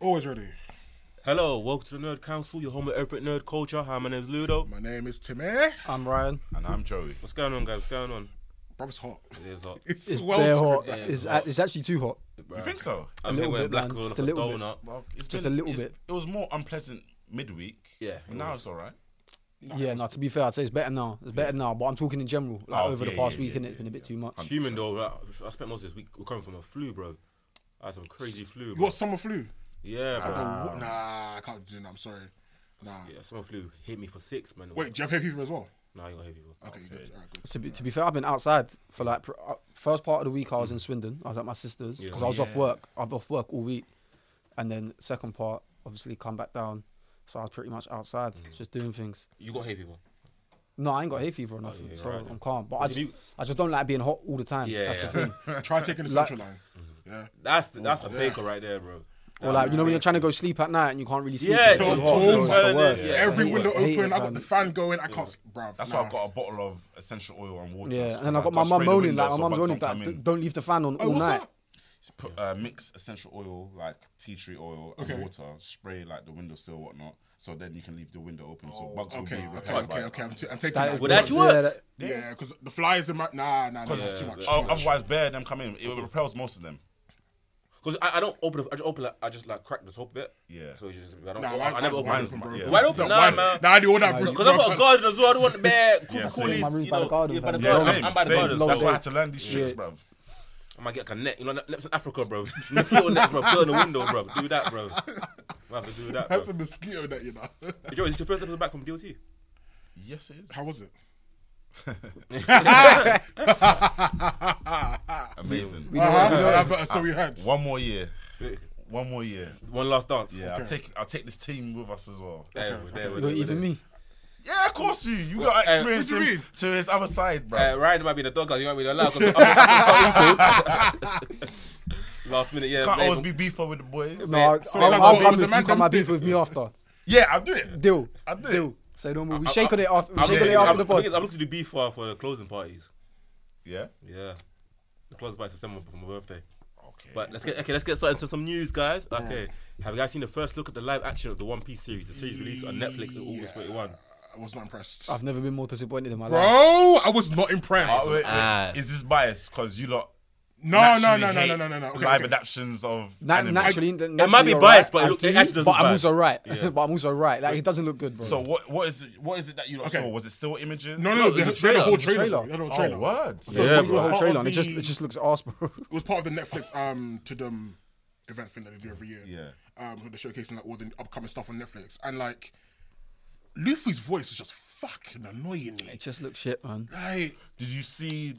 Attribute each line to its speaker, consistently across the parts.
Speaker 1: Always ready.
Speaker 2: Hello, welcome to the Nerd Council, your home of everything nerd culture. Hi, my name's Ludo.
Speaker 1: My name is eh? Timmy.
Speaker 3: I'm Ryan.
Speaker 4: And I'm Joey.
Speaker 2: What's going on, guys? What's going on?
Speaker 1: Bro, it's hot.
Speaker 2: It is hot.
Speaker 1: It's,
Speaker 3: It's bare
Speaker 1: sweltering.
Speaker 3: hot.
Speaker 2: Yeah,
Speaker 3: it's,
Speaker 2: hot.
Speaker 3: it's actually too hot.
Speaker 4: You think so?
Speaker 2: I'm here
Speaker 3: little
Speaker 2: wearing
Speaker 3: bit,
Speaker 2: black
Speaker 3: man.
Speaker 2: roll
Speaker 3: Just
Speaker 2: of a
Speaker 3: a little bit.
Speaker 2: donut.
Speaker 4: Well, it's
Speaker 3: Just a little
Speaker 4: it's-
Speaker 3: bit.
Speaker 4: It was more unpleasant midweek.
Speaker 2: Yeah, it
Speaker 4: Now
Speaker 2: was.
Speaker 4: it's all right.
Speaker 3: yeah, no, to be fair, I'd say it's better now. It's better now, but I'm talking in general. Like,
Speaker 4: Oh,
Speaker 3: over the
Speaker 4: yeah,
Speaker 3: past
Speaker 4: yeah,
Speaker 3: week,
Speaker 4: yeah,
Speaker 3: and it's been a bit too much.
Speaker 2: Human though, right? I spent most of this week coming from a flu, bro. I had some crazy flu.
Speaker 1: You
Speaker 2: Bro.
Speaker 1: got summer flu?
Speaker 2: Yeah, bro.
Speaker 1: Oh, wh- nah, I can't do that. I'm sorry. Nah.
Speaker 2: Uh, Yeah, summer flu hit me for six, man.
Speaker 1: Wait, do you have hay fever as well?
Speaker 2: Nah, you got heavy, bro.
Speaker 1: Okay, good. All right, good.
Speaker 3: To be, to be fair, I've been outside for like pr- uh, first part of the week. I was in Swindon. I was at my sister's because I was off
Speaker 4: Yeah.
Speaker 3: work. I've off work all week, and then second part, obviously, come back down. So I was pretty much outside, just doing things.
Speaker 2: You got heavy, bro.
Speaker 3: No, I ain't got hay fever or nothing,
Speaker 2: yeah,
Speaker 3: so
Speaker 2: right.
Speaker 3: I'm calm. But I
Speaker 2: Did
Speaker 3: just,
Speaker 2: you-
Speaker 3: I just don't like being hot all the time.
Speaker 2: Yeah,
Speaker 3: That's
Speaker 2: yeah.
Speaker 3: the thing.
Speaker 1: Try taking the
Speaker 3: Like-
Speaker 1: central line. Yeah.
Speaker 2: That's the, that's a faker right there, bro.
Speaker 3: Or like you know when you're trying to go sleep at night and you can't really sleep.
Speaker 2: Yeah,
Speaker 3: it's too
Speaker 2: don't
Speaker 3: hot,
Speaker 2: talk,
Speaker 3: it's the
Speaker 2: man,
Speaker 3: worst.
Speaker 2: yeah.
Speaker 3: I
Speaker 1: Every
Speaker 3: hate
Speaker 1: window
Speaker 3: it, I hate it,
Speaker 1: open, I got
Speaker 3: man.
Speaker 1: the fan going. I can't, bruv.
Speaker 4: That's why I've got a bottle of essential oil and water.
Speaker 3: Yeah, and
Speaker 4: because
Speaker 3: then I got my mum
Speaker 4: sprayed the
Speaker 3: moaning
Speaker 4: window
Speaker 3: like my
Speaker 4: so
Speaker 3: mum's
Speaker 4: bugs
Speaker 3: moaning
Speaker 4: don't come
Speaker 3: that
Speaker 4: in.
Speaker 3: "D- don't leave the fan on all
Speaker 1: what's
Speaker 3: night.
Speaker 1: that?
Speaker 4: Put, uh, mix essential oil like tea tree oil and
Speaker 1: Okay.
Speaker 4: water. Spray like the windowsill whatnot. So then you can leave the window open so bugs will
Speaker 1: Okay,
Speaker 4: be
Speaker 1: okay,
Speaker 4: repelled by
Speaker 1: okay,
Speaker 4: it.
Speaker 1: okay. I'm, t- I'm taking
Speaker 3: That is
Speaker 2: Would
Speaker 3: the-
Speaker 2: that work?
Speaker 3: yeah, that-
Speaker 1: Yeah, because the flies in my. Nah, nah, nah. This is
Speaker 4: Because
Speaker 1: too much.
Speaker 4: o-
Speaker 1: Too much.
Speaker 4: Oh, otherwise, bear them come in. It repels most of them.
Speaker 2: Because I, I don't open. The, I just open. Like, I just like crack the top bit.
Speaker 4: Yeah.
Speaker 2: So it's just, I don't.
Speaker 1: Nah,
Speaker 2: I,
Speaker 1: mine- mine's
Speaker 2: never open.
Speaker 1: wide
Speaker 2: mine.
Speaker 1: open, bro.
Speaker 4: Yeah.
Speaker 2: Wide open,
Speaker 1: No,
Speaker 2: nah,
Speaker 1: wide-
Speaker 2: man.
Speaker 1: Nah, I do all that. bro.
Speaker 2: Because I've got a
Speaker 1: Bruv,
Speaker 2: garden as well. I don't want the bare cool
Speaker 4: Yeah, same.
Speaker 2: coolies.
Speaker 3: My room's
Speaker 2: you
Speaker 3: by the
Speaker 2: know,
Speaker 3: garden,
Speaker 2: yeah, by the
Speaker 3: fam.
Speaker 4: Yeah,
Speaker 2: garden.
Speaker 4: same,
Speaker 2: I'm by the
Speaker 4: same.
Speaker 2: garden.
Speaker 3: Long
Speaker 4: That's
Speaker 3: day.
Speaker 4: why I had to learn these tricks,
Speaker 3: Yeah.
Speaker 4: bruv.
Speaker 2: I might get like a net, you know, nets in Africa, bro. Mosquito nets, bro. Burn the window, bro. Do that, bro. I have to do that, bro.
Speaker 1: That's a mosquito that you know.
Speaker 2: Hey, Joe, is this your first episode back from DLT?
Speaker 4: Yes, it is.
Speaker 1: How was it?
Speaker 4: Amazing.
Speaker 1: Uh-huh. So we had.
Speaker 4: One more year. One more year.
Speaker 2: One last dance.
Speaker 4: Yeah, I'll take I'll take this team with us as well.
Speaker 2: There, we- there, we-
Speaker 3: Well,
Speaker 2: there,
Speaker 3: even
Speaker 2: we-
Speaker 3: me.
Speaker 4: Yeah, of course you. You got
Speaker 2: uh,
Speaker 4: experience
Speaker 1: what do you
Speaker 4: him to his other side, bro.
Speaker 2: Uh, Ryan might be the dog, you might be the last. Last minute, yeah.
Speaker 4: Can't
Speaker 2: babe.
Speaker 4: always be beefer with the boys.
Speaker 3: No, I'll,
Speaker 1: so
Speaker 3: I'll,
Speaker 1: it's
Speaker 3: I'll
Speaker 1: like-
Speaker 3: come
Speaker 1: the
Speaker 3: if
Speaker 1: man
Speaker 3: you come
Speaker 1: can
Speaker 3: my beef with me after.
Speaker 4: Yeah, I'll do it.
Speaker 3: Deal.
Speaker 4: I'll do
Speaker 3: Deal.
Speaker 4: it.
Speaker 3: Say no more. We
Speaker 2: I-
Speaker 3: shake on it after. We
Speaker 2: I'm
Speaker 3: shake
Speaker 2: looking-
Speaker 3: on it after the
Speaker 2: I'm looking-
Speaker 3: pod.
Speaker 2: I'm looking to do beef for for the closing parties.
Speaker 4: Yeah.
Speaker 2: Yeah. The closing party is September for my birthday.
Speaker 4: Okay.
Speaker 2: But let's get okay. Let's get started into some news, guys. Okay, have you guys seen the first look at the live action of the One Piece series? The series released on Netflix on August twenty one.
Speaker 1: I was not impressed.
Speaker 3: I've never been more disappointed in my life.
Speaker 1: Bro, I was not
Speaker 4: Oh,
Speaker 1: impressed.
Speaker 4: wait, wait.
Speaker 2: Ah.
Speaker 4: Is this biased? Because you lot.
Speaker 1: No, no,
Speaker 4: naturally
Speaker 1: no, no,
Speaker 4: hate
Speaker 1: no, no, no, no. Okay,
Speaker 4: live
Speaker 1: okay.
Speaker 4: adaptions of
Speaker 3: Na-
Speaker 4: anime.
Speaker 3: naturally,
Speaker 2: It might be biased, but it look- it actually does
Speaker 3: but
Speaker 2: look
Speaker 3: I'm
Speaker 2: biased.
Speaker 3: also right.
Speaker 2: Yeah.
Speaker 3: but I'm also right. Like it doesn't look good, bro.
Speaker 4: So what? What is it? What is it that you lot
Speaker 1: Okay.
Speaker 4: saw? Was it still images?
Speaker 1: No, no, no.
Speaker 2: Look,
Speaker 1: They
Speaker 2: it's
Speaker 1: had they
Speaker 2: a
Speaker 1: had a
Speaker 2: trailer.
Speaker 1: whole trailer.
Speaker 3: Trailer.
Speaker 1: They had a whole
Speaker 4: Oh,
Speaker 1: trailer.
Speaker 4: word.
Speaker 3: So
Speaker 2: Yeah,
Speaker 3: it's the
Speaker 2: bro.
Speaker 3: whole trailer. and It just
Speaker 1: Part of
Speaker 3: it just looks arse, bro.
Speaker 1: It was part of the Netflix um to them event thing that they do every year.
Speaker 4: Yeah.
Speaker 1: Um, where they're showcasing like all the upcoming stuff on Netflix, and like Luffy's voice was just fucking annoying me.
Speaker 3: It just looks shit, man.
Speaker 1: Like,
Speaker 4: Did you see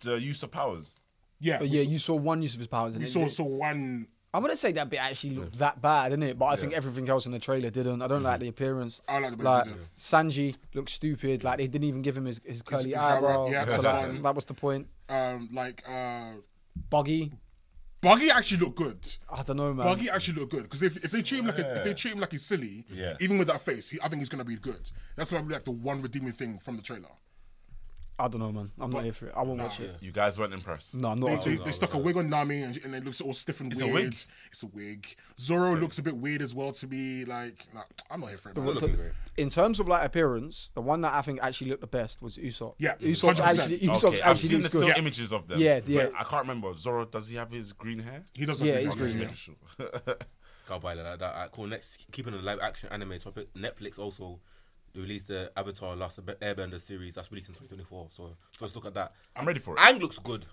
Speaker 4: the use of powers?
Speaker 1: yeah,
Speaker 3: But Oh, yeah, you saw one use of his powers. and
Speaker 1: we
Speaker 3: it-
Speaker 1: saw saw one.
Speaker 3: I wouldn't say that bit actually looked that bad, didn't it? But I think everything else in the trailer didn't. I don't like the appearance.
Speaker 1: I like the way they did it.
Speaker 3: Sanji looked stupid. Like they didn't even give him his, his curly
Speaker 1: his
Speaker 3: eyebrow.
Speaker 1: eyebrow, yeah,
Speaker 3: So,
Speaker 1: that's
Speaker 3: like,
Speaker 1: fine.
Speaker 3: that was the point.
Speaker 1: Um, like uh,
Speaker 3: Buggy.
Speaker 1: Buggy actually looked good.
Speaker 3: I don't know, man.
Speaker 1: Buggy actually looked good because if, if they treat him like a, if they treat him like he's silly,
Speaker 4: Yeah.
Speaker 1: even with that face, he, I think he's gonna be good. That's probably like the one redeeming thing from the trailer.
Speaker 3: I don't know, man. I'm not here for it. I won't watch it.
Speaker 4: You guys weren't impressed.
Speaker 3: No, I'm
Speaker 1: They,
Speaker 3: not.
Speaker 1: they, they stuck a wig on Nami and, and it looks all stiff and
Speaker 4: a
Speaker 1: weird.
Speaker 4: wig?
Speaker 1: It's a wig. Zoro looks a bit weird as well to me. Like, nah, I'm not here for it. man.
Speaker 2: looking great.
Speaker 3: in terms of like appearance, the one that I think actually looked the best was Usopp.
Speaker 1: Yeah,
Speaker 3: Usopp
Speaker 1: 100%.
Speaker 3: actually, Usopp
Speaker 4: Okay,
Speaker 3: actually
Speaker 4: I've seen the
Speaker 3: looks
Speaker 4: still
Speaker 3: good.
Speaker 4: images of them.
Speaker 3: Yeah,
Speaker 4: but
Speaker 3: yeah.
Speaker 4: I can't remember. Zoro, does he have his green hair?
Speaker 1: He doesn't.
Speaker 3: Yeah,
Speaker 1: look
Speaker 3: he's
Speaker 1: like
Speaker 3: green,
Speaker 1: that.
Speaker 3: yeah.
Speaker 4: Sure.
Speaker 2: Can't buy that. like that. Alright, cool. Next, keeping on the live action anime topic, Netflix also released the Avatar: Last Airbender series that's released in 2024. So first look at that.
Speaker 4: I'm ready for it.
Speaker 2: Ang looks good.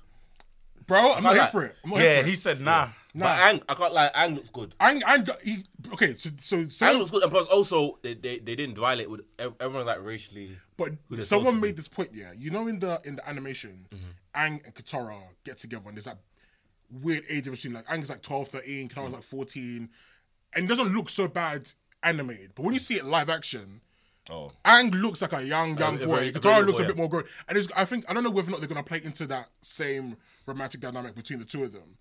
Speaker 1: Bro, I'm not here
Speaker 2: like-
Speaker 1: for it. I'm not
Speaker 4: yeah,
Speaker 1: here for
Speaker 4: he
Speaker 1: it.
Speaker 4: said nah.
Speaker 2: Nah. But Ang, I can't lie. Ang looks good.
Speaker 1: I'm, I'm, he, okay, so, so,
Speaker 2: Ang
Speaker 1: so
Speaker 2: looks good, and plus also they they, they didn't violate with ev- everyone's like racially.
Speaker 1: but
Speaker 2: who they're supposed
Speaker 1: someone
Speaker 2: to be. Mm-hmm.
Speaker 1: made this point, yeah. You know, in the in the animation, Ang and Katara get together, and there's that weird age difference between like Ang's like 12, 13, Katara's like 14, and it doesn't look so bad animated. But when you see it live action,
Speaker 4: Oh,
Speaker 1: Ang looks like a young, young
Speaker 2: Mm. a
Speaker 1: boy.
Speaker 2: very- a very
Speaker 1: Katara
Speaker 2: young
Speaker 1: looks
Speaker 2: boy,
Speaker 1: a
Speaker 2: yeah.
Speaker 1: bit more grown. And it's, I think, I don't know whether or not they're going to play into that same romantic dynamic between the two of them.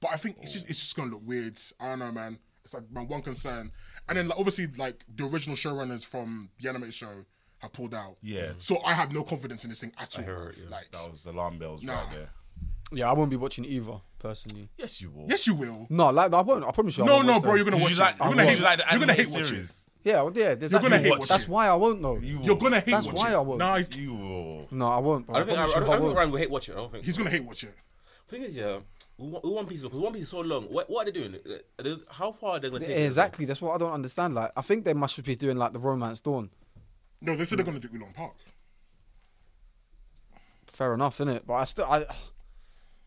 Speaker 1: But I think it's
Speaker 4: Mm.
Speaker 1: just, it's just going to look weird. I don't know, man. It's like my one concern. And then, like, obviously, like, the original showrunners from the anime show have pulled out.
Speaker 4: Yeah.
Speaker 1: So I have no confidence in this thing at all.
Speaker 2: hear it, yeah.
Speaker 1: Like,
Speaker 4: that was alarm bells
Speaker 1: Nah.
Speaker 4: right there.
Speaker 3: Yeah, I won't be watching either personally.
Speaker 4: Yes, you will.
Speaker 1: Yes, you will.
Speaker 3: No, like I won't. I promise you. I
Speaker 1: No,
Speaker 3: won't
Speaker 1: no,
Speaker 3: watch
Speaker 1: bro,
Speaker 3: them.
Speaker 1: you're gonna
Speaker 4: Did
Speaker 1: watch
Speaker 4: you
Speaker 1: it.
Speaker 4: like?
Speaker 1: You're
Speaker 4: did
Speaker 1: gonna hate.
Speaker 4: you like the
Speaker 1: You're gonna hate
Speaker 4: animated
Speaker 1: watch it.
Speaker 4: series?
Speaker 3: Yeah, well, yeah. There's
Speaker 1: You're
Speaker 3: that
Speaker 1: gonna
Speaker 3: thing.
Speaker 1: hate watch
Speaker 3: That's
Speaker 1: it.
Speaker 3: why I won't know.
Speaker 4: You will.
Speaker 1: You're gonna hate
Speaker 3: That's
Speaker 1: watch
Speaker 3: why
Speaker 1: it.
Speaker 3: I won't.
Speaker 1: Nah, he's-
Speaker 4: You will.
Speaker 3: No, I won't. Bro.
Speaker 2: I don't think I, I don't,
Speaker 3: promise you
Speaker 2: I don't
Speaker 3: won't.
Speaker 2: think Ryan will hate watch it. I don't think.
Speaker 1: he's
Speaker 2: so.
Speaker 1: gonna hate watch it.
Speaker 2: Thing is, yeah, with One with One Piece because One Piece is so long. What, what are they doing? Uh, they- How far are they gonna take? it?
Speaker 3: Exactly. That's what I don't understand. Like, I think they must be doing like the romance dawn.
Speaker 1: No, they said they're gonna do Oolong Park.
Speaker 3: Fair enough, innit? But I still, I.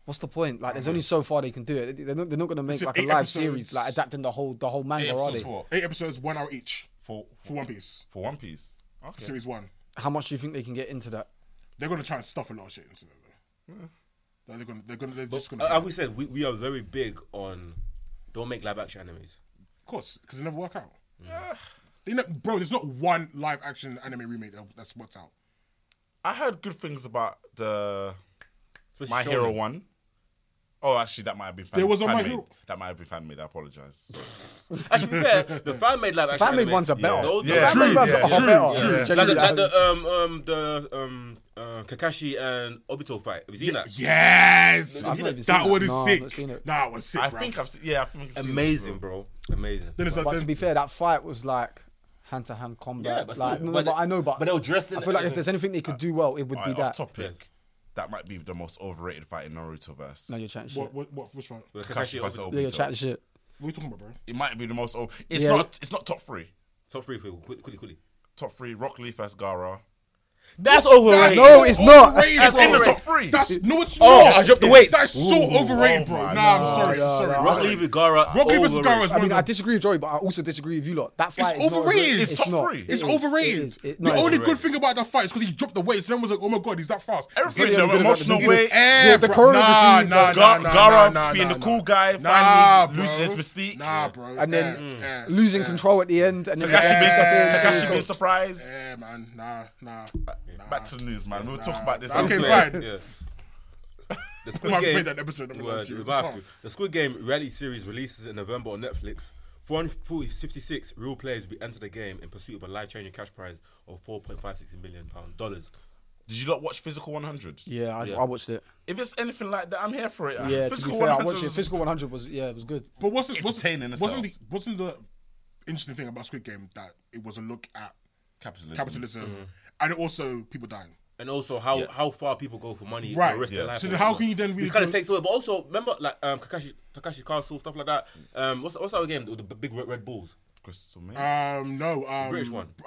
Speaker 3: What's the point? Like, there's only so far they can do it. They- They're not, they're not gonna make
Speaker 1: Listen,
Speaker 3: like a
Speaker 1: eight
Speaker 3: live
Speaker 1: episodes-
Speaker 3: series, like adapting the whole the whole manga, are
Speaker 5: episodes
Speaker 3: they?
Speaker 5: for,
Speaker 1: Eight episodes, one hour each
Speaker 5: for
Speaker 1: for One Piece
Speaker 5: for One Piece. Okay.
Speaker 1: series one.
Speaker 3: How much do you think they can get into that?
Speaker 1: They're gonna try and stuff a lot of shit into there though. Like, they're gonna, they're gonna, they're just gonna.
Speaker 2: Uh, As we said, we, we are very big on don't make live action animes.
Speaker 1: Of course, because it never work out.
Speaker 4: Mm.
Speaker 1: They ne- bro, there's not one live action anime remake that- that's worked out.
Speaker 4: I heard good things about the
Speaker 2: Especially
Speaker 4: My
Speaker 2: shonen.
Speaker 4: Hero one. Oh, actually, that might have been fan,
Speaker 1: There was a
Speaker 4: fan
Speaker 1: My
Speaker 4: made.
Speaker 1: Hero.
Speaker 4: That might have been fan made. I apologize.
Speaker 2: Actually, to be fair, the fan made live action.
Speaker 3: Fan-made
Speaker 2: anime-
Speaker 3: ones are better.
Speaker 2: Those-
Speaker 4: Yeah.
Speaker 2: the fan-made
Speaker 4: True,
Speaker 2: ones
Speaker 4: yeah,
Speaker 2: are
Speaker 4: true,
Speaker 3: better,
Speaker 4: true.
Speaker 2: Like
Speaker 3: generally,
Speaker 2: the,
Speaker 3: I
Speaker 2: like
Speaker 3: think.
Speaker 2: the um um the um uh, Kakashi and Obito fight. Have you seen that?
Speaker 1: Yes,
Speaker 2: I've not
Speaker 1: that,
Speaker 2: even
Speaker 3: seen
Speaker 1: one
Speaker 3: it.
Speaker 1: is
Speaker 3: No, I've
Speaker 1: sick.
Speaker 3: not seen it.
Speaker 1: Nah, it was sick.
Speaker 4: I
Speaker 1: bruv.
Speaker 4: think I've seen. Yeah, I think I've seen this,
Speaker 2: Amazing, bro. Amazing.
Speaker 1: Then it's like,
Speaker 3: But to
Speaker 1: then,
Speaker 3: be fair, that fight was like hand to hand combat.
Speaker 2: uh, Yeah, but
Speaker 3: like,
Speaker 2: still-
Speaker 3: no, no,
Speaker 2: but-
Speaker 3: but I know, but
Speaker 2: but they were dressed in
Speaker 3: I feel like if
Speaker 2: everything.
Speaker 3: there's anything they could do well, it would be
Speaker 4: Alright,
Speaker 3: that.
Speaker 4: off topic.
Speaker 2: Yes.
Speaker 4: That might be the most overrated fight in Naruto verse.
Speaker 3: No, you're chatting shit.
Speaker 1: what, what, what, which one? What
Speaker 2: The
Speaker 4: Kakashi
Speaker 2: Kakashi
Speaker 4: versus
Speaker 2: Obito.
Speaker 3: yeah, you're
Speaker 4: Obito.
Speaker 3: chatting shit.
Speaker 1: are you talking about, bro?
Speaker 4: It might be the most. o- It's
Speaker 3: Yeah.
Speaker 4: not. It's not top three.
Speaker 2: Top three people, quick- quickly, quickly.
Speaker 4: Top three. Rock Lee versus Gara.
Speaker 2: That's overrated.
Speaker 3: No, it's not.
Speaker 1: Overrated,
Speaker 4: That's in the
Speaker 1: bro.
Speaker 4: top three.
Speaker 1: That's no, it's
Speaker 2: Oh,
Speaker 1: not.
Speaker 2: I dropped the weights.
Speaker 1: That's so overrated,
Speaker 4: oh
Speaker 1: bro. Nah,
Speaker 4: my
Speaker 1: I'm sorry.
Speaker 4: God.
Speaker 3: No,
Speaker 1: I'm sorry.
Speaker 3: no,
Speaker 1: I'm
Speaker 2: Rock
Speaker 1: sorry.
Speaker 2: Lee with Gara.
Speaker 1: Rock Lee versus
Speaker 2: overrated.
Speaker 1: Gara is
Speaker 3: I
Speaker 1: one of
Speaker 3: mean,
Speaker 1: the
Speaker 3: I disagree with Joey, but I also disagree with you lot. That fight is
Speaker 1: overrated.
Speaker 3: Not,
Speaker 1: It's
Speaker 3: it's
Speaker 4: top
Speaker 3: not.
Speaker 4: three.
Speaker 3: It
Speaker 1: It's
Speaker 3: is, it
Speaker 1: overrated.
Speaker 3: is, it-
Speaker 1: the
Speaker 3: no, it's
Speaker 1: only
Speaker 3: not.
Speaker 1: good thing about that fight is because he dropped the weights. Then was like, oh my god, he's that fast.
Speaker 4: Everything.
Speaker 3: Yeah,
Speaker 4: The
Speaker 3: yeah,
Speaker 4: emotional
Speaker 3: yeah,
Speaker 4: way.
Speaker 1: Eh,
Speaker 3: the
Speaker 1: bro.
Speaker 3: choreography,
Speaker 1: nah,
Speaker 3: the-
Speaker 1: nah,
Speaker 4: Gar-
Speaker 1: nah, nah,
Speaker 4: Gara
Speaker 1: nah, nah,
Speaker 4: being the
Speaker 1: nah.
Speaker 4: cool guy,
Speaker 1: nah,
Speaker 4: finally losing
Speaker 1: bro.
Speaker 4: his mystique.
Speaker 1: Nah, bro.
Speaker 3: And then
Speaker 1: it's air, it's air,
Speaker 3: Losing
Speaker 1: it's air.
Speaker 3: control at the end, and then
Speaker 4: Kakashi being, sur-
Speaker 1: Yeah.
Speaker 4: Kakashi being surprised.
Speaker 1: Yeah, man. Nah, nah. nah.
Speaker 4: Back to the news, man. We'll talk about this.
Speaker 1: Okay,
Speaker 4: later.
Speaker 1: fine.
Speaker 2: Yeah.
Speaker 1: We
Speaker 2: The
Speaker 1: might
Speaker 2: Squid
Speaker 1: have to
Speaker 2: Game.
Speaker 1: make that episode. I'm
Speaker 2: Word,
Speaker 1: honest with
Speaker 2: we
Speaker 1: you.
Speaker 2: might have to. The Squid Game reality series releases in November on Netflix. 456 real players will enter the game in pursuit of a life-changing cash prize of 4.56 million pound dollars.
Speaker 4: Did you not watch Physical 100?
Speaker 3: Yeah, I,
Speaker 2: Yeah.
Speaker 3: I watched it.
Speaker 4: If it's anything like that, I'm here for it.
Speaker 3: Yeah, to
Speaker 4: Physical
Speaker 3: be fair, I
Speaker 4: 100.
Speaker 3: watched it.
Speaker 4: was-
Speaker 3: Physical 100 was yeah, it was good.
Speaker 1: But wasn't
Speaker 4: Entertaining
Speaker 1: wasn't,
Speaker 4: itself.
Speaker 1: wasn't the wasn't the interesting thing about Squid Game that it was a look at
Speaker 5: Capitalism.
Speaker 1: capitalism and also people dying.
Speaker 2: And also how, how far people go for money
Speaker 1: Right.
Speaker 2: the rest
Speaker 4: Yeah.
Speaker 2: of their life.
Speaker 1: So
Speaker 2: or
Speaker 1: then how
Speaker 2: whatnot.
Speaker 1: can you then really
Speaker 2: This kind of
Speaker 1: go-
Speaker 2: takes away. But also remember like um, Kakashi Takashi Castle stuff like that. Um, what's what's our game with the b- big red, red balls?
Speaker 4: Crystal Maze.
Speaker 2: Ah,
Speaker 1: Um, no, um,
Speaker 2: British one.
Speaker 1: Uh, oh,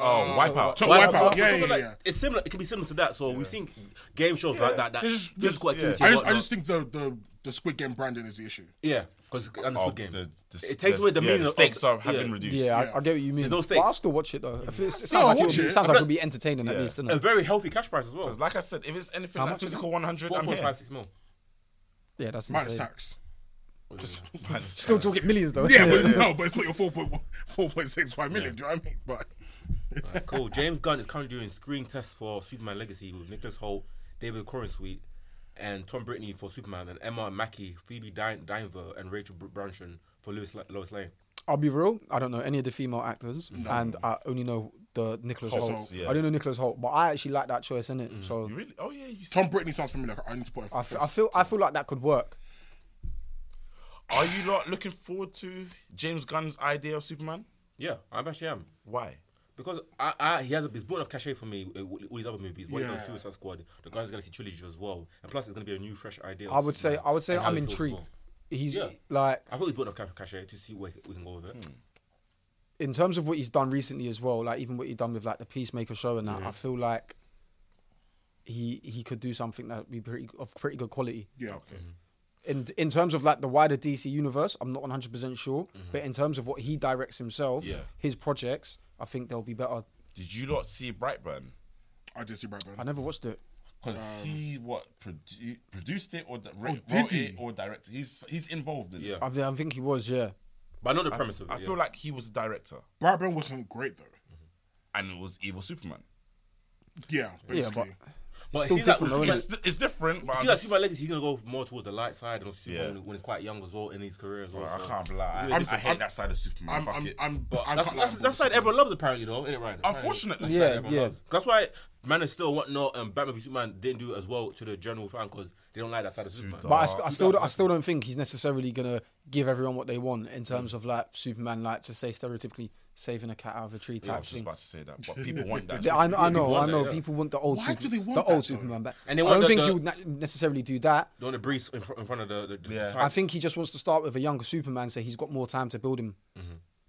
Speaker 4: Oh, Wipeout.
Speaker 1: Wipeout.
Speaker 2: Like,
Speaker 1: Wipeout.
Speaker 2: so-
Speaker 1: Yeah,
Speaker 2: so
Speaker 1: yeah,
Speaker 2: like,
Speaker 1: yeah.
Speaker 2: It's similar. It can be similar to that. So we've seen game shows like that. That
Speaker 4: They just-
Speaker 2: physical
Speaker 4: yeah.
Speaker 2: activity.
Speaker 1: I
Speaker 2: and
Speaker 1: just, I
Speaker 2: whatnot.
Speaker 1: just think the, the the Squid Game branding is the issue.
Speaker 2: Yeah, because and the
Speaker 4: Oh,
Speaker 2: Squid game.
Speaker 4: the- the-
Speaker 2: it takes away the
Speaker 4: yeah,
Speaker 2: meaning.
Speaker 4: The
Speaker 2: of-
Speaker 4: stakes
Speaker 2: of,
Speaker 4: are, have
Speaker 2: yeah.
Speaker 4: been reduced.
Speaker 3: Yeah, I, I get what you mean.
Speaker 2: no
Speaker 3: but I'll
Speaker 2: stakes.
Speaker 3: still watch it though. If it's, it
Speaker 1: I'll
Speaker 3: sounds like, it'll
Speaker 1: watch
Speaker 3: be,
Speaker 1: it.
Speaker 3: it sounds like
Speaker 2: But-
Speaker 3: it'll be entertaining at
Speaker 4: Yeah.
Speaker 3: least,
Speaker 2: A
Speaker 3: is
Speaker 2: very healthy cash price as well.
Speaker 4: 'Cause Like I said, if it's anything
Speaker 3: How
Speaker 4: like
Speaker 3: much is
Speaker 4: Physical 100,
Speaker 2: Four
Speaker 4: I'm
Speaker 2: point
Speaker 4: here.
Speaker 2: five six mil.
Speaker 3: Yeah, that's
Speaker 1: Minus
Speaker 3: insane.
Speaker 1: tax.
Speaker 3: Still talking millions though.
Speaker 1: Yeah, but no, but it's not your 4.1 4.65 million. Do you know what I mean? But
Speaker 2: Cool. James Gunn is currently doing screen tests for Superman Legacy with Nicholas Holt, David Corrin Sweet, and Tom Brittany for Superman, and Emma Mackey, Phoebe Dyn- Dynevor, and Rachel Br- Branson for Lewis La- Lois Lane.
Speaker 3: I'll be real. I don't know any of the female actors, and I only know the Nicholas Holt.
Speaker 4: Holt, yeah.
Speaker 3: I don't know Nicholas Holt, but I actually like that choice in it. So
Speaker 4: You really? Oh, yeah. You said,
Speaker 1: Tom Brittany sounds familiar. I need to put it.
Speaker 3: I fe- I feel I feel like that could work.
Speaker 4: are you not looking forward to James Gunn's idea of Superman?
Speaker 2: Yeah, I actually am.
Speaker 4: Why?
Speaker 2: Because I, I, he has a, he's brought enough cachet for me uh, with all these other movies. What yeah.
Speaker 1: Yeah.
Speaker 2: Suicide Squad, the Guardians of the Galaxy trilogy as well, and plus it's gonna be a new, fresh idea. of
Speaker 3: I would say
Speaker 2: Superman
Speaker 3: I would say
Speaker 2: and how
Speaker 3: I'm
Speaker 2: he feels as
Speaker 3: intrigued.
Speaker 2: well.
Speaker 3: He's
Speaker 2: Yeah.
Speaker 3: like
Speaker 2: I thought he's brought enough ca- cachet to see where we can go with it.
Speaker 3: in terms of what he's done recently as well. Like even what he done with like the Peacemaker show and that. I feel like he he could do something that would be pretty of pretty good quality.
Speaker 1: yeah.
Speaker 3: in in terms of like the wider DC universe, I'm not 100 percent sure, but in terms of what he directs himself,
Speaker 2: Mm-hmm. Yeah.
Speaker 3: his projects, I think they'll be better.
Speaker 4: Did you not see Brightburn?
Speaker 1: I did see Brightburn.
Speaker 3: I never watched it.
Speaker 5: Because he what produ- produced it or di- wrote
Speaker 1: Um, Oh, did he?
Speaker 5: it or directed. He's he's involved in
Speaker 2: Yeah.
Speaker 5: it.
Speaker 3: I, thi- I think he was, yeah.
Speaker 2: But I know the premise of it.
Speaker 4: I
Speaker 2: yeah.
Speaker 4: feel like he was the director
Speaker 1: Brightburn wasn't great though.
Speaker 4: and it was Evil Superman.
Speaker 1: Yeah, basically.
Speaker 2: but it
Speaker 3: still
Speaker 2: seems like
Speaker 3: different,
Speaker 2: with
Speaker 3: though,
Speaker 2: Superman-
Speaker 4: It's, it's different, but
Speaker 2: I
Speaker 4: I'm
Speaker 2: see, like
Speaker 4: just-
Speaker 2: Superman Legacy, he's gonna go more towards the light side, and also Superman
Speaker 4: Yeah.
Speaker 2: when he's quite young as well in his career as well.
Speaker 4: I
Speaker 2: so-
Speaker 4: can't lie. i
Speaker 1: I'm-
Speaker 4: hate
Speaker 1: I'm-
Speaker 4: that side of Superman.
Speaker 1: I'm,
Speaker 4: Fuck
Speaker 1: I'm,
Speaker 4: it.
Speaker 1: I'm,
Speaker 2: But
Speaker 1: I'm
Speaker 2: that's,
Speaker 1: quite
Speaker 2: that's,
Speaker 1: liable.
Speaker 2: that's like everyone loves apparently though, ain't it, Ryan? Apparently.
Speaker 4: Unfortunately,
Speaker 3: Yeah,
Speaker 2: Everyone
Speaker 3: yeah.
Speaker 2: loves. That's why Man of Steel, whatnot, and Batman v Superman didn't do as well to the general fan because They don't like that side of Superman.
Speaker 4: dark.
Speaker 3: But I, st- I still, don't- I still don't think he's necessarily gonna give everyone what they want in terms of like Superman, like to say stereotypically saving a cat out of a tree
Speaker 4: I
Speaker 3: type
Speaker 4: was just
Speaker 3: thing.
Speaker 4: about to say that, but people want that.
Speaker 3: Yeah, I, kn- I know, I
Speaker 2: want
Speaker 3: know.
Speaker 2: that, yeah.
Speaker 3: People want the old,
Speaker 1: Why
Speaker 3: Super-
Speaker 1: do they want
Speaker 3: the old
Speaker 1: that, though?
Speaker 3: Superman back.
Speaker 2: And they
Speaker 3: I
Speaker 2: want
Speaker 3: don't
Speaker 2: the-
Speaker 3: think
Speaker 2: the-
Speaker 3: he would na- necessarily do that.
Speaker 2: They want to breeze in, fr- in front of the. the, the
Speaker 4: Yeah.
Speaker 2: the
Speaker 3: I think he just wants to start with a younger Superman, so he's got more time to build him.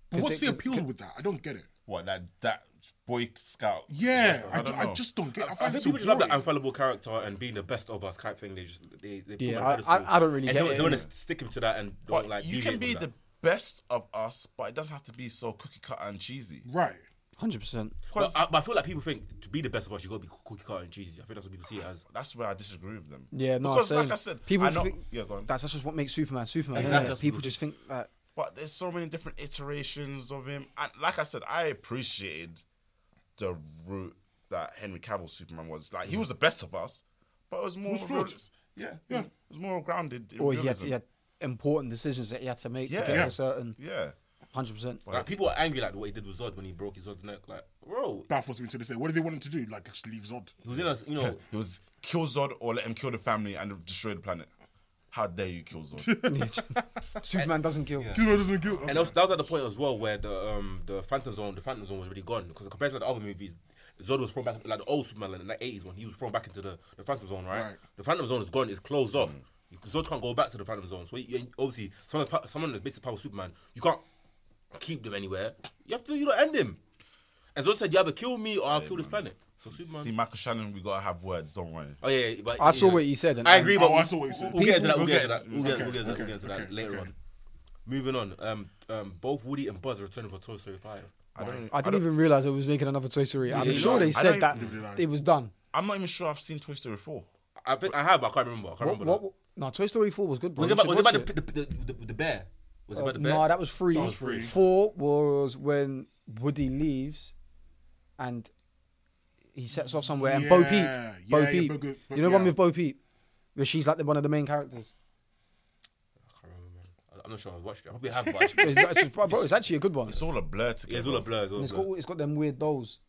Speaker 1: But what's
Speaker 3: they-
Speaker 1: the appeal with that? I don't get it.
Speaker 5: What that that Boy Scout?
Speaker 1: Yeah, I,
Speaker 5: I
Speaker 1: d-
Speaker 5: don't
Speaker 1: I
Speaker 5: know.
Speaker 1: just don't get. it. I
Speaker 2: I
Speaker 1: find it
Speaker 2: think
Speaker 1: so
Speaker 2: people just love that
Speaker 1: boring.
Speaker 2: infallible character and being the best of us type thing. They just they, they put
Speaker 3: Yeah,
Speaker 2: him on
Speaker 3: I-
Speaker 2: a pedestal.
Speaker 3: I- I don't really
Speaker 2: and
Speaker 3: get
Speaker 2: don't,
Speaker 3: it,
Speaker 2: They want
Speaker 3: innit?
Speaker 2: to stick him to that and don't
Speaker 4: But
Speaker 2: like.
Speaker 4: you can be the best of us, but it doesn't have to be so cookie cutter and cheesy.
Speaker 1: Right.
Speaker 3: Hundred percent.
Speaker 2: But
Speaker 4: Because
Speaker 2: I, but I feel like people think to be the best of us, you got to be cookie cutter and cheesy. I think that's what people see it as.
Speaker 4: that's where I disagree with them.
Speaker 3: Yeah, no.
Speaker 4: Because like
Speaker 3: same.
Speaker 4: I said,
Speaker 3: people
Speaker 4: I know,
Speaker 3: think
Speaker 4: yeah, go on.
Speaker 3: that's, that's just what makes Superman Superman.
Speaker 2: Exactly,
Speaker 3: innit?
Speaker 2: that's what
Speaker 3: People
Speaker 2: we-
Speaker 3: just think that.
Speaker 4: but there's so many different iterations of him. And like I said, I appreciated the route that Henry Cavill Superman was. Like he
Speaker 3: Mm.
Speaker 4: was the best of us, but it was more
Speaker 1: was
Speaker 4: real-
Speaker 1: flawed.
Speaker 4: yeah, yeah, Mm. it was more grounded. In
Speaker 3: or Oh, he had,
Speaker 4: realism.
Speaker 3: he had important decisions that he had to make
Speaker 4: Yeah.
Speaker 3: to get
Speaker 4: Yeah.
Speaker 3: to a certain
Speaker 4: yeah.
Speaker 3: hundred percent.
Speaker 2: Like people are angry like what he did with Zod when he broke his Zod's neck. Like, bro,
Speaker 1: Baffles me to this day. What do they want him to do? Like just leave Zod.
Speaker 2: he was in a you know.
Speaker 4: It was kill Zod or let him kill the family and destroy the planet. How dare you kill Zod?
Speaker 3: Superman doesn't kill.
Speaker 1: Kilo doesn't kill.
Speaker 2: And also, that was at the point as well where the um the Phantom Zone the Phantom Zone was really gone because compared to the other movies, Zod was thrown back like the old Superman like, in the eighties one. He was thrown back into the, the Phantom Zone, right?
Speaker 1: Right.
Speaker 2: The Phantom Zone is gone. It's closed off. You- Zod can't go back to the Phantom Zone. So you, you- obviously, someone pa- someone that's basic power of Superman, you can't keep them anywhere. You have to you know, end him. And Zod said, "You either kill me or I'll kill this planet." So Superman.
Speaker 4: See, Michael Shannon, we gotta have words. Don't worry.
Speaker 2: Oh yeah, yeah, but
Speaker 3: I saw what you said and-
Speaker 2: I agree,
Speaker 3: and-
Speaker 2: but
Speaker 1: Oh,
Speaker 2: we-
Speaker 1: I saw what you said.
Speaker 2: We'll get into that. We'll
Speaker 4: People
Speaker 2: get into
Speaker 4: get-
Speaker 2: that. We'll get we'll
Speaker 1: okay,
Speaker 2: get into that. We'll
Speaker 1: okay,
Speaker 2: get into that
Speaker 1: okay,
Speaker 2: later
Speaker 1: okay.
Speaker 2: on. Moving on. Um, um, both Woody and Buzz are returning for Toy Story Five.
Speaker 4: I don't.
Speaker 3: I didn't even realize it was making another Toy Story. I'm
Speaker 2: Yeah,
Speaker 3: sure they
Speaker 4: I
Speaker 3: said that
Speaker 4: don't
Speaker 1: even-
Speaker 3: it was done.
Speaker 4: I'm not even sure I've seen Toy Story four.
Speaker 2: I think I have, but I can't remember. I can't
Speaker 3: What,
Speaker 2: remember.
Speaker 3: what, no, Toy Story Four was good. Bro.
Speaker 2: Was
Speaker 3: You
Speaker 2: it about,
Speaker 3: should
Speaker 2: was it
Speaker 3: watch
Speaker 2: about the, the, the, the, the bear? Was it about the bear?
Speaker 3: No, that was free.
Speaker 2: was free.
Speaker 3: Four was when Woody leaves, and he sets off somewhere. And Bo Peep,
Speaker 1: Yeah,
Speaker 3: Bo
Speaker 1: yeah, yeah,
Speaker 3: Peep.
Speaker 1: Bo Good- Bo-
Speaker 3: you know the one
Speaker 1: yeah.
Speaker 3: with Bo Peep, where she's like the, one of the main characters.
Speaker 2: I can't remember. man. I'm not sure. I've watched it. I probably have, but actually,
Speaker 3: It's, actually, bro, it's actually a good one.
Speaker 4: It's all a blur
Speaker 2: yeah,
Speaker 4: together.
Speaker 2: it's all a blur. It's all
Speaker 3: It's
Speaker 2: a
Speaker 3: got
Speaker 2: blur.
Speaker 3: all- it's got them weird dolls.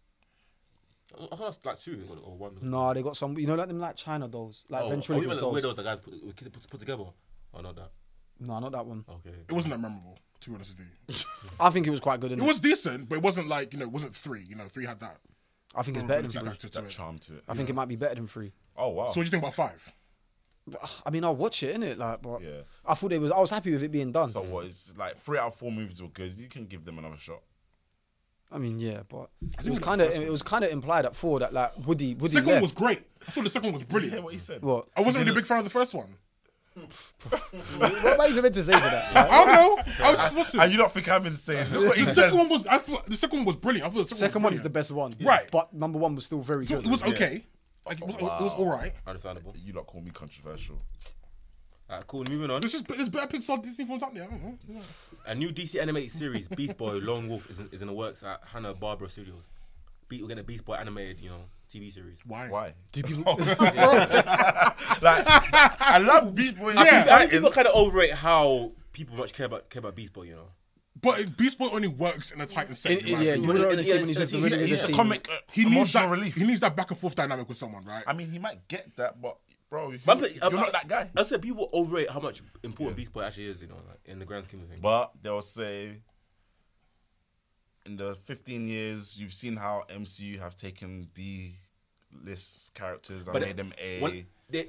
Speaker 2: I thought that's like two or or one.
Speaker 3: No, they got some. You know, like them like China dolls, like
Speaker 2: oh, oh, you meant
Speaker 3: ventriloquist
Speaker 2: the
Speaker 3: dolls.
Speaker 2: weirdo the guy put, we put, put together. Oh, not that.
Speaker 3: No, not that one.
Speaker 2: Okay.
Speaker 1: It wasn't that memorable, to be honest with you.
Speaker 3: I think it was quite good.
Speaker 1: It
Speaker 3: innit?
Speaker 1: was decent, but it wasn't like you know, it wasn't three. You know, three had that
Speaker 3: I think it's
Speaker 2: Mm.
Speaker 3: better than
Speaker 1: quality
Speaker 3: three.
Speaker 1: factor to
Speaker 4: that
Speaker 1: it.
Speaker 4: charm to it.
Speaker 3: I think it might be better than three.
Speaker 4: Oh wow.
Speaker 1: So what do you think about five?
Speaker 3: I mean, I'll watch it, innit? Like, but
Speaker 4: Yeah.
Speaker 3: I thought it was. I was happy with it being done.
Speaker 4: So what? It's like three out of four movies were good. You can give them another shot.
Speaker 3: I mean, yeah, but it
Speaker 1: think
Speaker 3: was
Speaker 1: the
Speaker 3: kind of
Speaker 1: first
Speaker 3: it was kind of implied at four that like Woody Woody
Speaker 1: second
Speaker 3: left.
Speaker 1: one was great. I thought the second one was
Speaker 4: Yeah,
Speaker 1: brilliant.
Speaker 4: what he said.
Speaker 3: what?
Speaker 1: I wasn't really a big fan of the first one.
Speaker 3: what am I even meant to say for that? Like,
Speaker 1: I don't know. I was just watching.
Speaker 4: And you don't think I'm insane? Look what he
Speaker 1: the
Speaker 4: says.
Speaker 1: second one was. I thought the second one was brilliant. I thought the second,
Speaker 3: second
Speaker 1: one
Speaker 3: one
Speaker 1: was
Speaker 3: is the best one,
Speaker 1: Right.
Speaker 3: But number one was still very
Speaker 1: brilliant.
Speaker 3: good.
Speaker 1: It was okay. Like it was, it was all right.
Speaker 2: Understandable.
Speaker 4: You lot call me controversial.
Speaker 2: Alright, cool. Moving on.
Speaker 1: There's just there's better Pixar Disney films out there. I don't know. Yeah.
Speaker 2: A new DC animated series, Beast Boy Lone Wolf, is in, is in the works at Hanna Barbera Studios. Be, we're getting a Beast Boy animated, you know, TV series.
Speaker 1: Why?
Speaker 4: Why?
Speaker 3: Do people?
Speaker 4: Like, I love Beast Boy. and
Speaker 1: think-
Speaker 2: I think
Speaker 4: Titans.
Speaker 2: people kind of overrate how people much care about care about Beast Boy, you know.
Speaker 1: But it- Beast Boy only works in a Titan setting.
Speaker 3: yeah,
Speaker 1: right?
Speaker 3: you would
Speaker 2: Yeah,
Speaker 3: already see
Speaker 2: yeah,
Speaker 3: when he's
Speaker 2: yeah,
Speaker 3: with the
Speaker 2: he's-
Speaker 3: with
Speaker 2: he's
Speaker 3: his
Speaker 4: It's a
Speaker 3: team.
Speaker 4: comic. Uh,
Speaker 1: He needs
Speaker 4: emotional
Speaker 1: that.
Speaker 4: relief.
Speaker 1: He needs that back and forth dynamic with someone, right?
Speaker 4: I mean, he might get that, but bro, you-
Speaker 2: But uh,
Speaker 4: you're not that guy.
Speaker 2: I said people overrate how much important Beast Boy actually is, you know, like, in the grand scheme of things.
Speaker 4: But they'll say, in the 15 years, you've seen how MCU have taken D list characters and
Speaker 2: But
Speaker 4: made them A.
Speaker 2: when they,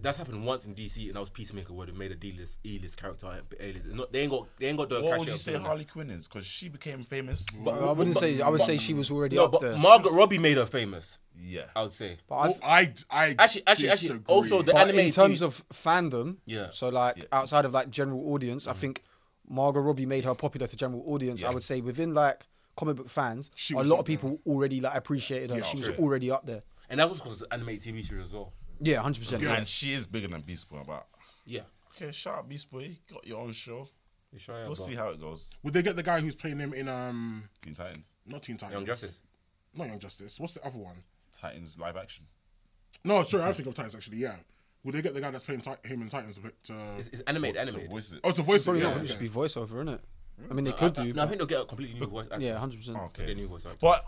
Speaker 2: that's happened once in DC, and that was Peacemaker, where they made a D list, E list character, and A list. Not- They ain't got, they ain't got the.
Speaker 4: what
Speaker 2: cash
Speaker 4: would you
Speaker 2: out
Speaker 4: say
Speaker 2: doing that.
Speaker 4: Harley Quinn is? Because she became famous.
Speaker 3: I wouldn't say. I would say she was already
Speaker 2: No,
Speaker 3: up
Speaker 2: but
Speaker 3: there.
Speaker 2: Margaret Robbie made her famous.
Speaker 4: yeah.
Speaker 2: I would say.
Speaker 3: But
Speaker 1: Well,
Speaker 3: I've-
Speaker 1: Oh, I, I
Speaker 2: Actually- actually- actually,
Speaker 1: disagree.
Speaker 2: also the-
Speaker 3: But in
Speaker 2: animated
Speaker 3: terms
Speaker 2: series-
Speaker 3: of fandom,
Speaker 2: Yeah.
Speaker 3: So like outside of like general audience, I think Margot Robbie made her popular to general audience. I would say within like comic book fans, a
Speaker 1: was
Speaker 3: lot
Speaker 1: up
Speaker 3: of people already like appreciated her. she was
Speaker 4: sure.
Speaker 3: already up there.
Speaker 2: And that was because of the animated TV series as well.
Speaker 3: Yeah, hundred percent.
Speaker 4: And she is bigger than Beast Boy, but
Speaker 2: Yeah.
Speaker 4: okay, shout out Beast Boy. You got your own show.
Speaker 2: You sure yeah,
Speaker 4: We'll
Speaker 2: bro.
Speaker 4: see how it goes.
Speaker 1: Would they get the guy who's playing him in um
Speaker 4: Teen Titans.
Speaker 1: not Teen Titans?
Speaker 2: Young Justice.
Speaker 1: Not Young Justice. What's the other one?
Speaker 4: Titans live action.
Speaker 1: No, sorry, I don't think of Titans actually. Yeah. Would they get the guy that's playing ti- him in Titans? But, uh,
Speaker 2: It's, it's animated,
Speaker 4: So
Speaker 2: animated.
Speaker 4: what is it?
Speaker 1: oh, to voice it.
Speaker 3: Probably
Speaker 1: Yeah,
Speaker 3: not. It would just
Speaker 1: okay.
Speaker 3: be voiceover, innit? I mean, they could do.
Speaker 2: No, I
Speaker 3: but-
Speaker 4: Oh,
Speaker 2: think they'll get a completely new voice. actor.
Speaker 3: yeah, hundred percent.
Speaker 2: Get a
Speaker 4: Okay.
Speaker 2: new voice actor.
Speaker 4: But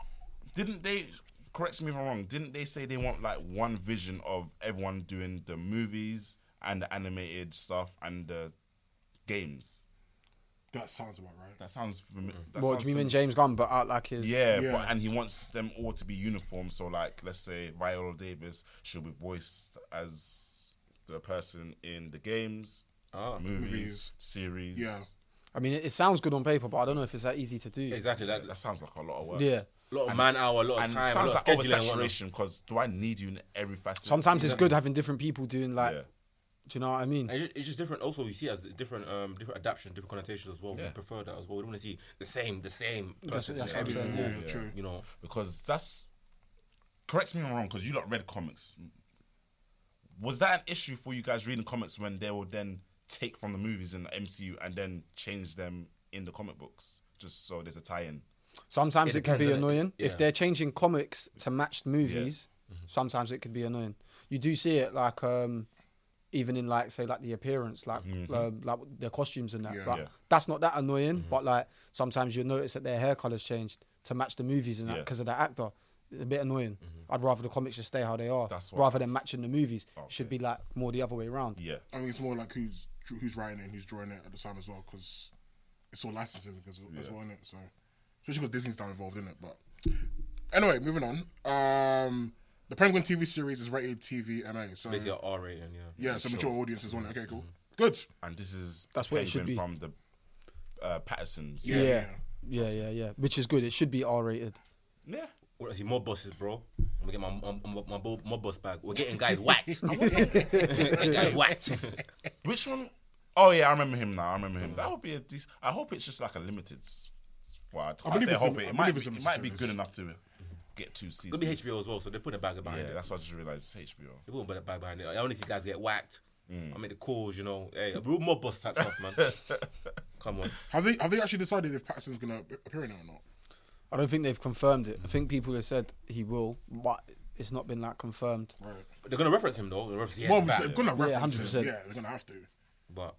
Speaker 4: didn't they correct me if I'm wrong. Didn't they say they want like one vision of everyone doing the movies and the animated stuff and the games?
Speaker 1: That sounds about right.
Speaker 4: That sounds familiar.
Speaker 3: What do you mean, James Gunn? But out like his
Speaker 4: Yeah,
Speaker 1: Yeah.
Speaker 4: But, and he wants them all to be uniform. So, like, let's say Viola Davis should be voiced as the person in the games,
Speaker 2: Ah.
Speaker 4: movies,
Speaker 1: Movies.
Speaker 4: series.
Speaker 1: Yeah.
Speaker 3: I mean, it, it sounds good on paper, but I don't know if it's that easy to do.
Speaker 2: Exactly. That,
Speaker 4: That sounds like a lot of work.
Speaker 3: Yeah.
Speaker 2: a lot of man hour, a lot of
Speaker 4: And it
Speaker 2: time, a
Speaker 4: sounds
Speaker 2: lot
Speaker 4: like
Speaker 2: of scheduling. and whatnot.
Speaker 4: oversaturation because do I need you in every facet?
Speaker 3: Sometimes it's good having different people doing like.
Speaker 4: Yeah.
Speaker 3: Do you know what I mean?
Speaker 2: And it's ju- it's just different. Also, you see as different, um, different adaptions, different connotations as well. We prefer that as well. We don't want to see the same, the same person
Speaker 3: that's
Speaker 2: in
Speaker 3: what I'm
Speaker 2: every
Speaker 3: saying,
Speaker 2: single,
Speaker 1: yeah. True.
Speaker 2: you know.
Speaker 4: because that's correct me if I'm wrong because you lot read comics. Was that an issue for you guys reading comics when they would then take from the movies in the MCU and then change them in the comic books just so there's a tie-in?
Speaker 3: Sometimes
Speaker 2: It
Speaker 3: it, can
Speaker 2: depends,
Speaker 3: be
Speaker 2: innit?
Speaker 3: annoying.
Speaker 2: Yeah.
Speaker 3: If they're changing comics to match movies, sometimes it could be annoying. You do see it like um even in like say like the appearance, like um, like their costumes and that.
Speaker 1: Yeah.
Speaker 3: Like,
Speaker 4: Yeah.
Speaker 3: That's not that annoying, but like sometimes you'll notice that their hair colors changed to match the movies and that
Speaker 4: Yeah.
Speaker 3: because of the actor. It's A bit annoying. I'd rather the comics just stay how they are,
Speaker 4: That's what-
Speaker 3: rather than matching the movies. Should be like more the other way around.
Speaker 4: Yeah,
Speaker 1: I mean, it's more like who's who's writing it and who's drawing it at the time as well, because it's all licensing as, as well, is it? So, especially because Disney's now involved in it. But anyway, moving on. Um, the Penguin TV series is rated TV MA, so
Speaker 2: Basically, Mm-hmm. an R rating, yeah.
Speaker 1: yeah, so mature audiences on it. Okay, cool, good.
Speaker 4: and this is
Speaker 3: That's what it should
Speaker 4: Penguin
Speaker 3: be.
Speaker 4: from the uh, Pattersons.
Speaker 3: Yeah. yeah. Yeah, yeah, Which is good. It should be R rated.
Speaker 4: yeah.
Speaker 2: What is he? Mob bosses, bro. I'm gonna get my my, my, my bo- mob boss bag. We're getting guys whacked. Getting guys whacked.
Speaker 4: Which one? Oh yeah, I remember him now. I remember him. That would be a decent. I hope it's just like a limited. s- Well, I, can't
Speaker 1: believe
Speaker 4: say
Speaker 1: it's
Speaker 4: hope
Speaker 1: lim-
Speaker 4: it.
Speaker 1: I believe
Speaker 4: It might be,
Speaker 1: it's
Speaker 4: it
Speaker 1: limited
Speaker 4: might be
Speaker 1: series.
Speaker 4: good enough to get two seasons.
Speaker 2: It'll be HBO as well, so they're putting a bag behind
Speaker 4: Yeah,
Speaker 2: it.
Speaker 4: that's what I just realized. It's HBO.
Speaker 2: They won't put a bag behind it. I only see guys get whacked. I mean the calls, you know. Hey, a real mob boss type stuff, man. Come on.
Speaker 1: Have they have they actually decided if Patterson's gonna appear in it or not?
Speaker 3: I don't think they've confirmed it. I think people have said he will, but it's not been like confirmed.
Speaker 1: Right.
Speaker 2: They're gonna reference him though. They're reference- yeah,
Speaker 1: well,
Speaker 2: he's back.
Speaker 1: they're gonna
Speaker 3: Yeah,
Speaker 1: reference it.
Speaker 3: 100%.
Speaker 1: Yeah, they're gonna have to.
Speaker 2: But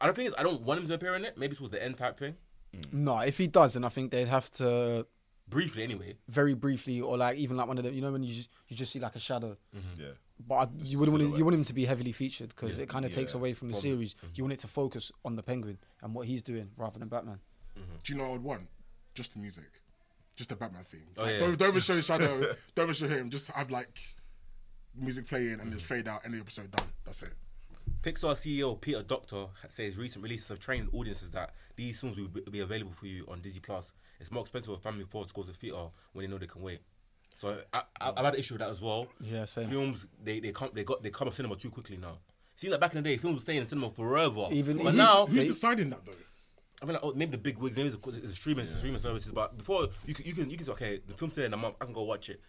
Speaker 2: I don't think it's, I don't want him to appear in it. Maybe towards the end type thing.
Speaker 4: Hmm.
Speaker 3: No, if he does, then I think they'd have to
Speaker 2: Briefly, anyway.
Speaker 3: very briefly, or like even like one of the, you know, when you just, you just see like a shadow.
Speaker 4: Yeah.
Speaker 3: But I, you wouldn't want him,
Speaker 4: silhouette.
Speaker 3: you want him to be heavily featured because it kind of takes
Speaker 4: Mm-hmm. yeah, Mm-hmm.
Speaker 3: away from the series. You want it to focus on the Penguin and what he's doing rather than Batman.
Speaker 1: Do you know what I'd want? Just the music, just the Batman theme.
Speaker 2: Oh,
Speaker 1: Like,
Speaker 2: yeah.
Speaker 1: Don't don't even show Shadow. don't even show him. Just have like music playing and just fade out. End of the episode done. That's it.
Speaker 2: Pixar CEO Peter Doctor says recent releases have trained audiences that these films will be- be available for you on Disney Plus. It's more expensive for a family of four to go to the theater when they know they can wait. So I, I, I've had an issue with that as well.
Speaker 3: Yeah, same.
Speaker 2: Films they they come they got they come to cinema too quickly now. Seems like back in the day, films were staying in cinema forever.
Speaker 3: Even-
Speaker 2: but
Speaker 3: Who's-
Speaker 2: now,
Speaker 1: Who's
Speaker 3: They-
Speaker 1: deciding that though?
Speaker 2: I mean, like, oh, maybe the big wigs, maybe the, the streaming, the streaming services. But before you can, you can, you can say, okay, the film's staying in a month. I can go watch it.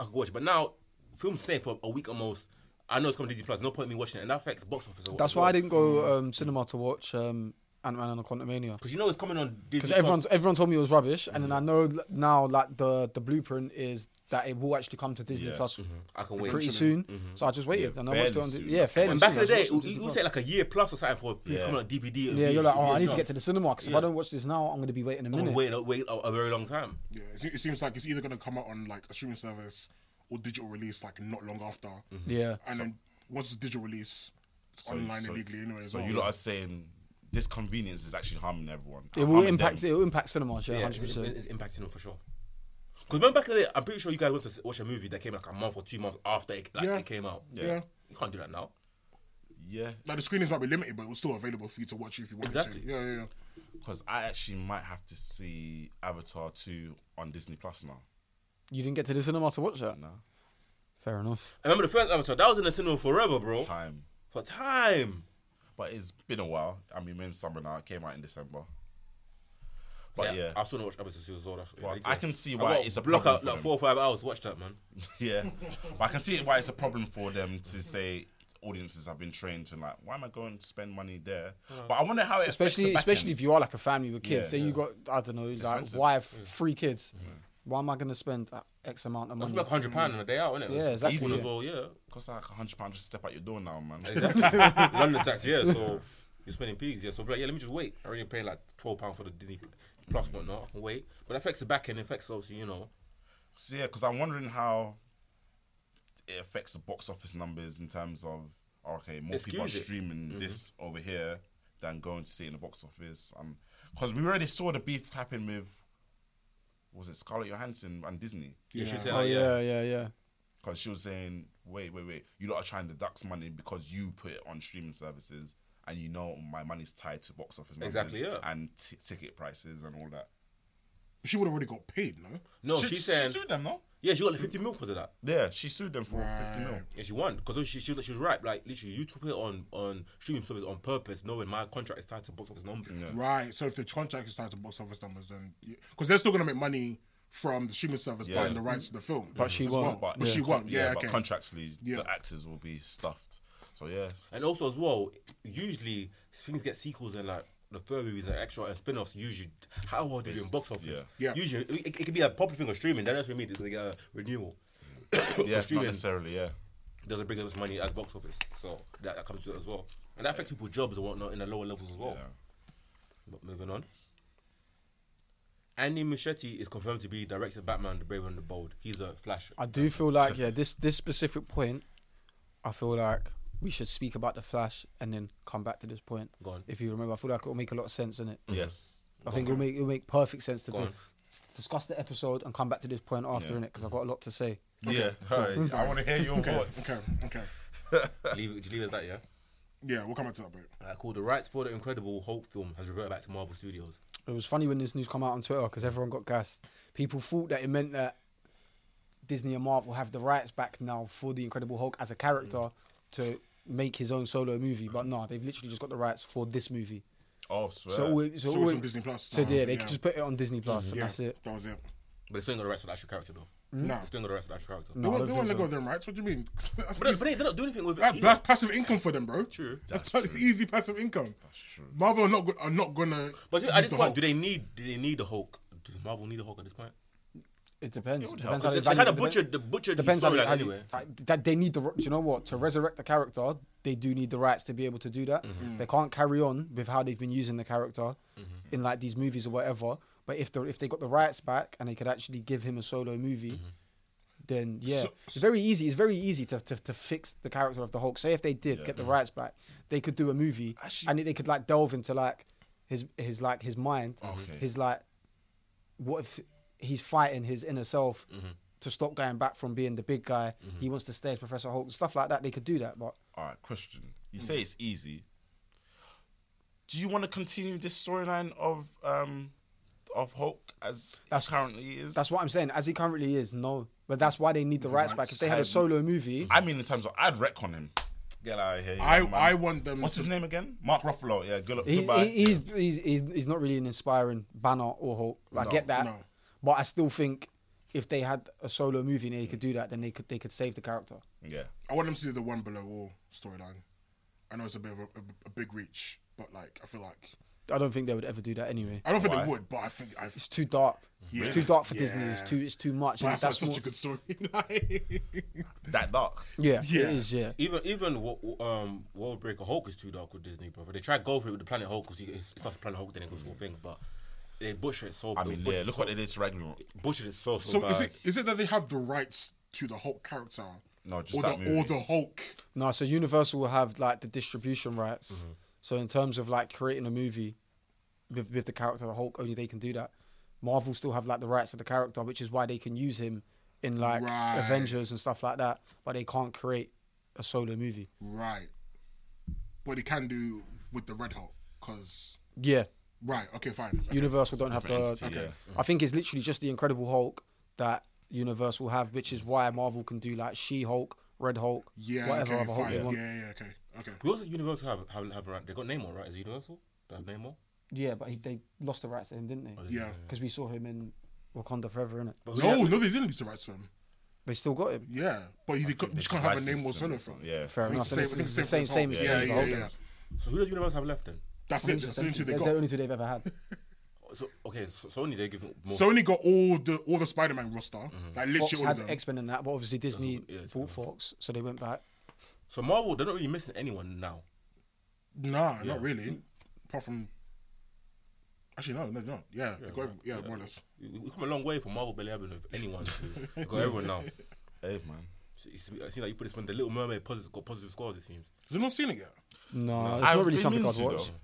Speaker 2: I can go watch it. But now, film's staying for a week almost. I know it's coming to Disney Plus. No point in me watching it, and that affects box office.
Speaker 3: That's why I didn't
Speaker 4: Mm-hmm.
Speaker 3: go um, cinema to watch um, Ant Man and the Quantumania.
Speaker 2: Because you know it's coming on Disney.
Speaker 3: Because
Speaker 2: Plus.
Speaker 3: everyone's everyone told me it was rubbish, and then
Speaker 4: Mm-hmm.
Speaker 3: I know l- now like the the blueprint is that it will actually come to Disney Plus
Speaker 4: Mm-hmm.
Speaker 2: I can wait.
Speaker 3: pretty soon. So I just waited, and I watched it
Speaker 4: fairly
Speaker 3: on.
Speaker 4: soon.
Speaker 3: Yeah, fairly
Speaker 2: And
Speaker 3: soon.
Speaker 2: back in
Speaker 3: I
Speaker 2: the
Speaker 3: just
Speaker 2: day,
Speaker 3: watched it on
Speaker 2: it
Speaker 3: Disney
Speaker 2: would
Speaker 3: Plus.
Speaker 2: take like a year plus or something for things coming on DVD.
Speaker 3: Yeah, you're like, oh, I need to get to the cinema because if I don't watch this now, I'm going to be waiting a
Speaker 2: I'm
Speaker 3: minute.
Speaker 2: gonna wait, a- wait a, a very long time.
Speaker 1: Yeah, it, se- it seems like it's either gonna come out on like a streaming service or digital release like not long after.
Speaker 3: Mm-hmm. Yeah.
Speaker 1: And then once it's digital release, it's online illegally anyway. as
Speaker 4: So
Speaker 1: well.
Speaker 4: you lot are saying this convenience is actually harming everyone.
Speaker 3: It will
Speaker 4: Harming
Speaker 3: impact.
Speaker 4: them.
Speaker 3: It will impact cinemas. Yeah,
Speaker 2: Yeah,
Speaker 3: hundred
Speaker 2: it-
Speaker 3: percent.
Speaker 2: it- it's impacting them for sure. Because remember back in the day, I'm pretty sure you guys went to s- watch a movie that came like a month or two months after it, like,
Speaker 1: Yeah.
Speaker 2: it came out.
Speaker 1: yeah.
Speaker 2: You can't do that now.
Speaker 4: Yeah,
Speaker 1: Like the screenings might be limited, but it was still available for you to watch if you wanted
Speaker 2: Exactly.
Speaker 1: to. Yeah, yeah, yeah.
Speaker 4: because I actually might have to see Avatar two on Disney Plus now.
Speaker 3: You didn't get to the cinema to watch that.
Speaker 4: No
Speaker 3: Fair enough.
Speaker 2: I remember the first Avatar, that was in the cinema forever, bro.
Speaker 4: time,
Speaker 2: For time.
Speaker 4: but it's been a while. I mean, we're in summer now. It came out in December. But yeah,
Speaker 2: I still not watch Avatar 2 as well. That's,
Speaker 4: Well,
Speaker 2: need
Speaker 4: I
Speaker 2: to-
Speaker 4: can see
Speaker 2: I
Speaker 4: why
Speaker 2: got
Speaker 4: it's a
Speaker 2: block
Speaker 4: problem
Speaker 2: out
Speaker 4: for
Speaker 2: like
Speaker 4: them.
Speaker 2: four or five hours. to Watch that, man.
Speaker 4: yeah. but I can see why it's a problem for them to say audiences have been trained to like, why am I going to spend money there? But I wonder how it affects the
Speaker 3: Especially,
Speaker 4: back
Speaker 3: especially
Speaker 4: end.
Speaker 3: if you are like a family with kids. Say
Speaker 4: Yeah.
Speaker 3: you got, I don't know, like
Speaker 4: expensive.
Speaker 3: wife, three kids. Why am I going to spend uh, X amount of
Speaker 2: That's
Speaker 3: money?
Speaker 2: like hundred pound on a day out, isn't it?
Speaker 3: Yeah, exactly.
Speaker 2: Easy as
Speaker 3: Yeah.
Speaker 2: well, yeah.
Speaker 4: costs like hundred pounds just to step out your door now, man.
Speaker 2: Exactly. London tax, yeah. So you're spending peas, yeah. So be like, yeah, let me just wait. I already paying like twelve pound for the Disney Plus, whatnot. I can wait, but it affects the back end. It affects obviously, you know.
Speaker 4: So yeah, because I'm wondering how it affects the box office numbers in terms of oh, okay, more
Speaker 2: It
Speaker 4: people are
Speaker 2: skews it.
Speaker 4: streaming
Speaker 2: Mm-hmm.
Speaker 4: this over here than going to see it in the box office. Um, because we already saw the beef happen with was it Scarlett Johansson and Disney?
Speaker 2: Yeah, she said,
Speaker 3: Oh
Speaker 2: like,
Speaker 3: yeah, yeah, yeah.
Speaker 4: Because she was saying, wait, wait, wait, you lot are trying to deduct money because you put it on streaming services and you know my money's tied to box office numbers
Speaker 2: Exactly, yeah.
Speaker 4: and t- ticket prices and all that.
Speaker 1: She would have already got paid, no?
Speaker 2: No,
Speaker 4: she,
Speaker 2: she said,
Speaker 4: she sued them, no?
Speaker 2: yeah, she got like 50 mil because of that.
Speaker 4: Yeah, she sued them for 50 mil.
Speaker 2: Yeah, she won because she, she she was right. Like literally, you took it on on streaming service on purpose, knowing my contract is tied to box office numbers.
Speaker 1: Right. So if the contract is tied to box office numbers, then because they're still gonna make money from the streaming service
Speaker 4: Yeah.
Speaker 1: buying the rights to the film.
Speaker 3: But she
Speaker 1: as
Speaker 3: won't.
Speaker 1: well. But, she won't. Yeah. okay.
Speaker 4: but contractually,
Speaker 1: Yeah.
Speaker 4: the actors will be stuffed. So yeah,
Speaker 2: And also as well, usually things get sequels and like the third movies and extra and spin-offs. Usually, how well they do in box office.
Speaker 4: yeah.
Speaker 1: Yeah.
Speaker 2: Usually, it, it could be a popular thing on streaming. That doesn't mean it's like a renewal.
Speaker 4: yeah, not
Speaker 2: streaming.
Speaker 4: necessarily, yeah.
Speaker 2: Doesn't bring as much money as box office, so that, that comes to it as well, and that affects people's jobs and whatnot in the lower levels as well.
Speaker 4: Yeah.
Speaker 2: But moving on. Andy Muschietti is confirmed to be director Batman: The Brave and the Bold. He's a Flash.
Speaker 3: I do feel like yeah, this this specific point, I feel like we should speak about the Flash and then come back to this point.
Speaker 2: Go on.
Speaker 3: If you remember, I feel like it'll make a lot of sense in it.
Speaker 4: Yes,
Speaker 3: I think it'll make it'll make perfect sense to
Speaker 2: Go
Speaker 3: do-
Speaker 2: on.
Speaker 3: discuss the episode and come back to this point after
Speaker 4: Yeah.
Speaker 3: in it because I've got a lot to say.
Speaker 4: yeah. hi, I want to hear your thoughts.
Speaker 1: Okay. Okay.
Speaker 2: leave it, leave it at that, yeah?
Speaker 1: Yeah, we'll come back to that bit.
Speaker 2: Uh, called The Rights for the Incredible Hulk film has reverted back to Marvel Studios.
Speaker 3: It was funny when this news come out on Twitter because everyone got gassed. People thought that it meant that Disney and Marvel have the rights back now for the Incredible Hulk as a character to make his own solo movie, but no, they've literally just got the rights for this movie.
Speaker 4: Oh, swear.
Speaker 3: So, all it- so,
Speaker 1: So,
Speaker 3: all
Speaker 1: it's
Speaker 3: it-
Speaker 1: on Disney Plus.
Speaker 3: So
Speaker 1: now,
Speaker 3: yeah,
Speaker 1: is it?
Speaker 3: they could just put it on Disney Plus, and
Speaker 1: Yeah,
Speaker 3: that's it.
Speaker 1: That was it.
Speaker 2: But they still ain't got the rights to the actual character, though.
Speaker 1: No.
Speaker 2: They still ain't got the rights to the actual character.
Speaker 1: They
Speaker 3: I
Speaker 1: won't,
Speaker 3: don't
Speaker 1: they won't
Speaker 3: think
Speaker 1: let go of their rights. What do you mean? That's,
Speaker 2: But,
Speaker 1: easy-
Speaker 2: but they don't do anything with it.
Speaker 1: that-
Speaker 2: either.
Speaker 1: that's passive income for them, bro.
Speaker 2: True.
Speaker 1: That's, that's easy passive income. That's true. Marvel are not go- are not gonna.
Speaker 2: But
Speaker 1: use
Speaker 2: I just
Speaker 1: the
Speaker 2: point,
Speaker 1: Hulk.
Speaker 2: do they need do they need the Hulk? Does Marvel need a Hulk at this point?
Speaker 3: It depends.
Speaker 4: would
Speaker 3: depends
Speaker 4: help.
Speaker 3: how
Speaker 2: They,
Speaker 3: done
Speaker 2: kind
Speaker 3: it.
Speaker 2: of
Speaker 3: Depen-
Speaker 2: butchered the butchered the
Speaker 3: Depends how they,
Speaker 2: storyline
Speaker 3: how they-
Speaker 2: anyway.
Speaker 3: uh, that they need the. r- Do you know what? To resurrect the character, they do need the rights to be able to do that. They can't carry on with how they've been using the character in like these movies or whatever. But if they if they got the rights back and they could actually give him a solo movie. Then yeah,
Speaker 1: So-
Speaker 3: it's very easy. It's very easy to, to, to fix the character of the Hulk. Say if they did get the rights back, they could do a movie,
Speaker 4: Actually-
Speaker 3: and they could like delve into like his his like his mind,
Speaker 4: Okay.
Speaker 3: his like what if he's fighting his inner self to stop going back from being the big guy? He wants to stay as Professor Hulk, stuff like that. They could do that, but
Speaker 4: All right, question. You say it's easy. Do you want to continue this storyline of um of Hulk as he currently is?
Speaker 3: that's what I'm saying. As he currently is, no. But that's why they need the rights back. If they had a
Speaker 4: rights.
Speaker 3: solo movie,
Speaker 4: I mean in terms of I'd wreck on him. Get out of here. you
Speaker 1: I
Speaker 4: man.
Speaker 1: I want them.
Speaker 4: What's
Speaker 1: to,
Speaker 4: his name again? Mark Ruffalo. Yeah, good luck.
Speaker 3: he,
Speaker 4: goodbye.
Speaker 3: he- he's, he's he's he's not really an inspiring Banner or Hulk. I get that,
Speaker 1: no.
Speaker 3: but I still think if they had a solo movie and they could do that, then they could they could save the character.
Speaker 4: yeah.
Speaker 1: I want them to do the one below all storyline. I know it's a bit of a, a, a big reach, but like I feel like
Speaker 3: I don't think they would ever do that anyway.
Speaker 1: I don't think
Speaker 4: Why?
Speaker 1: they would, but I think I.
Speaker 3: It's too dark.
Speaker 1: Yeah.
Speaker 3: It's too dark for Disney.
Speaker 1: Yeah.
Speaker 3: It's too it's too much. and
Speaker 1: That's, that's
Speaker 3: that's
Speaker 1: such a
Speaker 3: more-
Speaker 1: good storyline.
Speaker 4: That dark.
Speaker 3: yeah,
Speaker 1: Yeah.
Speaker 3: it is. Yeah.
Speaker 2: Even even wo- wo- um World Breaker Hulk is too dark with Disney, brother. They tried to go for it with the Planet Hulk because it's it's not the Planet Hulk, then it goes for a thing, but they butcher it so.
Speaker 4: I mean,
Speaker 2: butcher
Speaker 4: yeah,
Speaker 2: it
Speaker 4: look
Speaker 2: so,
Speaker 4: what it is to Ragnarok.
Speaker 2: butchered it so so,
Speaker 1: so
Speaker 2: bad.
Speaker 1: is it is it that they have the rights to the Hulk character?
Speaker 4: No, just
Speaker 1: or
Speaker 4: that
Speaker 1: the
Speaker 4: movie.
Speaker 1: or the Hulk.
Speaker 3: No, so Universal will have like the distribution rights.
Speaker 1: Mm-hmm.
Speaker 3: So in terms of like creating a movie with with the character of Hulk, only they can do that. Marvel still have like the rights of the character, which is why they can use him in like
Speaker 1: Right.
Speaker 3: Avengers and stuff like that, but they can't create a solo movie.
Speaker 1: Right. But he can do with the Red Hulk, because.
Speaker 3: Yeah.
Speaker 1: Right, okay, fine. Okay.
Speaker 3: Universal don't have the
Speaker 4: different entity,
Speaker 1: Okay.
Speaker 3: I think it's literally just the Incredible Hulk that Universal have, which is why Marvel can do like She Hulk, Red Hulk,
Speaker 1: yeah,
Speaker 3: whatever
Speaker 1: okay,
Speaker 3: other Hulk
Speaker 1: fine.
Speaker 3: they
Speaker 1: Yeah,
Speaker 3: want.
Speaker 1: yeah, okay. Okay.
Speaker 2: Who else at Universal have have, have right? They got Namor, right? Is it Universal? They have Namor.
Speaker 3: Yeah, but he, they lost the rights to him, didn't they?
Speaker 1: Yeah.
Speaker 3: Because we saw him in Wakanda Forever, innit?
Speaker 2: But who
Speaker 1: No, no, they didn't lose the rights to him.
Speaker 3: They still got him.
Speaker 1: Yeah, but he could, just can't have a name or son of him.
Speaker 4: Yeah.
Speaker 3: Fair
Speaker 1: I think
Speaker 3: enough.
Speaker 1: it's the
Speaker 3: It's,
Speaker 1: same- I think
Speaker 3: it's the
Speaker 1: it's the
Speaker 3: same,
Speaker 1: same
Speaker 3: same, as
Speaker 1: for
Speaker 3: yeah,
Speaker 1: the
Speaker 3: yeah,
Speaker 1: Hulk. Yeah, yeah, yeah.
Speaker 2: So who does Universal have left then?
Speaker 1: That's it. That's the only two they
Speaker 3: They're the
Speaker 1: got.
Speaker 3: only two they've ever had.
Speaker 2: So okay, so Sony they give more.
Speaker 1: Sony got all the all the Spider Man roster,
Speaker 2: Mm-hmm.
Speaker 1: like literally
Speaker 3: Fox
Speaker 1: all of
Speaker 3: had
Speaker 1: them.
Speaker 3: X Men and that, but obviously Disney
Speaker 2: yeah, it's
Speaker 3: bought Fox, so they went back.
Speaker 2: so Marvel they're not really missing anyone now.
Speaker 1: nah, not really. Apart from Actually, no, no, no. Yeah, they got every- yeah, more or less.
Speaker 2: We- We've come a long way from Marvel Belly having with anyone to we've got everyone now.
Speaker 4: Hey man,
Speaker 2: So it's- It seems like you put this one, the Little Mermaid positive, got positive scores, it seems.
Speaker 1: Has anyone seen it yet?
Speaker 3: No, it's not
Speaker 4: I've
Speaker 3: really
Speaker 4: been
Speaker 3: something
Speaker 4: meaning
Speaker 3: I'd
Speaker 4: to,
Speaker 3: watch.
Speaker 4: though.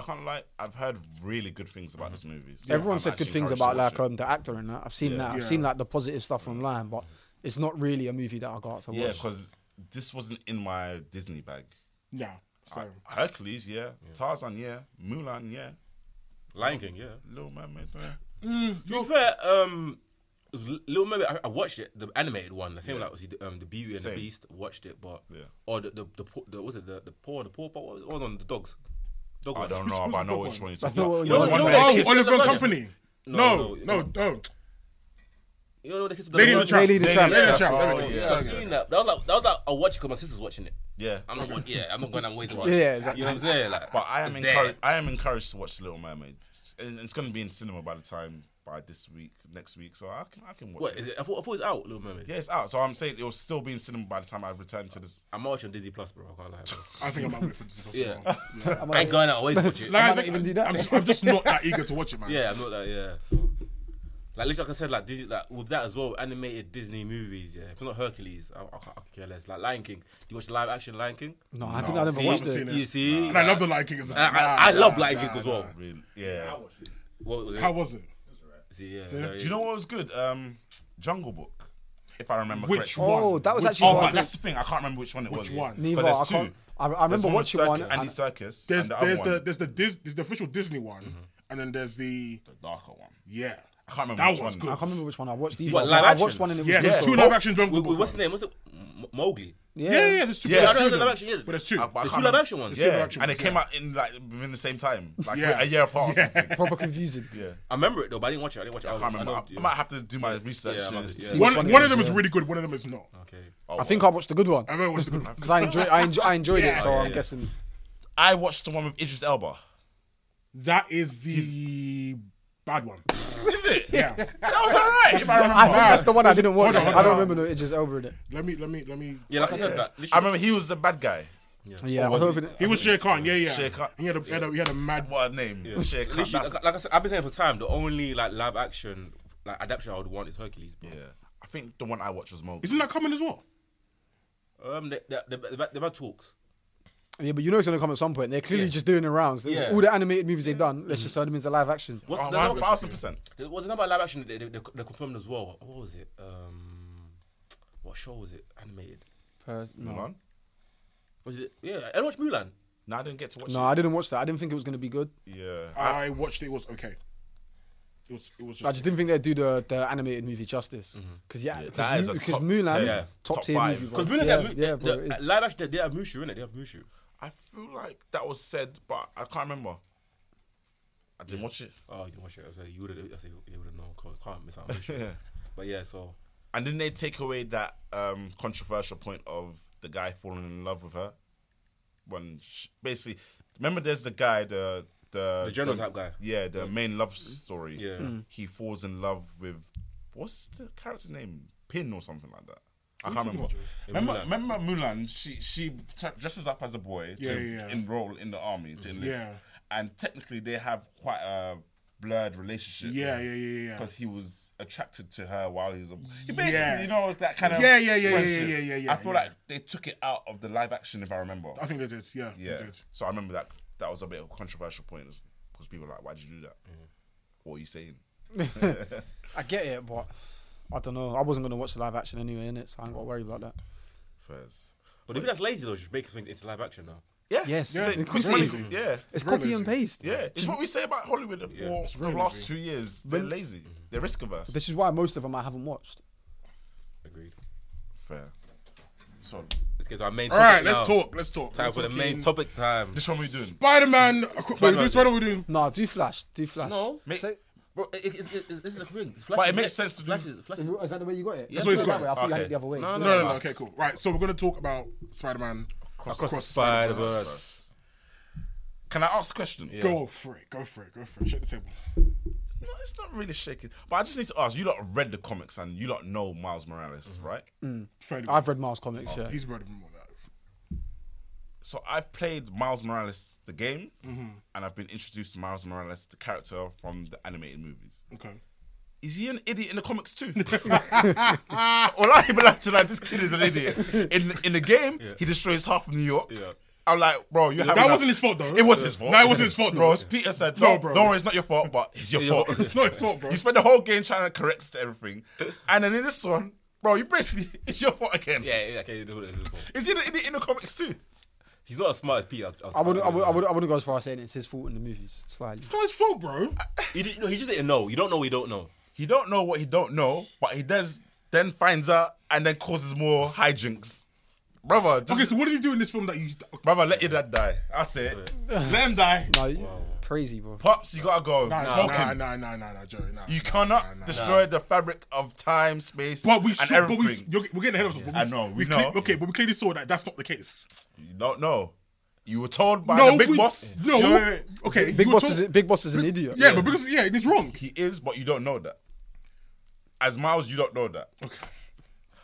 Speaker 4: I can't lie. I've heard really good things about this movie. so
Speaker 3: Everyone
Speaker 4: I'm
Speaker 3: said good
Speaker 4: actually
Speaker 3: things
Speaker 4: encouraged to
Speaker 3: about
Speaker 4: watch
Speaker 3: like um, the actor and that. I've seen that. I've
Speaker 1: Yeah.
Speaker 3: seen like the positive stuff online, but it's not really a movie that I got to
Speaker 4: it. yeah,
Speaker 3: watch.
Speaker 4: because this wasn't in my Disney bag.
Speaker 1: No. So
Speaker 4: Hercules, yeah. Tarzan, yeah. Mulan, yeah.
Speaker 2: Lion King, yeah.
Speaker 4: Little Mermaid, yeah.
Speaker 2: To be fair, um, it was L- Little Mermaid. I, I watched it, the animated one. The same like obviously the, um, the Beauty and
Speaker 4: Same.
Speaker 2: the Beast. Watched it, but
Speaker 4: Yeah.
Speaker 2: or the the the, the, the was it the the poor and the poor? But what was, what was on the dogs? Dog
Speaker 4: I
Speaker 2: one.
Speaker 4: don't know,
Speaker 1: who's
Speaker 4: but I
Speaker 1: the
Speaker 4: know
Speaker 1: dog
Speaker 4: which
Speaker 1: one?
Speaker 4: one you're talking
Speaker 3: no, no,
Speaker 4: about. The
Speaker 2: no,
Speaker 4: one
Speaker 2: no,
Speaker 4: where
Speaker 2: no,
Speaker 4: they
Speaker 1: oh,
Speaker 2: kiss
Speaker 4: kiss.
Speaker 2: no,
Speaker 1: Oliver and
Speaker 2: the-
Speaker 1: Company. No, no, no.
Speaker 2: You know the kids. with
Speaker 1: Lady
Speaker 2: the
Speaker 1: and the Tramp.
Speaker 3: Lady and the Tramp.
Speaker 1: Lady and the
Speaker 4: That's
Speaker 1: Tramp.
Speaker 4: all,
Speaker 1: there we go.
Speaker 4: Oh, yeah.
Speaker 1: Sorry,
Speaker 2: I've seen that. That was like that was like I watch it because my sister's watching it.
Speaker 4: Yeah.
Speaker 2: I'm not. Going, yeah, I'm not going out way to watch.
Speaker 3: Yeah,
Speaker 2: it.
Speaker 3: exactly.
Speaker 2: You know what I'm saying? Like,
Speaker 4: But I am
Speaker 2: it's there.
Speaker 4: encouraged. I am encouraged to watch Little Mermaid, and it's going to be in cinema by the time by this week, next week. So I can I can watch
Speaker 2: What
Speaker 4: it.
Speaker 2: is it? I thought, I thought it was out, Little Mermaid.
Speaker 4: Yeah, it's out. So I'm saying it will still be in cinema by the time I return to this.
Speaker 2: I'm watching Disney Plus, bro. I can't lie. Bro.
Speaker 1: I think I might wait for this.
Speaker 2: Yeah.
Speaker 1: Yeah. yeah.
Speaker 2: I ain't going out always watch it.
Speaker 1: Like, I
Speaker 3: might
Speaker 1: think
Speaker 3: even do that.
Speaker 1: I'm just, I'm just not that eager to watch it, man.
Speaker 2: Yeah, I'm not that. Yeah. So, like, literally, like I said, like, Disney, like with that as well, animated Disney movies. Yeah, if it's not Hercules, I, I, can't- I could care less. Like Lion King. Do you watch the live action Lion King?
Speaker 3: no, I think I never
Speaker 1: see,
Speaker 3: watched
Speaker 1: I've
Speaker 3: it.
Speaker 1: Oh, seen
Speaker 2: You see,
Speaker 1: And I love the Lion King as a
Speaker 2: I, I, I love Lion King as well.
Speaker 4: Really, yeah.
Speaker 2: What was it?
Speaker 1: How was it?
Speaker 2: See, yeah,
Speaker 4: Do you know what was good? Um, Jungle Book, if I remember
Speaker 1: Which
Speaker 4: correctly.
Speaker 1: one?
Speaker 3: Oh, that was
Speaker 1: Which-
Speaker 3: actually
Speaker 4: Oh,
Speaker 3: one
Speaker 4: but
Speaker 3: of the-
Speaker 4: that's the thing. I can't remember which one it was.
Speaker 1: one?
Speaker 3: Neither,
Speaker 4: But
Speaker 3: I
Speaker 4: there's
Speaker 3: can't-
Speaker 4: two.
Speaker 3: I- I remember
Speaker 4: there's
Speaker 3: watching
Speaker 4: with
Speaker 3: one
Speaker 4: Circus, Andy
Speaker 3: and-
Speaker 4: Circus.
Speaker 1: There's
Speaker 4: and the
Speaker 1: there's
Speaker 4: other
Speaker 1: the
Speaker 4: one,
Speaker 1: there's the Dis, there's the official Disney one, and then there's the
Speaker 4: the darker one.
Speaker 1: yeah.
Speaker 4: I can't remember
Speaker 1: That
Speaker 4: which
Speaker 1: one's
Speaker 4: one.
Speaker 1: good.
Speaker 3: I can't remember which one I watched. Either,
Speaker 2: What,
Speaker 3: but
Speaker 2: live
Speaker 3: I
Speaker 2: action?
Speaker 3: watched one and it was
Speaker 1: Yeah,
Speaker 3: good,
Speaker 1: there's
Speaker 3: though.
Speaker 1: two live action Jungle
Speaker 2: Wait,
Speaker 1: Book.
Speaker 2: wait, what's the name?
Speaker 1: ones.
Speaker 2: What's it? M- Mowgli.
Speaker 1: Yeah,
Speaker 3: Yeah.
Speaker 1: yeah, yeah, there's two.
Speaker 4: Yeah,
Speaker 1: there's
Speaker 4: I
Speaker 1: two
Speaker 2: know
Speaker 1: of
Speaker 2: the
Speaker 1: them.
Speaker 2: live action, yeah.
Speaker 1: But there's two.
Speaker 4: I- but I
Speaker 2: The
Speaker 4: can't
Speaker 2: two live
Speaker 4: remember-
Speaker 2: action ones.
Speaker 1: two live
Speaker 4: Yeah,
Speaker 1: action
Speaker 4: and it
Speaker 1: ones,
Speaker 4: came
Speaker 1: yeah.
Speaker 4: out in like within the same time, like
Speaker 1: Yeah.
Speaker 4: a year apart. Or something.
Speaker 3: Proper confusing.
Speaker 4: Yeah.
Speaker 2: I remember it though, but I didn't watch it. I didn't watch it.
Speaker 4: I can't remember. I,
Speaker 2: know-
Speaker 4: I might have to do my research.
Speaker 2: Yeah, I might-
Speaker 4: to
Speaker 2: yeah.
Speaker 4: see
Speaker 3: What-
Speaker 4: which
Speaker 1: One
Speaker 3: one
Speaker 1: one,
Speaker 3: it
Speaker 1: of them
Speaker 3: is,
Speaker 1: is
Speaker 3: yeah.
Speaker 1: really good. One of them is not.
Speaker 2: Okay.
Speaker 4: Oh,
Speaker 3: I think I
Speaker 4: well.
Speaker 3: watched the good one
Speaker 1: I remember what's the good.
Speaker 3: because I enjoyed, I enjoyed, I enjoyed it. So
Speaker 2: Yeah,
Speaker 3: I'm
Speaker 2: yeah.
Speaker 3: guessing.
Speaker 4: I watched the one with Idris Elba.
Speaker 1: That is the bad one.
Speaker 4: Is it?
Speaker 1: Yeah.
Speaker 4: That was alright. If I remember.
Speaker 3: I think that's the one I didn't watch.
Speaker 1: hold on, hold
Speaker 3: I don't
Speaker 1: on.
Speaker 3: remember no Idris Elba in it.
Speaker 1: let me let me let me.
Speaker 2: Yeah, like I said, that.
Speaker 4: I remember he was the bad guy.
Speaker 3: Yeah, I hope it.
Speaker 1: He was Shere Khan. Yeah, yeah.
Speaker 4: Shere Khan.
Speaker 1: He had a he had a, he had a mad.
Speaker 4: What a name. Yeah. Shere Khan.
Speaker 2: Literally,
Speaker 4: That's,
Speaker 2: like, like I said, I've been saying for time, the only like live action like adaptation I would want is Hercules. Bro.
Speaker 4: yeah. I think the one I watched was Mowgli.
Speaker 1: Isn't that coming as well?
Speaker 2: Um, they, they, they, they've had- they've had talks.
Speaker 3: Yeah, but you know it's gonna come at some point. They're clearly
Speaker 2: Yeah.
Speaker 3: just doing the rounds.
Speaker 2: Yeah.
Speaker 3: All the animated movies they've done, let's just turn them into live action.
Speaker 2: What's
Speaker 4: Oh,
Speaker 2: the
Speaker 4: one
Speaker 2: number?
Speaker 4: thousand percent.
Speaker 2: There was another live action that they, they, they confirmed as well. What was it? Um, what show was it? Animated.
Speaker 3: Per- no.
Speaker 4: Mulan?
Speaker 2: Was it? Yeah, I watched Mulan.
Speaker 4: No, I didn't get to watch
Speaker 3: no,
Speaker 4: it.
Speaker 3: I didn't watch that. I didn't think it was gonna be good.
Speaker 4: Yeah.
Speaker 1: I watched it. It was okay. It was it was
Speaker 3: I
Speaker 1: just.
Speaker 3: just didn't think they'd do the, the animated movie justice. Because Mm-hmm. yeah, because
Speaker 4: that is a
Speaker 3: Mu- because
Speaker 4: top
Speaker 3: Mulan,
Speaker 4: ten,
Speaker 2: Yeah.
Speaker 3: top,
Speaker 4: top
Speaker 3: tier
Speaker 4: five.
Speaker 3: movie. bro.
Speaker 2: Because Mulan,
Speaker 3: yeah,
Speaker 2: yeah, Mu-
Speaker 3: yeah,
Speaker 2: yeah,
Speaker 3: bro,
Speaker 2: the,
Speaker 3: it is.
Speaker 2: live action, they- they have Mushu in it. They have Mushu.
Speaker 4: I feel like that was said, but I can't remember. I didn't watch it.
Speaker 2: Oh, you didn't watch it. I was like, you would have, I said, you would have known. 'cause Can't miss out on Mushu.
Speaker 4: Yeah.
Speaker 2: But yeah, so
Speaker 4: And didn't they take away that um, controversial point of the guy falling in love with her? When sh basically, remember, there's the guy, the the,
Speaker 2: The general type guy.
Speaker 4: Yeah, the main love story.
Speaker 2: Yeah. Mm.
Speaker 4: he falls in love with what's the character's name? Pin or something like that. I can't remember.
Speaker 2: In
Speaker 4: Remember,
Speaker 2: Mulan.
Speaker 4: remember Mulan? She she t- dresses up as a boy
Speaker 1: Yeah,
Speaker 4: to
Speaker 1: yeah, yeah.
Speaker 4: enroll in the army
Speaker 2: Mm.
Speaker 4: to enlist.
Speaker 1: Yeah.
Speaker 4: And technically, they have quite a blurred relationship.
Speaker 1: Yeah, yeah, yeah, yeah, yeah.
Speaker 4: Because he was attracted to her while he was a. He basically,
Speaker 1: Yeah.
Speaker 4: you know, that kind of.
Speaker 1: Yeah, yeah, yeah, yeah,
Speaker 4: friendship.
Speaker 1: yeah, yeah, yeah,
Speaker 4: I feel
Speaker 1: yeah.
Speaker 4: like they took it out of the live action, if I remember.
Speaker 1: I think they did. Yeah,
Speaker 4: yeah.
Speaker 1: they did.
Speaker 4: So I remember that that was a bit of a controversial point because people were like, "Why'd you do that?
Speaker 1: Mm.
Speaker 4: What are you saying?"
Speaker 3: I get it, but I don't know. I wasn't gonna watch the live action anyway, innit? So I ain't gotta worry about that.
Speaker 4: Fairs.
Speaker 2: But if that's lazy though, just make things into live action now.
Speaker 4: Yeah.
Speaker 3: Yes. Yeah,
Speaker 4: Yeah. It's,
Speaker 3: it's
Speaker 4: lazy.
Speaker 1: lazy.
Speaker 4: yeah.
Speaker 3: It's
Speaker 1: Really
Speaker 3: copy and
Speaker 1: lazy.
Speaker 3: paste.
Speaker 4: Yeah. It's what we say about Hollywood for the
Speaker 1: really Mm-hmm.
Speaker 4: last
Speaker 1: lazy.
Speaker 4: two years. They're lazy. They're risk averse.
Speaker 3: This is why most of them I haven't watched.
Speaker 2: Agreed.
Speaker 4: Fair. So
Speaker 2: Let's get to our main.
Speaker 1: All
Speaker 2: topic
Speaker 1: right, let's
Speaker 2: now.
Speaker 1: talk. Let's talk.
Speaker 2: Time
Speaker 1: Let's
Speaker 2: for the
Speaker 1: talk
Speaker 2: main
Speaker 1: in-
Speaker 2: topic time.
Speaker 4: this one we doing.
Speaker 1: Spider-Man. Spider-Man. We're doing Spider-Man. We're doing.
Speaker 3: No, do Flash, do Flash.
Speaker 2: No.
Speaker 4: Mate,
Speaker 3: Say-
Speaker 2: Bro, it, it, it, it, this is a thing. It's
Speaker 4: But it
Speaker 2: flashes,
Speaker 4: makes sense to do-
Speaker 2: Flashes, flashes.
Speaker 3: is that the way you got it?
Speaker 2: That's
Speaker 1: what he's
Speaker 3: That
Speaker 1: got.
Speaker 3: way, I thought you had
Speaker 4: Okay.
Speaker 3: it the other way.
Speaker 2: No,
Speaker 1: No, no, no. Okay, cool. Right. So we're gonna talk about Spider-Man across, Spider-Verse.
Speaker 4: Can I ask a question? Yeah.
Speaker 1: Go for it. Go for it. Go for it. Shake the table.
Speaker 4: No, it's not really shaking. But I just need to ask. You lot read the comics and you lot know Miles Morales, right?
Speaker 1: Fairly.
Speaker 3: I've read Miles comics, yeah.
Speaker 1: He's read more than that.
Speaker 4: so I've played Miles Morales the game, and I've been introduced to Miles Morales the character from the animated movies.
Speaker 1: Okay.
Speaker 4: Is he an idiot in the comics too? All I even like to like this kid is an idiot. In in the game, he destroys half of New York.
Speaker 2: Yeah.
Speaker 4: I'm like, bro, you have
Speaker 1: That wasn't his fault though.
Speaker 4: It was his fault.
Speaker 1: No, it wasn't his fault
Speaker 4: bro.
Speaker 1: though.
Speaker 4: As Peter said,
Speaker 1: No,
Speaker 4: no,
Speaker 1: bro.
Speaker 4: bro, don't worry, it's not your fault, but it's your fault.
Speaker 1: It's not his fault, bro.
Speaker 4: You spent the whole game trying to correct everything, and then in this one, bro, you basically it's your fault again.
Speaker 2: Yeah, yeah, okay, it is what it is, it's his fault.
Speaker 4: Is he in the, in the comics too?
Speaker 2: He's not as smart as Peter.
Speaker 3: I wouldn't, I, would, I, would, I wouldn't go as far as saying it's his fault in the movies, slightly.
Speaker 1: It's not his fault, bro.
Speaker 2: He, didn't, no, he just didn't know. You don't know. what You don't know.
Speaker 4: He don't know what he don't know, but he does. Then finds out and then causes more hijinks, brother. Just,
Speaker 1: Okay, so what did you do in this film that you?
Speaker 4: brother, let your dad die. That's it.
Speaker 1: Let him die.
Speaker 3: No, you- crazy, bro.
Speaker 4: Pops, you gotta go.
Speaker 1: Nah,
Speaker 4: Smoke
Speaker 1: nah,
Speaker 4: him.
Speaker 1: nah, nah, nah, nah, Joey. Nah,
Speaker 4: You
Speaker 1: nah,
Speaker 4: cannot
Speaker 1: nah, nah.
Speaker 4: destroy the fabric of time, space,
Speaker 1: But we
Speaker 4: and
Speaker 1: should. But
Speaker 4: everything.
Speaker 1: we, you're, we're getting ahead of us. but
Speaker 4: I know, we
Speaker 1: cle-
Speaker 4: know.
Speaker 1: okay, but we clearly saw that that's not the case.
Speaker 4: You don't know. You were told by the big
Speaker 1: we-
Speaker 4: boss.
Speaker 1: No.
Speaker 4: Yo, wait, wait.
Speaker 1: Okay.
Speaker 3: Big
Speaker 1: you
Speaker 3: boss,
Speaker 1: were
Speaker 3: is,
Speaker 1: talk-
Speaker 3: big boss is an idiot.
Speaker 1: Yeah, but because yeah, it's wrong.
Speaker 4: He is, but you don't know that. As Miles, you don't know that.
Speaker 1: Okay.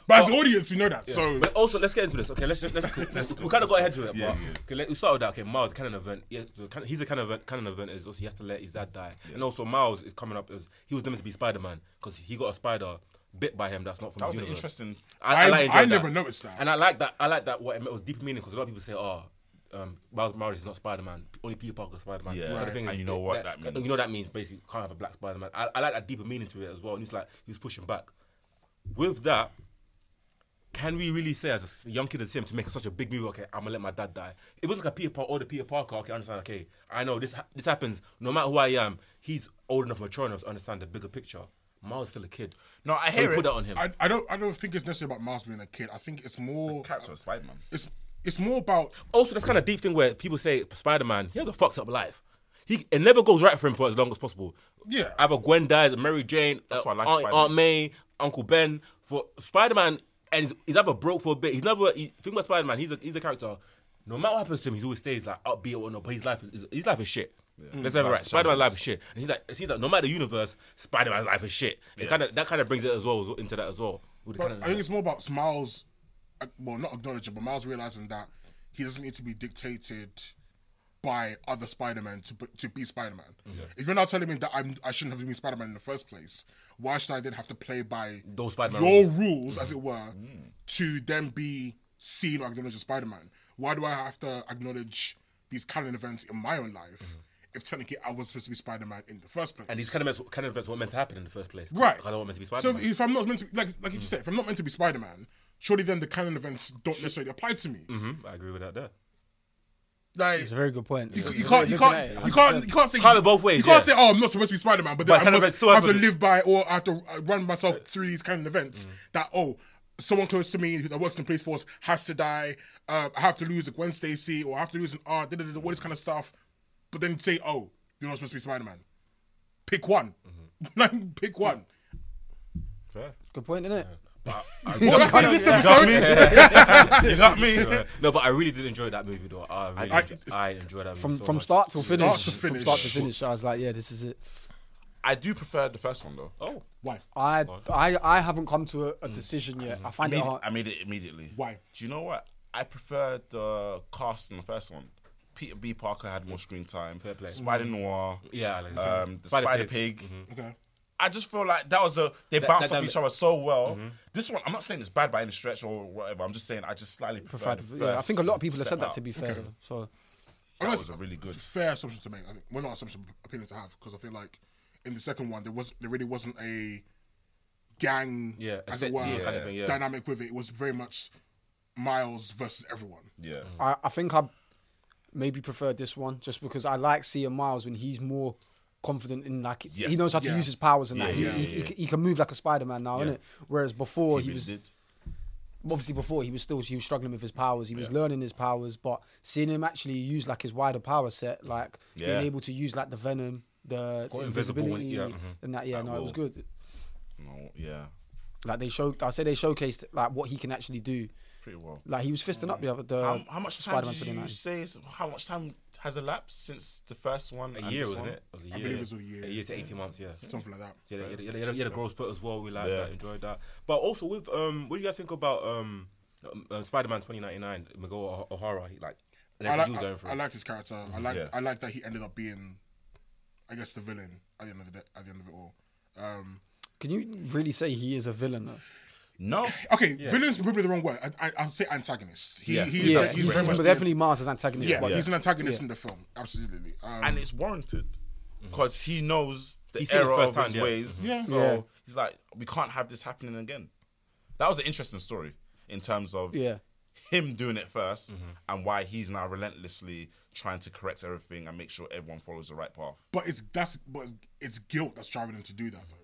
Speaker 1: But as an audience, we know that. So
Speaker 2: But also, let's get into this. Okay, let's let's, let's, we, we kind of got ahead to it.
Speaker 4: Yeah,
Speaker 2: but
Speaker 4: yeah.
Speaker 2: Okay, let, we start with that. Okay, Miles canon event. Yes, the can- he's a canon event. Canon event is also he has to let his dad die, and also Miles is coming up as he was meant to be Spider Man because he got a spider bit by him. That's not from.
Speaker 4: That
Speaker 2: his
Speaker 4: was an
Speaker 2: universe.
Speaker 4: interesting.
Speaker 1: I-
Speaker 2: like- enjoyed
Speaker 1: I never noticed that.
Speaker 2: and I like that. I like that. What it meant was deep meaning because a lot of people say, "Oh, um, Miles Morales is not Spider Man. Only Peter Parker is Spider Man."
Speaker 4: Yeah, and you know what that means.
Speaker 2: You know what that means. Basically, you can't have a black Spider Man. I, I like that deeper meaning to it as well. And it's like he was pushing back. With that, can we really say as a young kid as him to make such a big move? Okay, I'm gonna let my dad die. If it was like a Peter Parker or the Peter Parker, okay, I understand. Okay, I know this ha- this happens. No matter who I am, he's old enough, mature enough to understand the bigger picture. Miles is still a kid.
Speaker 4: No, I
Speaker 2: So
Speaker 4: hear
Speaker 2: we
Speaker 4: it.
Speaker 2: Put that on him.
Speaker 1: I, I don't I don't think it's necessarily about Miles being a kid. I think it's more
Speaker 4: Character of Spider Man.
Speaker 1: it's it's more about
Speaker 2: also that's kind of deep thing where people say Spider Man, he has a fucked up life. He it never goes right for him for as long as possible.
Speaker 1: Yeah.
Speaker 2: either Gwen dies, Mary Jane, uh,
Speaker 4: why I like
Speaker 2: Aunt,
Speaker 4: Spider-Man.
Speaker 2: Aunt May, Uncle Ben. For Spider Man, and he's, he's ever broke for a bit. He's never. He, think about Spider Man. He's a he's a character. No matter what happens to him, he always stays like upbeat or whatnot. But his life is his life is shit. Let's have it right.
Speaker 4: Life's
Speaker 2: Spider Man's
Speaker 4: shambles.
Speaker 2: life is shit, and he's like, see that no matter the universe, Spider Man's life is shit. It kind of that kind of brings it as well into that as well. With the
Speaker 1: But
Speaker 2: kinda-
Speaker 1: I think it's more about Miles, uh, well, not acknowledging, but Miles realizing that he doesn't need to be dictated by other Spider-Man to, b- to be Spider-Man. If you're now telling me that I'm, I shouldn't have been Spider-Man in the first place, why should I then have to play by
Speaker 2: Those Spider-Man Mm.
Speaker 1: your rules, as it were, to then be seen or acknowledged as Spider-Man? Why do I have to acknowledge these canon events in my own life if technically I was supposed to be Spider-Man in the first place?
Speaker 2: Mm-hmm. and these kind of events, kind of events weren't meant to happen in the first place.
Speaker 1: Right.
Speaker 2: Because I wasn't meant to be Mm. Spider Man.
Speaker 1: So if I'm not meant to be, like, like you just said, if I'm not meant to be Spider Man, surely then the canon events don't necessarily apply to me.
Speaker 2: Mm-hmm, I agree with that. There.
Speaker 1: Like,
Speaker 3: It's a very good point.
Speaker 1: you, you can't, you can't, you can't, you can't say
Speaker 2: Can't be both ways,
Speaker 1: You can't
Speaker 2: yeah.
Speaker 1: say, "Oh, I'm not supposed to be Spider Man," but
Speaker 2: But
Speaker 1: then I
Speaker 2: canon
Speaker 1: must
Speaker 2: events still
Speaker 1: have to
Speaker 2: happen.
Speaker 1: live by, or I have to uh, run myself through these canon events.
Speaker 2: Mm.
Speaker 1: That oh, someone close to me that works in the police force has to die. Uh, I have to lose a Gwen Stacy, or I have to lose an aunt. Da, da, da, da, all this kind of stuff. But then say, "Oh, you're not supposed to be Spider Man." Pick one.
Speaker 2: Mm-hmm.
Speaker 1: like, pick one.
Speaker 4: Fair.
Speaker 3: Good point, isn't it?
Speaker 1: Well, that's it in this episode.
Speaker 4: You got me.
Speaker 2: No, but I really did enjoy that movie though. I really,
Speaker 1: I-
Speaker 2: I, I enjoyed that movie
Speaker 3: From
Speaker 2: so
Speaker 3: from
Speaker 2: much.
Speaker 3: start till finish.
Speaker 1: to
Speaker 3: From start to
Speaker 1: finish.
Speaker 3: finish, I was like, yeah, this is it.
Speaker 4: I do prefer the first one though.
Speaker 2: Oh,
Speaker 1: Why?
Speaker 3: I I, I haven't come to a, a decision
Speaker 1: Mm-hmm.
Speaker 3: yet. I find it
Speaker 4: Immedi-
Speaker 3: hard.
Speaker 4: I made it immediately.
Speaker 1: Why?
Speaker 4: Do you know what? I preferred the cast in the first one. Peter B. Parker had more screen time.
Speaker 2: Fair play. Mm.
Speaker 4: Spider Noir.
Speaker 2: Yeah, I like that.
Speaker 4: um, the
Speaker 2: Spider
Speaker 4: Spider,
Speaker 2: Pig. Mm-hmm.
Speaker 4: Pig.
Speaker 1: Okay.
Speaker 4: I just feel like that was a they bounced
Speaker 2: that- Mm-hmm.
Speaker 4: off each other so well. This one, I'm not saying it's bad by any stretch or whatever. I'm just saying I just slightly prefer.
Speaker 3: Preferred- yeah, I think a lot of people have said that. To be fair, though. so
Speaker 4: That
Speaker 1: Unless-
Speaker 4: was a really good.
Speaker 1: fair assumption to make. I think well, not assumption, but opinion to have because I feel like in the second one there was there really wasn't a gang,
Speaker 2: Yeah, a
Speaker 1: as
Speaker 2: set
Speaker 1: it were,
Speaker 2: team kind of thing, yeah.
Speaker 1: dynamic with it. It was very much Miles versus everyone.
Speaker 4: Yeah,
Speaker 2: Mm-hmm.
Speaker 3: I, I think I maybe prefer this one just because I like seeing Miles when he's more confident in like he
Speaker 4: Yes.
Speaker 3: knows how to
Speaker 1: Yeah.
Speaker 3: use his powers and that
Speaker 4: Yeah,
Speaker 3: he,
Speaker 4: yeah,
Speaker 3: he, he, he can move like a Spider-Man now, innit? Whereas before he,
Speaker 4: really
Speaker 3: was
Speaker 4: did.
Speaker 3: obviously before he was still he was struggling with his powers. He was learning his powers, but seeing him actually use like his wider power set, like
Speaker 4: Yeah.
Speaker 3: being able to use like the venom, the
Speaker 2: Got invisible when-
Speaker 3: invisibility,
Speaker 2: yeah,
Speaker 4: uh-huh.
Speaker 2: mhm.
Speaker 3: and that. Yeah, no, it was
Speaker 4: will.
Speaker 3: good.
Speaker 4: No, yeah,
Speaker 3: Like they showed, I say they showcased like what he can actually do.
Speaker 4: pretty well. Um,
Speaker 3: Like he was fisting up the other the
Speaker 4: how, how much time
Speaker 3: Spider-Man
Speaker 4: did you
Speaker 3: 29.
Speaker 4: say? is- How much time has elapsed since the first one?
Speaker 2: A
Speaker 4: and
Speaker 2: year,
Speaker 4: this
Speaker 2: wasn't
Speaker 4: one?
Speaker 2: it? It was a year.
Speaker 1: believe it was a year.
Speaker 2: to eighteen months. Yeah.
Speaker 1: Something like that.
Speaker 2: Yeah, yeah, yeah, yeah, yeah, the growth spurt as well. We like
Speaker 4: Yeah.
Speaker 2: that, enjoyed that. But also with um, what do you guys think about um, um, uh, Spider-Man 2099, Miguel O'Hara? He, like And
Speaker 1: I
Speaker 2: that's what
Speaker 1: like
Speaker 2: you were
Speaker 1: I,
Speaker 2: going for. Mm-hmm.
Speaker 1: I liked his character. I like
Speaker 4: Yeah.
Speaker 1: I like that he ended up being, I guess, the villain at the end of the day, at the end of it all. Um,
Speaker 3: Can you really say he is a villain? Though?
Speaker 4: No,
Speaker 1: okay, villain's probably the wrong word. I, I, I'll say antagonist. He,
Speaker 4: Yeah.
Speaker 1: he's,
Speaker 3: Yeah,
Speaker 1: he's
Speaker 3: he's,
Speaker 1: very much the
Speaker 3: definitely Mars as antagonist.
Speaker 1: Yeah,
Speaker 3: but
Speaker 1: he's an antagonist
Speaker 3: Yeah.
Speaker 1: in the film. Absolutely. Um,
Speaker 4: and it's warranted because he knows the
Speaker 2: He's Mm-hmm. seen it
Speaker 4: error of
Speaker 2: firsthand,
Speaker 4: his
Speaker 2: yeah. Mm-hmm.
Speaker 4: ways.
Speaker 1: Yeah.
Speaker 4: So
Speaker 3: Yeah.
Speaker 4: he's like, we can't have this happening again. That was an interesting story in terms of
Speaker 3: yeah.
Speaker 4: him doing it 1st
Speaker 2: Mm-hmm.
Speaker 4: and why he's now relentlessly trying to correct everything and make sure everyone follows the right path.
Speaker 1: but it's that's but it's guilt that's driving him to do that. Though.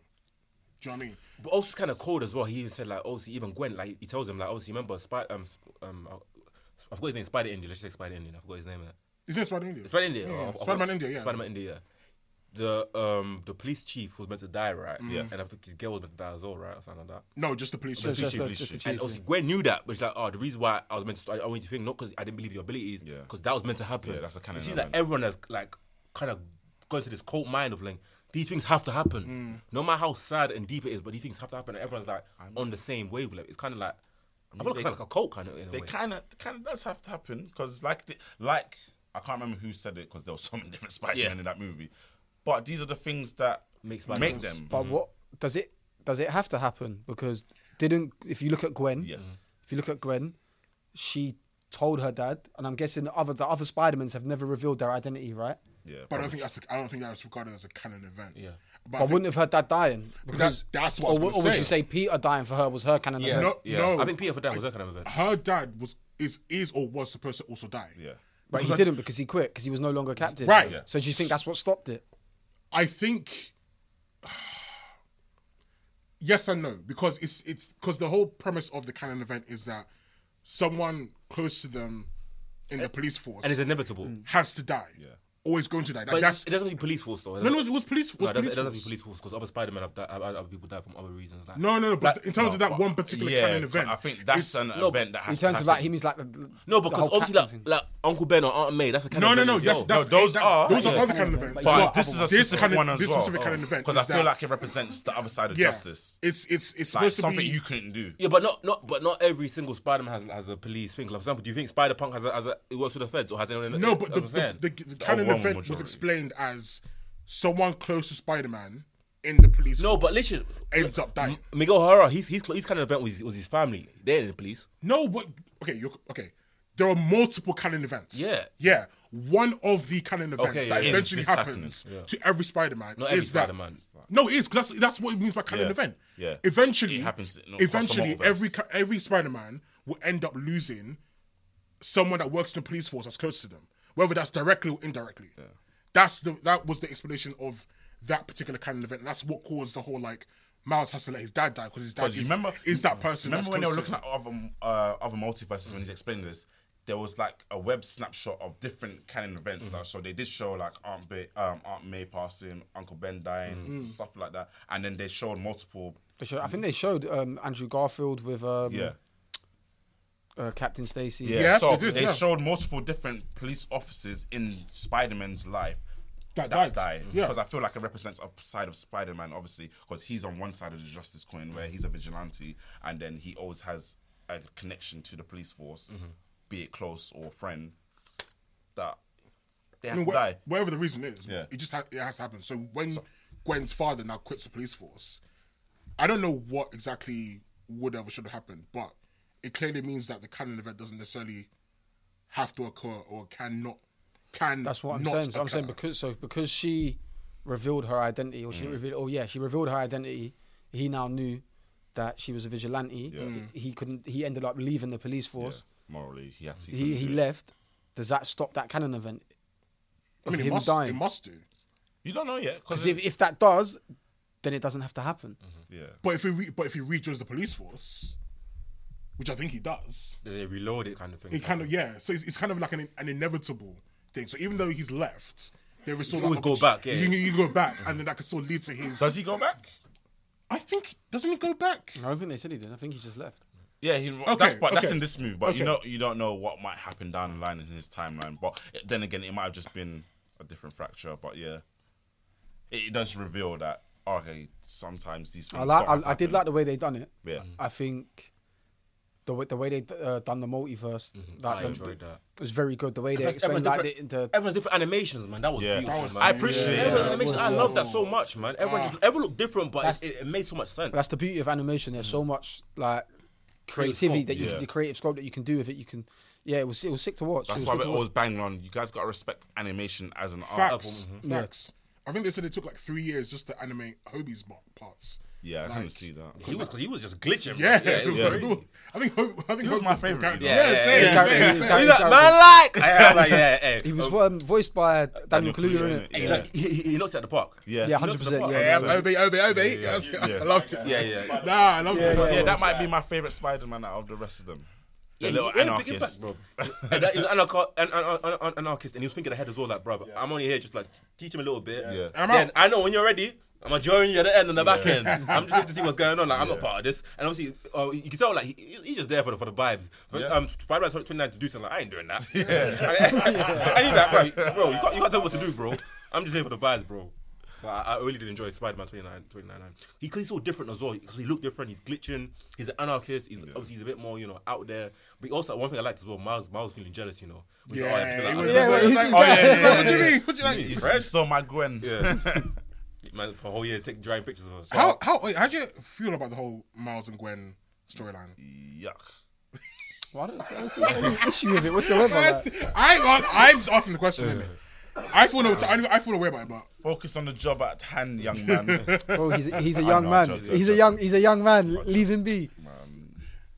Speaker 1: Do you know what I mean?
Speaker 2: But also, it's kind of cold as well. He even said like, obviously, even Gwen, like he tells him like, obviously, remember, Spider, um, Sp- um, I forgot his name, Spider Indian. Let's just say Spider Indian. I forgot his name. innit?
Speaker 1: Is this Spider India?
Speaker 2: Spider India.
Speaker 1: Yeah, Spider Man India. Yeah.
Speaker 2: Spider Man India. The um the police chief was meant to die, right?
Speaker 1: Mm.
Speaker 4: Yes.
Speaker 2: And I think his girl was meant to die as well, right? Or something like that.
Speaker 1: No, just the police.
Speaker 3: Just-
Speaker 1: chief.
Speaker 3: just
Speaker 4: Bleach,
Speaker 3: the-
Speaker 4: bleach,
Speaker 3: just the
Speaker 4: bleach.
Speaker 3: chief,
Speaker 2: And
Speaker 3: yeah.
Speaker 2: obviously Gwen knew that, but she's like, oh, the reason why I was meant to, I wanted to think not because I didn't believe your abilities,
Speaker 4: Yeah.
Speaker 2: because that was meant to happen.
Speaker 4: Yeah, that's the kind
Speaker 2: It
Speaker 4: of
Speaker 2: seems like
Speaker 4: element.
Speaker 2: everyone has like kind of gone to this cold mind of like these things have to happen, no matter how sad and deep it is, but these things have to happen. And everyone's like on the same wavelength. It's kind of like I feel like
Speaker 4: they-
Speaker 2: kind of like a cult kind of in a
Speaker 4: They
Speaker 2: way.
Speaker 4: kind of, kind of does have to happen because, like, the, like I can't remember who said it because there were so many different Spider Men
Speaker 2: Yeah.
Speaker 4: in that movie. But these are the things that
Speaker 2: Makes
Speaker 4: make
Speaker 2: Spider-Man.
Speaker 4: them.
Speaker 1: Mm.
Speaker 3: But what does it does it have to happen? Because didn't if you look at Gwen, Mm.
Speaker 4: Yes.
Speaker 3: if you look at Gwen, she told her dad, and I'm guessing the other the other Spider-Mans have never revealed their identity, right?
Speaker 4: Yeah.
Speaker 1: But I don't think that's I don't think that's regarded as a canon event. Yeah. But, I
Speaker 3: But
Speaker 1: think-
Speaker 3: wouldn't have her dad dying because
Speaker 1: that's what I was
Speaker 3: or, would-
Speaker 1: gonna
Speaker 3: or would
Speaker 1: say.
Speaker 3: you say Peter dying for her was her canon
Speaker 2: yeah,
Speaker 3: event?
Speaker 1: No,
Speaker 2: yeah.
Speaker 1: no.
Speaker 2: I think Peter for Dan was that kind of event.
Speaker 1: her dad was is is or was supposed to also die.
Speaker 4: Yeah.
Speaker 3: but he
Speaker 1: Because I-
Speaker 3: didn't because he quit because he was no longer captain.
Speaker 1: Right. Yeah.
Speaker 3: So do you think that's what stopped it?
Speaker 1: I think yes and no because it's it's because the whole premise of the canon event is that someone close to them in the police force
Speaker 2: And it's inevitable.
Speaker 1: has to die. Yeah. Always going to die. Like,
Speaker 2: But
Speaker 1: that's
Speaker 2: it doesn't mean police force though.
Speaker 1: no, no, it was police. It
Speaker 2: No,
Speaker 1: was police
Speaker 2: it doesn't, it doesn't have
Speaker 1: force.
Speaker 2: to be police force because other Spider-Man have died, other other people died from other reasons. Like,
Speaker 1: No, no, no. But
Speaker 2: Like-
Speaker 1: in terms of that one particular canon event,
Speaker 4: I think that's
Speaker 1: it's-
Speaker 4: an event that
Speaker 3: In terms
Speaker 4: has to
Speaker 3: of
Speaker 4: happen.
Speaker 3: like he means like the, the
Speaker 2: No,
Speaker 3: the
Speaker 2: because
Speaker 3: whole
Speaker 2: obviously,
Speaker 3: captain
Speaker 2: like,
Speaker 3: thing.
Speaker 2: like Uncle Ben or Aunt May, that's a kind
Speaker 1: No,
Speaker 2: of
Speaker 1: no, no. Yes, that's,
Speaker 4: those
Speaker 1: that-
Speaker 4: are-
Speaker 1: those are
Speaker 4: yeah.
Speaker 1: other canon events.
Speaker 4: But
Speaker 1: But
Speaker 4: this is a
Speaker 1: this
Speaker 4: specific
Speaker 1: canon-
Speaker 4: one as
Speaker 1: this
Speaker 4: well.
Speaker 1: specific canon event
Speaker 4: Because I
Speaker 1: is
Speaker 4: feel
Speaker 1: that-
Speaker 4: like it represents the other side of
Speaker 1: yeah,
Speaker 4: justice.
Speaker 1: It's it's it's
Speaker 4: Like
Speaker 1: supposed to
Speaker 4: something
Speaker 1: be
Speaker 4: you couldn't do.
Speaker 2: Yeah, but not, not but not every single Spider-Man has, has a police thing. Like, for example, do you think Spider-Punk has a, has a it works for the feds or has anyone?
Speaker 1: No, but the,
Speaker 2: that's what I'm
Speaker 1: the,
Speaker 2: saying.
Speaker 1: the, the canon
Speaker 4: overwhelming
Speaker 1: event was
Speaker 4: majority.
Speaker 1: explained as someone close to Spider-Man in the police.
Speaker 2: no, but
Speaker 1: force
Speaker 2: literally,
Speaker 1: ends up dying.
Speaker 2: Miguel Herrera, he's he's he's kind of event with his, with his family. They're in the police.
Speaker 1: No, but okay, you're, okay. There are multiple canon events.
Speaker 2: Yeah.
Speaker 1: yeah. One of the canon events
Speaker 2: Okay,
Speaker 1: that
Speaker 2: yeah, yeah.
Speaker 1: eventually
Speaker 4: Is this
Speaker 1: happens
Speaker 4: happening?
Speaker 1: to every Spider-Man
Speaker 2: Not every
Speaker 1: is that
Speaker 2: Spider-Man.
Speaker 1: no, it is 'cause that's that's what it means by canon
Speaker 4: Yeah,
Speaker 1: event.
Speaker 4: yeah.
Speaker 1: eventually
Speaker 4: It happens in- across the
Speaker 1: eventually,
Speaker 4: multiverse.
Speaker 1: every ca- every Spider-Man will end up losing someone that works in the police force that's close to them, whether that's directly or indirectly. That's the that was the explanation of that particular canon event. And that's what caused the whole like Miles has to let his dad die because his dad
Speaker 4: 'Cause
Speaker 1: is,
Speaker 4: you remember
Speaker 1: is that person.
Speaker 4: Remember
Speaker 1: that's
Speaker 4: when they were
Speaker 1: close to
Speaker 4: looking
Speaker 1: him.
Speaker 4: at other uh, other multiverses when he's explaining this? There was like a web snapshot of different canon events.
Speaker 1: Mm.
Speaker 4: Like, so they did show like Aunt May, um, Aunt May passing, Uncle Ben dying,
Speaker 1: Mm.
Speaker 4: stuff like that, and then they showed multiple.
Speaker 3: They showed- I think they showed um, Andrew Garfield with um,
Speaker 4: Mm. Yeah.
Speaker 3: uh, Captain Stacy.
Speaker 4: Yeah,
Speaker 1: Mm. Yeah,
Speaker 4: so
Speaker 1: they did,
Speaker 4: they
Speaker 1: yeah.
Speaker 4: showed multiple different police officers in Spider Man's life
Speaker 1: That died. Yeah.
Speaker 4: Because I feel like it represents a side of Spider Man, obviously, because he's on one side of the justice coin where he's a vigilante and then he always has a connection to the police force, be it close or friend, that they have
Speaker 1: I mean,
Speaker 4: to
Speaker 1: wha-
Speaker 4: die.
Speaker 1: whatever the reason is,
Speaker 4: Yeah.
Speaker 1: it just ha- it has to happen. So when Gwen's father now quits the police force, I don't know what exactly would have or should have happened, but it clearly means that the canon event doesn't necessarily have to occur or cannot. Can
Speaker 3: That's what I'm
Speaker 1: not
Speaker 3: saying. So I'm
Speaker 1: occur.
Speaker 3: saying because so because she revealed her identity, or she
Speaker 4: Mm.
Speaker 3: didn't reveal. Oh yeah, she revealed her identity. He now knew that she was a vigilante.
Speaker 1: Mm.
Speaker 3: He, he couldn't. He ended up leaving the police force.
Speaker 4: Morally, he had to.
Speaker 3: He he
Speaker 4: do it.
Speaker 3: left. Does that stop that canon event?
Speaker 1: I
Speaker 3: Of
Speaker 1: mean, it
Speaker 3: him
Speaker 1: must,
Speaker 3: dying.
Speaker 1: it must do.
Speaker 4: You don't know yet. Because
Speaker 3: Because if, if that does, then it doesn't have to happen.
Speaker 4: yeah.
Speaker 1: But if he re- but if he rejoins the police force, which I think he does,
Speaker 2: They reload it kind of thing.
Speaker 1: it kind of yeah. So it's, it's kind of like an an inevitable thing. So even though he's left, there is still
Speaker 2: can
Speaker 1: that
Speaker 2: always go
Speaker 1: opport-
Speaker 2: back, yeah.
Speaker 1: You, you go back, and then that could still lead to his.
Speaker 4: Does he go back?
Speaker 1: I think doesn't he go back?
Speaker 3: I don't think they said he did. I think he just left.
Speaker 4: Yeah, he, that's but that's
Speaker 1: okay.
Speaker 4: in this move. But
Speaker 1: Okay.
Speaker 4: you know, you don't know what might happen down the line in his timeline. But then again, it might have just been a different fracture. But yeah, it, it does reveal that okay, sometimes these things.
Speaker 3: I like.
Speaker 4: don't have to
Speaker 3: I, I did
Speaker 4: happen.
Speaker 2: Mm.
Speaker 3: like the way they done it.
Speaker 4: Yeah,
Speaker 3: I think the way, the way they uh, done the multiverse,
Speaker 4: Mm-hmm.
Speaker 3: that,
Speaker 2: I
Speaker 3: um,
Speaker 2: enjoyed that.
Speaker 3: It was very good. The way they
Speaker 2: That's everyone
Speaker 3: explained like the,
Speaker 2: different-
Speaker 3: the
Speaker 2: everyone's different animations, man. That was
Speaker 4: Yeah.
Speaker 2: beautiful.
Speaker 4: That
Speaker 1: was
Speaker 2: man.
Speaker 4: I appreciate
Speaker 1: Yeah.
Speaker 4: it.
Speaker 2: Everyone's
Speaker 4: Yeah.
Speaker 2: animations. I love that so much, man. Everyone, just, everyone looked different, but it, it, it made so much sense.
Speaker 3: that's the beauty of animation. There's so much like creativity
Speaker 2: scope,
Speaker 3: that you
Speaker 4: Mm. yeah.
Speaker 3: can, the creative scope that you can do with it. You can, yeah, it was it was sick to watch.
Speaker 4: That's
Speaker 3: it was
Speaker 4: why
Speaker 3: good
Speaker 4: we're
Speaker 3: to watch.
Speaker 4: always banging on. You guys gotta respect animation as an art.
Speaker 1: Facts.
Speaker 4: Mm-hmm.
Speaker 1: Facts. I think they said it took like three years just to animate Hobie's bo- parts.
Speaker 4: Yeah, I
Speaker 1: Like,
Speaker 4: kind of see that.
Speaker 2: He was, he was just glitching.
Speaker 1: Yeah,
Speaker 2: man. yeah, it was
Speaker 4: Yeah.
Speaker 2: crazy.
Speaker 1: I think Hobie, I think
Speaker 4: He was
Speaker 1: Hobie-
Speaker 4: my favourite, you know.
Speaker 2: Yeah, yeah,
Speaker 1: same,
Speaker 2: yeah,
Speaker 1: same,
Speaker 3: yeah.
Speaker 1: same.
Speaker 3: He's got-
Speaker 2: You got
Speaker 3: he's
Speaker 2: man like. I am like, yeah, yeah.
Speaker 3: He was
Speaker 2: Um,
Speaker 4: Oh.
Speaker 3: um, voiced by Daniel,
Speaker 4: Daniel
Speaker 3: Kaluuya,
Speaker 4: Kaluuya,
Speaker 3: innit?
Speaker 4: innit?
Speaker 2: He, like, he, he- he looked at the park.
Speaker 4: Yeah.
Speaker 3: Yeah,
Speaker 4: You know,
Speaker 3: hundred percent.
Speaker 2: the
Speaker 3: Yeah,
Speaker 1: Yeah,
Speaker 3: yeah,
Speaker 1: Obey, Obey, Obey. Yeah, I loved it.
Speaker 2: Yeah, yeah, yeah.
Speaker 1: Nah, I loved it.
Speaker 4: yeah, that might be my favorite Spider-Man out of the rest of them. The
Speaker 2: Yeah,
Speaker 4: little
Speaker 2: he- he had a big
Speaker 4: anarchist.
Speaker 2: impact, bro. and that, he was an anarcho- an, an, an, an- anarchist, and he was thinking ahead as well. Like, brother, I'm only here just like teach him a little bit.
Speaker 4: Yeah.
Speaker 1: I'm
Speaker 2: Then
Speaker 1: out.
Speaker 2: I know when you're ready. I'm gonna join you at the end and the back end. I'm just here to see what's going on. Like I'm not part of this. And obviously, uh, you can tell like he, he- he's just there for the for the vibes. But
Speaker 4: Yeah.
Speaker 2: um, Spider-Man 29 to do something. Like, I ain't doing that. I, need that, bro. Bro, you can't, you can't tell me what to do, bro. I'm just here for the vibes, bro. So I, I really did enjoy Spider-Man 29, 29. He, 'cause he's so different as well. Because he looked different. He's glitching. He's an anarchist. He's obviously he's a bit more, you know, out there. But also one thing I liked as well, Miles. Miles feeling jealous, you know. Which is, oh, I
Speaker 1: Yeah,
Speaker 2: feel
Speaker 1: he
Speaker 2: like-
Speaker 1: was-
Speaker 2: I-
Speaker 1: he was
Speaker 3: he's-
Speaker 1: like,
Speaker 3: he's
Speaker 1: oh,
Speaker 3: like-
Speaker 1: yeah, yeah, yeah, What do you
Speaker 4: yeah.
Speaker 1: mean? What do you like?
Speaker 4: You stole my Gwen.
Speaker 2: Yeah. Man, for a whole year, take drawing pictures of us.
Speaker 1: How how wait, how do you feel about the whole Miles and Gwen storyline?
Speaker 4: Yuck.
Speaker 3: Well, I don't, I don't see any issue with it whatsoever. like.
Speaker 1: I I'm just asking the question. innit? I feel no, I, I feel away about it, but
Speaker 4: Focus on the job at hand, young man.
Speaker 3: Bro, he's a, he's a young
Speaker 4: know,
Speaker 3: man.
Speaker 4: I'm joking,
Speaker 3: He's a
Speaker 4: I'm
Speaker 3: young he's a young man. Leave him be.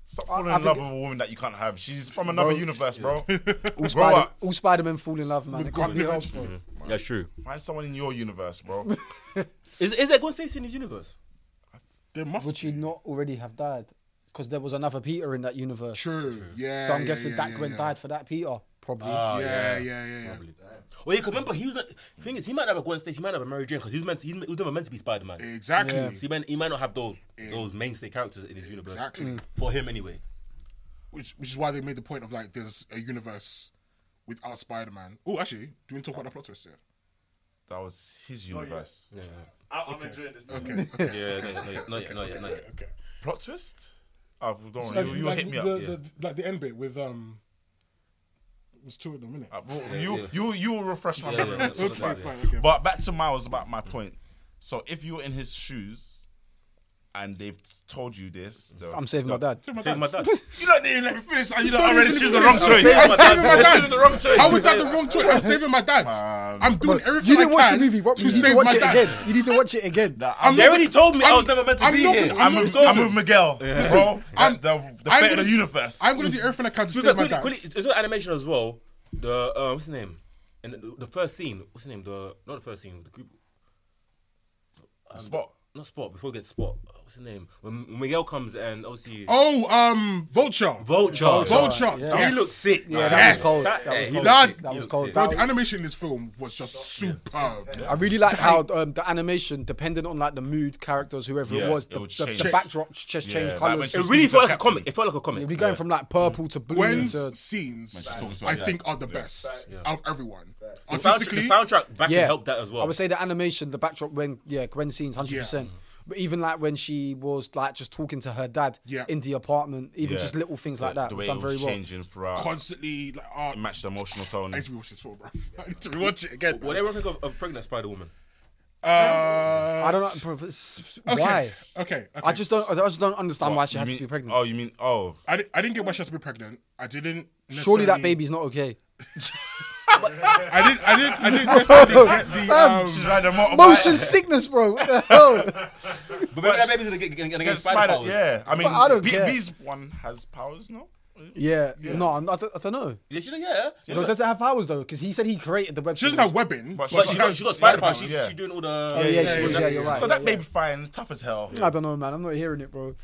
Speaker 4: Stop falling
Speaker 3: I
Speaker 4: in
Speaker 3: think-
Speaker 4: love with a woman that you can't have. She's from another universe, bro.
Speaker 3: All,
Speaker 4: Grow
Speaker 3: Spider,
Speaker 4: up.
Speaker 3: all Spider-Men fall in love, man. It can't be
Speaker 1: Gwen.
Speaker 3: helped, bro.
Speaker 2: That's true.
Speaker 4: Find someone in your universe, bro.
Speaker 2: Is, is there going to in his universe?
Speaker 1: there must
Speaker 3: Would
Speaker 1: be.
Speaker 3: she not already have died? Because there was another Peter in that universe.
Speaker 1: True. Yeah.
Speaker 3: so I'm
Speaker 1: yeah,
Speaker 3: guessing
Speaker 1: yeah,
Speaker 3: that
Speaker 1: yeah,
Speaker 3: Gwen
Speaker 1: yeah. Uh,
Speaker 3: died for that Peter, probably.
Speaker 2: Oh,
Speaker 1: Yeah, yeah, yeah, yeah.
Speaker 2: Probably. Well, yeah, 'cause remember, he was not, thing is, he might not have a Gwen Stacy, he might not have a Mary Jane, because he was meant, to, he was never meant to be Spider Man.
Speaker 1: Exactly.
Speaker 3: Yeah.
Speaker 2: So he might, he might not have those those mainstay characters in his universe.
Speaker 1: Exactly. Mm.
Speaker 2: For him, anyway.
Speaker 1: Which which is why they made the point of like there's a universe without Spider Man. Oh, actually, do we want to talk about that plot twist yet?
Speaker 4: That was his universe.
Speaker 2: Yeah.
Speaker 6: I, I'm enjoying this.
Speaker 1: Okay.
Speaker 6: thing.
Speaker 1: okay.
Speaker 2: Yeah. Not yet. Not yet. Not yet. Not yet.
Speaker 1: Okay.
Speaker 4: Plot twist? Oh, don't worry. You, you hit me up.
Speaker 1: the,
Speaker 2: yeah.
Speaker 1: the, like the end bit with um, there's two of them, innit?
Speaker 4: Uh, well, you, you you will refresh my
Speaker 2: Yeah,
Speaker 4: memory.
Speaker 2: yeah,
Speaker 4: on this
Speaker 2: okay,
Speaker 4: one.
Speaker 1: fine, okay.
Speaker 4: But back to Miles about my point. So if you're in his shoes, and they've told you this, the-
Speaker 3: I'm saving my
Speaker 4: the-
Speaker 3: dad.
Speaker 2: Save my dad.
Speaker 4: You don't even let me finish,
Speaker 2: Ah,
Speaker 4: and you don't
Speaker 1: Don't
Speaker 4: already
Speaker 1: even
Speaker 4: choose the
Speaker 1: let me
Speaker 4: wrong
Speaker 1: finish.
Speaker 4: choice.
Speaker 2: I'm saving my
Speaker 4: You're
Speaker 2: dad.
Speaker 4: choosing the wrong choice.
Speaker 1: How is that the wrong choice? I'm saving my dad. I'm doing everything
Speaker 3: You didn't
Speaker 1: I
Speaker 3: watch
Speaker 1: can
Speaker 3: the movie. What,
Speaker 1: to
Speaker 3: you need
Speaker 1: save
Speaker 3: to watch
Speaker 1: my
Speaker 3: it
Speaker 1: dad.
Speaker 3: again. You need to watch it again.
Speaker 4: Nah, I'm,
Speaker 2: They already told me I was
Speaker 1: I'm-
Speaker 2: never meant to
Speaker 1: I'm
Speaker 2: be
Speaker 1: not-
Speaker 2: here.
Speaker 1: I'm
Speaker 4: I'm,
Speaker 1: not-
Speaker 4: with, I'm with Miguel, bro.
Speaker 1: I'm-
Speaker 4: I'm, the the
Speaker 1: I'm
Speaker 4: fate of
Speaker 1: gonna-
Speaker 4: the universe.
Speaker 1: I'm gonna do everything I can to
Speaker 2: Quick,
Speaker 1: save my
Speaker 2: quick,
Speaker 1: dad.
Speaker 2: quick, it's an animation as well. The uh, what's his name? And the, the first scene. What's his name? The not the first scene. The group.
Speaker 4: Spot.
Speaker 2: Not spot. Before we get spot. uh, What's his name? When when Miguel comes and obviously.
Speaker 1: Oh, um, Vulture.
Speaker 2: Vulture.
Speaker 1: Vulture.
Speaker 3: Yeah.
Speaker 1: Yes.
Speaker 2: He looked sick.
Speaker 3: Yeah, that
Speaker 2: man.
Speaker 1: was
Speaker 3: cold.
Speaker 2: That,
Speaker 3: That was
Speaker 2: yeah, he looked
Speaker 3: cold.
Speaker 1: That
Speaker 2: sick.
Speaker 3: was
Speaker 2: He looked
Speaker 3: cold.
Speaker 2: sick.
Speaker 1: Bro, the animation in this film was just superb.
Speaker 3: I really like how um, the animation, dependent on like the mood, characters, whoever
Speaker 4: Yeah,
Speaker 3: it was,
Speaker 4: it
Speaker 3: the,
Speaker 4: would
Speaker 3: the,
Speaker 4: change.
Speaker 3: the backdrops just
Speaker 4: Yeah,
Speaker 3: changed
Speaker 4: like when
Speaker 3: colours.
Speaker 4: she
Speaker 2: It
Speaker 4: was
Speaker 2: really
Speaker 4: speaking to
Speaker 2: felt like a
Speaker 4: Captain.
Speaker 2: comic. It felt like a comic.
Speaker 3: We're going from like purple to blue.
Speaker 1: Gwen's
Speaker 3: to,
Speaker 1: scenes,
Speaker 4: she's talking to
Speaker 1: I
Speaker 4: her
Speaker 1: think, are the best of everyone.
Speaker 2: The soundtrack, the
Speaker 1: Artistically,
Speaker 2: soundtrack back
Speaker 3: yeah,
Speaker 2: helped that as well.
Speaker 3: I would say the animation, the backdrop, when yeah, Gwen scenes, hundred percent. But even like when she was like just talking to her dad
Speaker 1: Yeah.
Speaker 3: in the apartment, even just little things like that,
Speaker 4: The
Speaker 3: was
Speaker 4: way
Speaker 3: done
Speaker 4: it was
Speaker 3: very well.
Speaker 4: changing throughout,
Speaker 1: constantly like art.
Speaker 4: it matched the emotional tone.
Speaker 1: I need to rewatch this film, bro. I need to rewatch it again.
Speaker 2: What everyone think of, of pregnant Spider Woman?
Speaker 3: I don't know bro, but s-
Speaker 1: Okay.
Speaker 3: why.
Speaker 1: Uh, Okay. okay.
Speaker 3: I just don't. I just don't understand why she
Speaker 4: You
Speaker 3: had
Speaker 4: mean-
Speaker 3: to be pregnant.
Speaker 4: Oh, you mean oh?
Speaker 1: I, di- I didn't get why she had to be pregnant. I didn't.
Speaker 3: Surely that
Speaker 1: necessarily-
Speaker 3: baby's not okay.
Speaker 1: I didn't. I didn't. I didn't necessarily get the. Um,
Speaker 4: She's riding a motorbike.
Speaker 3: Motion sickness, bro. What the hell?
Speaker 2: But remember that baby's gonna get, gonna get
Speaker 4: Against
Speaker 2: spider
Speaker 4: Spider,
Speaker 2: powers.
Speaker 4: yeah. I mean,
Speaker 3: But I don't
Speaker 4: Bee-
Speaker 3: care.
Speaker 4: Bee's one has powers, no?
Speaker 3: Yeah, no, I'm not- I don't, I don't know.
Speaker 2: yeah, she, yeah. She
Speaker 3: No, does it have powers though? Because he said he created the web.
Speaker 1: she doesn't
Speaker 3: series.
Speaker 1: have webbing, but,
Speaker 4: But
Speaker 2: but
Speaker 1: she,
Speaker 2: she
Speaker 1: has
Speaker 2: got, she got spider powers.
Speaker 4: powers,
Speaker 2: She's
Speaker 4: yeah.
Speaker 2: she doing all the.
Speaker 3: Oh, yeah, she
Speaker 1: yeah,
Speaker 3: was.
Speaker 1: yeah,
Speaker 3: Yeah, you're
Speaker 1: yeah.
Speaker 3: right.
Speaker 4: So
Speaker 3: yeah,
Speaker 4: that
Speaker 3: yeah.
Speaker 4: baby fine, tough as hell.
Speaker 3: I don't know, man. I'm not hearing it, bro.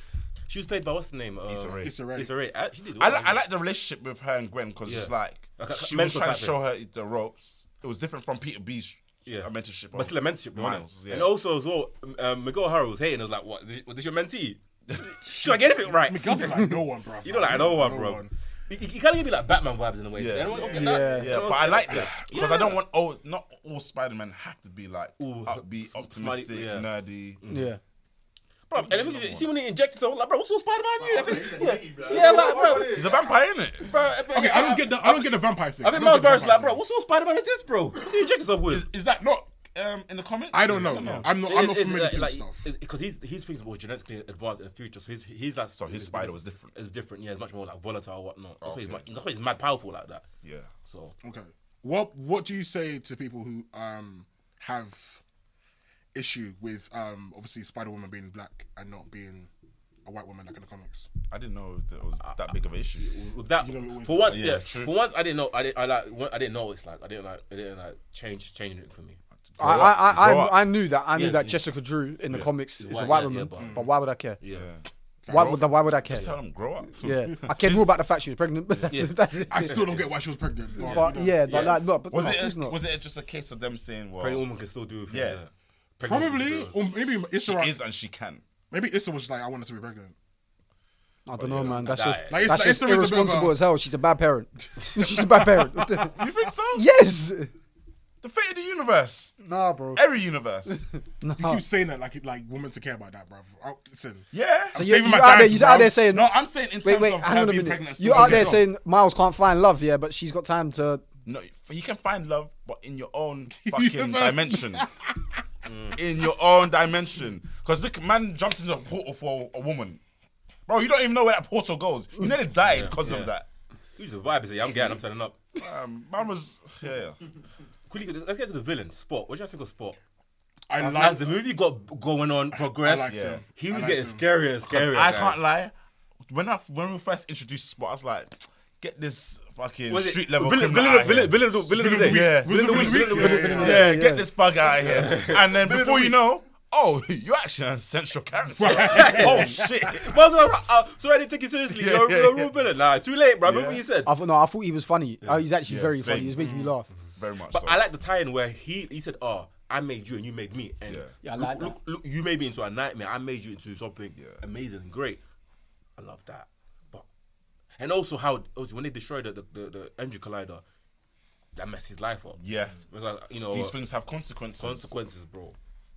Speaker 2: She was played by what's the name? Uh,
Speaker 4: Issa Rae.
Speaker 1: Issa Rae.
Speaker 2: Issa Rae. I, she did.
Speaker 4: I, li- I like the relationship with her and Gwen because it's
Speaker 2: Yeah.
Speaker 4: like
Speaker 2: Like a-
Speaker 4: she was
Speaker 2: mentor
Speaker 4: trying
Speaker 2: type
Speaker 4: to show her the ropes. It was different from Peter B's
Speaker 2: Yeah.
Speaker 4: uh, mentorship.
Speaker 2: But
Speaker 4: of
Speaker 2: still a mentorship,
Speaker 4: Miles,
Speaker 2: Miles,
Speaker 4: yeah.
Speaker 2: And also as well, um, Miguel O'Hara was hating. I was like, "What? This, was this your mentee? Should I get everything right?
Speaker 1: Miguel don't like no one, bro.
Speaker 2: you don't like no one, bro. He, kind of gave me like Batman vibes in a way.
Speaker 4: Yeah.
Speaker 2: Anyone else get
Speaker 3: Yeah.
Speaker 2: that?
Speaker 4: yeah,
Speaker 2: Anyone
Speaker 4: but I
Speaker 2: else
Speaker 4: like
Speaker 2: get
Speaker 4: that because I don't want all not all Spider Men have to be like
Speaker 2: Ooh,
Speaker 4: upbeat,
Speaker 2: smiley, Mm.
Speaker 4: optimistic,
Speaker 2: yeah.
Speaker 4: nerdy.
Speaker 3: Yeah.
Speaker 2: bro. And if you you see when he injected someone, like, bro, what's all Spider Man?
Speaker 6: He's a
Speaker 2: Yeah,
Speaker 6: lady, bro.
Speaker 2: yeah, like, bro,
Speaker 4: He's a vampire, isn't it?
Speaker 2: bro.
Speaker 1: Okay, I don't get the I don't get the vampire thing.
Speaker 2: I think
Speaker 1: don't
Speaker 2: Miles
Speaker 1: get the
Speaker 2: Burris like,
Speaker 1: vampire
Speaker 2: bro,
Speaker 1: thing.
Speaker 2: what's all Spider Man in this, bro? What's he injecting himself with?
Speaker 4: Is that not um, in the comments?
Speaker 1: I don't know. I'm not I'm not familiar with stuff.
Speaker 2: Because he's he's things more genetically advanced in the future, so he's he's like
Speaker 4: So his spider was different.
Speaker 2: is different. Yeah, it's much more like volatile, whatnot. That's, why he's,
Speaker 4: Okay.
Speaker 2: mu- that's why he's mad powerful like that.
Speaker 4: Yeah.
Speaker 2: So
Speaker 1: Okay. What what do you say to people who um have issue with um obviously Spider Woman being black and not being a white woman like in the comics?
Speaker 4: I didn't know that it was that big of an issue.
Speaker 2: with that,
Speaker 1: know, it was-
Speaker 2: for once,
Speaker 4: Yeah,
Speaker 2: yeah,
Speaker 4: true.
Speaker 2: for once, I didn't know. I didn't. I like. one- I didn't know what it's like. I didn't like. It didn't like change changing it for me.
Speaker 3: I, I, I,
Speaker 4: Grow up.
Speaker 3: I, I knew that. I knew
Speaker 2: Yeah,
Speaker 3: that
Speaker 2: yeah.
Speaker 3: Jessica Drew in the comics is a
Speaker 2: white,
Speaker 3: white
Speaker 2: yeah,
Speaker 3: woman,
Speaker 2: yeah,
Speaker 3: but,
Speaker 2: but-
Speaker 3: why would I care?
Speaker 2: Yeah.
Speaker 3: Why would why would I care?
Speaker 4: Tell him grow up.
Speaker 3: Yeah, I cared more about the fact she was pregnant. But that's,
Speaker 2: Yeah.
Speaker 3: that's it.
Speaker 1: I still don't get why she was pregnant. But,
Speaker 3: But
Speaker 1: you know.
Speaker 3: yeah, but
Speaker 2: Yeah.
Speaker 3: like, no, but
Speaker 4: Was
Speaker 3: no,
Speaker 4: it
Speaker 3: who's
Speaker 4: a,
Speaker 3: not?
Speaker 4: was it just a case of them saying, well,
Speaker 2: Pregnant woman can still do. things,
Speaker 4: Yeah.
Speaker 2: Pregnant woman can
Speaker 1: probably
Speaker 2: still do
Speaker 1: or maybe Issa.
Speaker 4: she is and she can.
Speaker 1: Maybe Issa was just like I wanted to be pregnant.
Speaker 3: I don't know, man. That's
Speaker 2: that-
Speaker 3: just
Speaker 1: Like, it's-
Speaker 3: that's
Speaker 1: like,
Speaker 3: just
Speaker 1: it's the reason about-
Speaker 3: irresponsible as hell. She's a bad parent. She's a bad parent.
Speaker 4: You think so?
Speaker 3: yes.
Speaker 4: The fate of the universe.
Speaker 3: Nah, bro.
Speaker 4: Every universe.
Speaker 1: You keep saying that like like women to care about that, bruv. I, listen,
Speaker 4: Yeah.
Speaker 1: I'm
Speaker 3: You,
Speaker 1: saving
Speaker 3: you
Speaker 1: my
Speaker 3: out there,
Speaker 1: time,
Speaker 3: you out there
Speaker 1: bruv.
Speaker 3: saying
Speaker 4: no, I'm saying in terms
Speaker 3: wait, wait,
Speaker 4: of
Speaker 3: hang
Speaker 4: her
Speaker 3: on a
Speaker 4: being
Speaker 3: minute.
Speaker 4: pregnant.
Speaker 3: You out there
Speaker 4: saying.
Speaker 3: saying Miles can't find love, yeah, but she's got time to.
Speaker 4: No, f- you can find love, but in your own fucking
Speaker 1: Universe.
Speaker 4: dimension. Mm. in your own dimension. Because look, man jumps into a portal for a woman. Bro, you don't even know where that portal goes. You nearly died because
Speaker 2: yeah.
Speaker 4: of that.
Speaker 2: that. Use the vibe. Is like, I'm getting. I'm turning up.
Speaker 4: Um, man was, yeah.
Speaker 2: Quickly, let's get to the villain. Spot. What do you guys think of Spot?
Speaker 1: I
Speaker 2: As
Speaker 1: like
Speaker 2: the movie got going on,
Speaker 1: I
Speaker 2: progressed,
Speaker 1: liked
Speaker 4: Yeah.
Speaker 1: him.
Speaker 2: he
Speaker 1: I
Speaker 2: was
Speaker 1: liked
Speaker 2: getting
Speaker 1: him.
Speaker 2: scarier and scarier.
Speaker 4: I
Speaker 2: guys.
Speaker 4: can't lie. When I when we first introduced Spot, I was like, get this fucking
Speaker 2: Was it-
Speaker 4: street level
Speaker 2: villain, villain,
Speaker 4: criminal out
Speaker 2: villain,
Speaker 4: here.
Speaker 2: villain, of the- villain, of the day.
Speaker 4: Yeah.
Speaker 2: villain, of the week, villain, of the
Speaker 1: Yeah, yeah,
Speaker 2: week.
Speaker 4: yeah,
Speaker 1: yeah.
Speaker 4: get this bug out of here. And then before you know, oh, you're actually an essential character. oh shit.
Speaker 2: But I was like, uh, so I didn't take it seriously.
Speaker 4: Yeah,
Speaker 2: you're,
Speaker 4: yeah,
Speaker 2: you're a real
Speaker 4: yeah.
Speaker 2: villain. Nah, it's too late, bro. Remember what
Speaker 4: Yeah.
Speaker 2: you said.
Speaker 3: I thought no, I thought he was funny. Oh, he's actually
Speaker 4: Yeah,
Speaker 3: very
Speaker 4: same.
Speaker 3: funny. He was making you laugh.
Speaker 4: Very much.
Speaker 2: But
Speaker 4: so.
Speaker 2: I like the tie-in where he he said, "Oh, I made you and you made me." And
Speaker 4: Yeah.
Speaker 3: Yeah, I
Speaker 2: look,
Speaker 3: like that.
Speaker 2: look, look, you made me into a nightmare. I made you into something
Speaker 4: Yeah.
Speaker 2: amazing and great. I love that. But and also how also when they destroyed the the, the, the energy collider, that messed his life up.
Speaker 4: Yeah.
Speaker 2: It was like, you know
Speaker 4: These things have consequences.
Speaker 2: consequences, bro.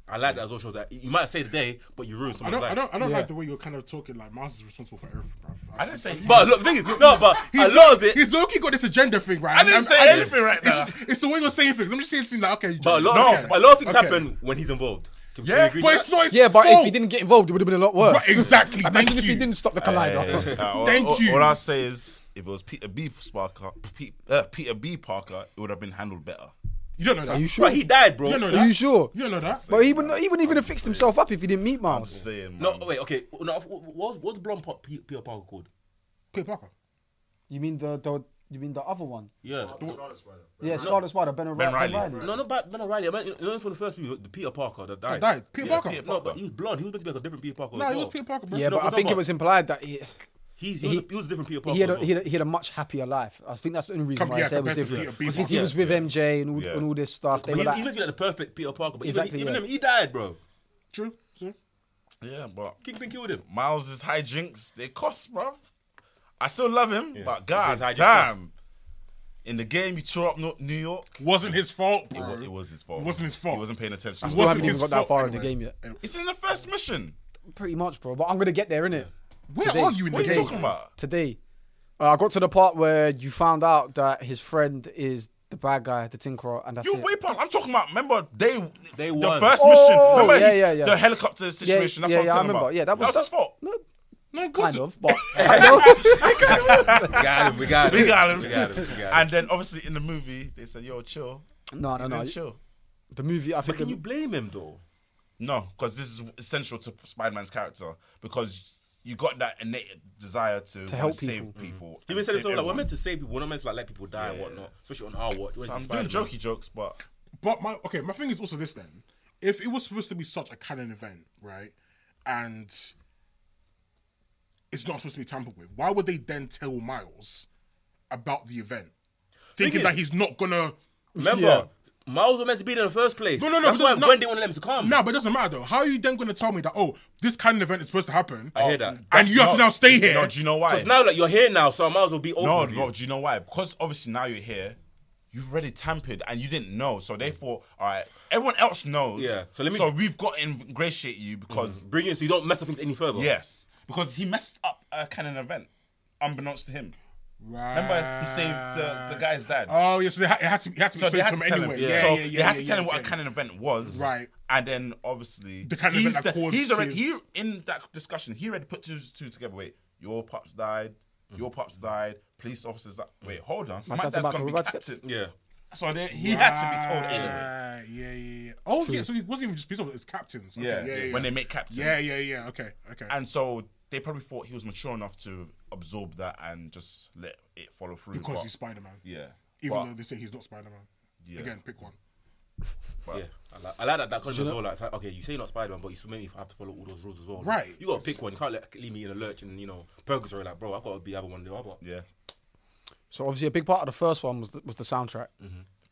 Speaker 2: I like that as also that you might say today, but you ruined
Speaker 1: I
Speaker 2: someone's
Speaker 1: don't,
Speaker 2: life.
Speaker 1: I don't, I don't
Speaker 3: Yeah.
Speaker 1: like the way you're kind of talking. Like Miles is responsible for everything, bruv.
Speaker 4: I didn't say.
Speaker 2: But look, the thing is, no, but I love it.
Speaker 1: He's low-key got this agenda thing, right?
Speaker 4: I didn't say
Speaker 1: just-
Speaker 4: anything right
Speaker 1: it's,
Speaker 4: now.
Speaker 1: It's the way you're saying things. I'm just saying it seems like okay.
Speaker 2: But a lot,
Speaker 4: No,
Speaker 2: of, things, but a lot of things
Speaker 1: okay.
Speaker 2: happen when he's involved. Can, can
Speaker 4: Yeah,
Speaker 2: we agree
Speaker 1: but
Speaker 2: to
Speaker 1: it's
Speaker 2: that?
Speaker 1: not his
Speaker 3: Yeah, but if
Speaker 1: fault.
Speaker 3: he didn't get involved, it would have been a lot worse.
Speaker 1: Right, exactly.
Speaker 3: Imagine
Speaker 1: Thank
Speaker 3: if
Speaker 1: you.
Speaker 3: he didn't stop the collider.
Speaker 1: Thank you.
Speaker 4: All I say is, if it was Peter B. Parker, Pe- uh, Peter B. Parker, it would have been handled better.
Speaker 1: You don't know that.
Speaker 3: Are you
Speaker 2: Bro,
Speaker 3: sure?
Speaker 2: he died, bro.
Speaker 1: You don't know
Speaker 3: Are
Speaker 1: that.
Speaker 3: you sure?
Speaker 1: You don't know that.
Speaker 3: But he wouldn't. He wouldn't even have fixed himself up if he didn't meet
Speaker 4: I'm
Speaker 3: Miles.
Speaker 4: saying,
Speaker 2: No,
Speaker 4: man.
Speaker 2: wait, okay. No, what was what's blonde pop P- Peter Parker called?
Speaker 1: Peter Parker.
Speaker 3: You mean the, the you mean the other one?
Speaker 2: Yeah.
Speaker 6: Scarlet Spider.
Speaker 3: Yeah, Scarlet Spider, Ben, O'Ri-
Speaker 4: Ben
Speaker 3: ben Riley.
Speaker 4: Reilly.
Speaker 2: No, not about Ben O'Reilly. I mean, you know, it's from the first movie, the Peter Parker that
Speaker 1: That
Speaker 2: died.
Speaker 1: died. Peter Parker.
Speaker 4: Peter
Speaker 2: No, but he was blonde. He was meant to be like a different Peter Parker.
Speaker 1: Nah,
Speaker 2: as
Speaker 1: he was
Speaker 2: well.
Speaker 1: Peter Parker, bro.
Speaker 3: Yeah,
Speaker 2: No,
Speaker 3: but I
Speaker 2: but
Speaker 3: think
Speaker 2: no,
Speaker 3: it was implied that he,
Speaker 2: He's, he, was, he was a different Peter Parker.
Speaker 3: he had a,
Speaker 2: as well.
Speaker 3: he had a, he had a much happier life. I think that's the only reason
Speaker 1: Come-
Speaker 3: why
Speaker 1: yeah,
Speaker 3: I say it was
Speaker 1: compared to Peter
Speaker 3: different.
Speaker 1: B.
Speaker 3: Because he
Speaker 1: Parker.
Speaker 3: was with MJ and all,
Speaker 4: Yeah.
Speaker 3: and all this stuff. They
Speaker 2: he,
Speaker 3: were
Speaker 2: he meant
Speaker 3: like,
Speaker 2: to be like the perfect Peter Parker, but
Speaker 3: Exactly,
Speaker 2: even, even
Speaker 3: yeah.
Speaker 2: him, he died, bro.
Speaker 1: True. True.
Speaker 4: Yeah, but
Speaker 2: Kingpin killed him.
Speaker 4: Miles' hijinks, they cost, bruv. I still love him, but god
Speaker 2: His hijinks
Speaker 4: damn. In the game, you tore up No- New York.
Speaker 1: Wasn't his fault,
Speaker 4: It
Speaker 1: bro.
Speaker 4: was, it was his fault.
Speaker 1: It wasn't his fault.
Speaker 4: He wasn't paying attention.
Speaker 1: It wasn't
Speaker 3: still "Oh, haven't even
Speaker 1: his
Speaker 3: got
Speaker 1: fault
Speaker 3: that far in the
Speaker 1: anyway.
Speaker 3: game yet.
Speaker 4: It's in the first mission.
Speaker 3: Pretty much, bro. But I'm gonna get there, innit?
Speaker 1: Where
Speaker 3: Today.
Speaker 1: are you in
Speaker 4: What
Speaker 1: the
Speaker 4: are you
Speaker 1: game?
Speaker 4: talking about?
Speaker 3: Today, uh, I got to the part where you found out that his friend is the bad guy, the Tinkerer, and that's
Speaker 4: You
Speaker 3: it.
Speaker 4: way past. I'm talking about. Remember they
Speaker 2: They
Speaker 4: the
Speaker 2: won.
Speaker 4: first
Speaker 3: Oh,
Speaker 4: mission. Remember
Speaker 3: yeah,
Speaker 4: he-
Speaker 3: yeah, yeah.
Speaker 4: the helicopter situation. That's
Speaker 3: yeah,
Speaker 4: what I'm
Speaker 3: yeah, I
Speaker 4: talking
Speaker 3: remember.
Speaker 4: about.
Speaker 3: Yeah, that was-
Speaker 4: that was his fault.
Speaker 3: No,
Speaker 1: No, it
Speaker 3: kind
Speaker 1: wasn't.
Speaker 3: of, but I
Speaker 2: We got him. We got him.
Speaker 4: We got him.
Speaker 2: We got him. We got him.
Speaker 4: And then obviously in the movie they said, "Yo, chill."
Speaker 3: know. no,
Speaker 4: And
Speaker 3: no,
Speaker 4: then
Speaker 3: no.
Speaker 4: chill.
Speaker 3: The movie, I
Speaker 2: but
Speaker 3: think.
Speaker 2: can
Speaker 3: the-
Speaker 2: you blame him though?
Speaker 4: No, because this is essential to Spider-Man's character because you got that innate desire to, wanna
Speaker 3: help
Speaker 4: save
Speaker 3: people.
Speaker 4: people.
Speaker 2: He
Speaker 4: and
Speaker 2: even said
Speaker 4: save
Speaker 2: himself like we're
Speaker 4: everyone.
Speaker 2: meant to save people, we're not meant to like let people die and whatnot, especially on our watch.
Speaker 4: So I'm doing jokey jokes, but
Speaker 1: But my okay, my thing is also this then. If it was supposed to be such a canon event, right? And it's not supposed to be tampered with, why would they then tell Miles about the event? Thinking
Speaker 2: is-
Speaker 1: that he's not gonna
Speaker 2: Remember, Miles was meant to be there in the first place.
Speaker 1: No, no, no,
Speaker 2: That's
Speaker 1: but
Speaker 2: why
Speaker 1: no-
Speaker 2: Gwen didn't want to let him to come.
Speaker 1: No, but it doesn't matter though. How are you then gonna tell me that oh this canon event is supposed to happen?
Speaker 2: I hear that.
Speaker 1: And you have to
Speaker 4: No,
Speaker 1: now stay here.
Speaker 4: No, do you know why?
Speaker 2: Because now like you're here now, so I might as well be open
Speaker 4: No,
Speaker 2: with you.
Speaker 4: no, do you know why? Because obviously now you're here, you've already tampered and you didn't know. So they thought, all right, everyone else knows.
Speaker 2: Yeah, so let me- Mm.
Speaker 4: So we've got to ingratiate you because
Speaker 2: Bring it so you don't mess up things any further.
Speaker 4: yes, because he messed up a canon event, unbeknownst to him.
Speaker 1: Right.
Speaker 4: Remember, he saved the, the guy's dad.
Speaker 1: Oh yeah, so they had, it had to, it had to
Speaker 4: so they
Speaker 1: explain
Speaker 4: had
Speaker 1: to
Speaker 4: to
Speaker 1: him
Speaker 4: tell
Speaker 1: anyway.
Speaker 4: him.
Speaker 1: Yeah,
Speaker 4: so
Speaker 1: yeah, yeah,
Speaker 4: they had
Speaker 1: yeah,
Speaker 4: to tell
Speaker 1: yeah,
Speaker 4: him what a
Speaker 1: yeah.
Speaker 4: canon event was.
Speaker 1: Right.
Speaker 4: And then obviously the
Speaker 1: canon
Speaker 4: he's,
Speaker 1: event that
Speaker 4: the,
Speaker 1: caused
Speaker 4: he's already he
Speaker 1: his-
Speaker 4: in that discussion, he already put two two together. Wait, your pops died, your pops died, police officers died. Wait, hold on. My,
Speaker 3: dad's
Speaker 4: dad's,
Speaker 3: about
Speaker 4: gonna
Speaker 3: to-
Speaker 4: be
Speaker 3: we're about to get-
Speaker 4: captain.
Speaker 2: Yeah.
Speaker 4: So then he had to be told anyway.
Speaker 1: Right, Yeah, yeah, yeah. Oh, yeah. So it wasn't even just police officers; it's captains. Okay,
Speaker 4: Yeah,
Speaker 1: yeah, yeah,
Speaker 4: when they make captain.
Speaker 1: Yeah, yeah, yeah. Okay, okay.
Speaker 4: And so they probably thought he was mature enough to absorb that and just let it follow through.
Speaker 1: because
Speaker 4: but-
Speaker 1: he's Spider Man.
Speaker 4: yeah.
Speaker 1: Even
Speaker 4: But-
Speaker 1: though they say he's not Spider Man.
Speaker 4: Yeah.
Speaker 1: Again, pick one.
Speaker 2: Yeah, I like, I like that. That kind of as well. Like, fa- okay, you say you're not Spider Man, but you still make me have to follow all those rules as well. Like,
Speaker 1: Right.
Speaker 2: You gotta pick one. You can't let, leave me in a lurch and you know purgatory. Like, bro, I gotta be either one or the other.
Speaker 4: yeah,
Speaker 3: So obviously a big part of the first one was the, was the soundtrack,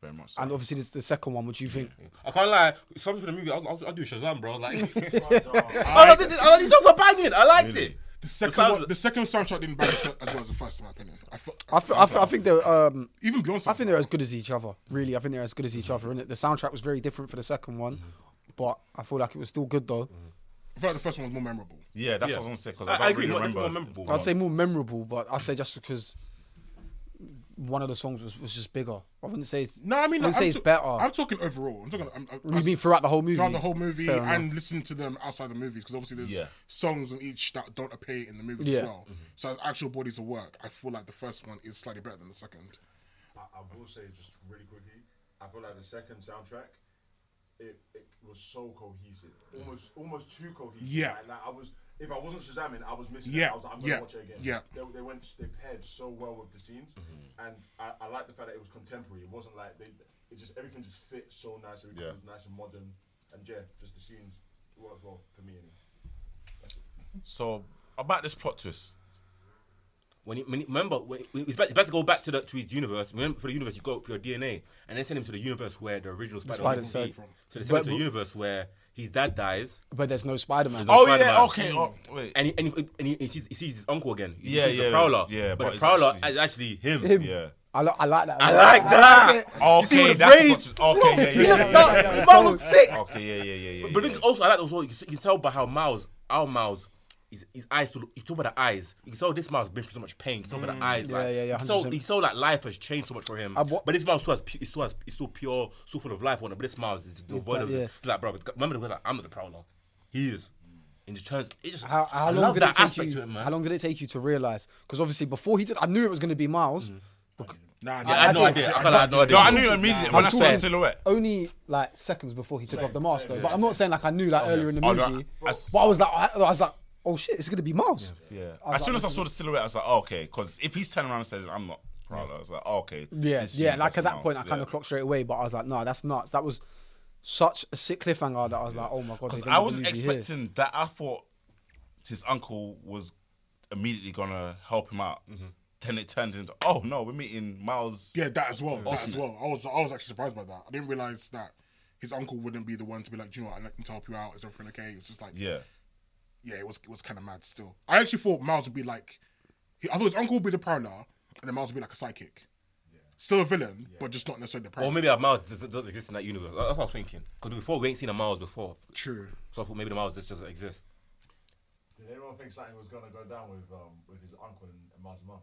Speaker 4: very much so.
Speaker 3: and obviously this the second one, which you think
Speaker 2: I can't lie. Something for the movie, I'll, I'll, I'll do Shazam, bro. Like, I like this. I like these songs were banging. I liked it.
Speaker 1: The second
Speaker 2: sounds-
Speaker 1: one, the second soundtrack didn't balance as well as the first, in my opinion. I, fe-
Speaker 3: I, th- I, th- I think they're um,
Speaker 1: even Beyonce.
Speaker 3: I think they're as good as each other. Really, I think they're as good as each other. Innit? The soundtrack was very different for the second one, but I feel like it was still good though.
Speaker 1: I feel like the first one was more memorable.
Speaker 4: yeah, that's
Speaker 2: Yeah.
Speaker 4: what I was gonna say because
Speaker 2: I,
Speaker 4: I,
Speaker 2: I
Speaker 4: don't
Speaker 2: agree.
Speaker 4: really
Speaker 2: Not
Speaker 4: remember.
Speaker 2: more memorable.
Speaker 3: I'd say more memorable, but I say just because one of the songs was, was just bigger. I wouldn't say it's,
Speaker 1: No, I mean,
Speaker 3: I
Speaker 1: I'm,
Speaker 3: wouldn't say it's
Speaker 1: ta-
Speaker 3: better.
Speaker 1: I'm talking overall. I'm talking. I'm, I'm,
Speaker 3: you mean throughout the whole movie?
Speaker 1: throughout the whole movie
Speaker 3: Fair enough.
Speaker 1: and listen to them outside the movies because obviously there's
Speaker 4: Yeah.
Speaker 1: songs on each that don't appear in the movies
Speaker 3: Yeah. Mm-hmm.
Speaker 1: as well. So as actual bodies of work, I feel like the first one is slightly better than the second.
Speaker 6: I, I will say just really quickly, I feel like the second soundtrack, it, it was so cohesive, almost almost too cohesive.
Speaker 1: Yeah.
Speaker 6: Like, like I was, if I wasn't Shazamming, I was missing.
Speaker 1: Yeah,
Speaker 6: It. I was like, I'm gonna
Speaker 1: yeah,
Speaker 6: watch it again.
Speaker 1: yeah.
Speaker 6: They, they went, they paired so well with the scenes,
Speaker 1: Mm-hmm.
Speaker 6: and I, I like the fact that it was contemporary. It wasn't like they, it just everything just fit so nice. Everything
Speaker 4: Yeah.
Speaker 6: was nice and modern, and yeah, just the scenes worked well for me. Anyway.
Speaker 4: So about this plot twist,
Speaker 2: When, he, when he, remember, when he- he's about, he's about to go back to the, to his universe. Remember, for the universe, you go for your DNA, and they send him to the universe where the original Spider-Man
Speaker 3: Spider-
Speaker 2: was.
Speaker 3: so-
Speaker 2: So they send
Speaker 3: But-
Speaker 2: him to the universe where his dad dies,
Speaker 3: but there's no Spider Man.
Speaker 4: Oh
Speaker 2: Spider-Man.
Speaker 4: yeah, okay. Oh, wait.
Speaker 2: and he, and he, and he, he, sees, he sees his uncle again. He
Speaker 4: Yeah,
Speaker 2: sees
Speaker 4: yeah,
Speaker 2: the Prowler.
Speaker 4: yeah,
Speaker 2: but,
Speaker 4: but
Speaker 2: the
Speaker 4: it's
Speaker 2: Prowler
Speaker 4: actually-
Speaker 2: is actually him.
Speaker 3: Him.
Speaker 4: yeah.
Speaker 3: I, li- I like that.
Speaker 2: I like that. You see
Speaker 4: Okay,
Speaker 2: with the
Speaker 4: that's the
Speaker 2: braids.
Speaker 4: plot twist. Okay, yeah,
Speaker 2: He
Speaker 4: yeah,
Speaker 2: looked
Speaker 4: yeah,
Speaker 2: dark.
Speaker 4: yeah, yeah, yeah.
Speaker 2: Miles looked sick.
Speaker 4: Okay, yeah, yeah, yeah, yeah.
Speaker 2: But the
Speaker 4: yeah.
Speaker 2: thing is also, I like also you can, you can tell by how Miles, our Miles, his, his eyes. To, you talk about the eyes. You can tell this Miles been through so much pain. You talk about the eyes.
Speaker 3: Mm, Yeah,
Speaker 2: like,
Speaker 3: yeah, yeah,
Speaker 2: You can tell,
Speaker 3: 100%.
Speaker 2: you can tell like life has changed so much for him.
Speaker 3: I wa-
Speaker 2: but this Miles still has, pu- is still has, is still pure, still full of life on it. But this Miles is devoid
Speaker 3: that-
Speaker 2: of
Speaker 3: yeah.
Speaker 2: it. He's like, bro, remember the way like, I'm not the prowler. He is. In the turns, it just,
Speaker 3: How, how
Speaker 2: I
Speaker 3: long
Speaker 2: love
Speaker 3: did
Speaker 2: that
Speaker 3: it take
Speaker 2: aspect
Speaker 3: you?
Speaker 2: to it, man.
Speaker 3: How long did it take you to realize? Because obviously before he did, I knew it was going to be Miles. bec-
Speaker 1: Nah,
Speaker 2: I, I had no
Speaker 3: I
Speaker 2: idea.
Speaker 3: did-
Speaker 2: I, felt like I had no idea.
Speaker 4: No, I knew immediately when I saw the
Speaker 3: talking-
Speaker 4: silhouette.
Speaker 3: Only like seconds before he took off the mask, though. But I'm not saying like I knew like earlier in the
Speaker 4: Oh,
Speaker 3: movie.
Speaker 4: no, I- I s-
Speaker 3: but I was like, I, I was like, oh shit, it's going to be Miles.
Speaker 4: Yeah.
Speaker 3: I was
Speaker 4: As soon
Speaker 3: like,
Speaker 4: as I saw the silhouette, I was like, oh, okay, because if he's turning around and says, "I'm not Prowler," I was like, oh, okay.
Speaker 3: Yeah,
Speaker 4: this
Speaker 3: yeah.
Speaker 4: is
Speaker 3: Like at that
Speaker 4: something
Speaker 3: point, I
Speaker 4: else,
Speaker 3: kind of
Speaker 4: yeah.
Speaker 3: clocked straight away, but I was like, no, that's nuts. That was such a sick cliffhanger that I was like, oh my god. they've
Speaker 4: Because
Speaker 3: ended
Speaker 4: I
Speaker 3: the
Speaker 4: wasn't
Speaker 3: movie here.
Speaker 4: expecting that. I thought his uncle was immediately gonna help him out. Then it turns into, oh no, we're meeting Miles.
Speaker 1: Yeah, that as well. That as well. I was I was actually surprised by that. I didn't realize that his uncle wouldn't be the one to be like, Do you know what, I'd like to help you out. Is everything okay? It's just like,
Speaker 4: Yeah.
Speaker 1: yeah, it was it was kind of mad. Still, I actually thought Miles would be like, he, I thought his uncle would be the prowler, and then Miles would be like a psychic, still a villain, but just not necessarily the prowler.
Speaker 2: Or maybe a Miles does- does exist in that universe. That's what I was thinking. Because before we ain't seen a Miles before,
Speaker 1: True.
Speaker 2: so I thought maybe the Miles just doesn't exist.
Speaker 6: Did anyone think something was gonna go down with um with his uncle and, and Miles' mum?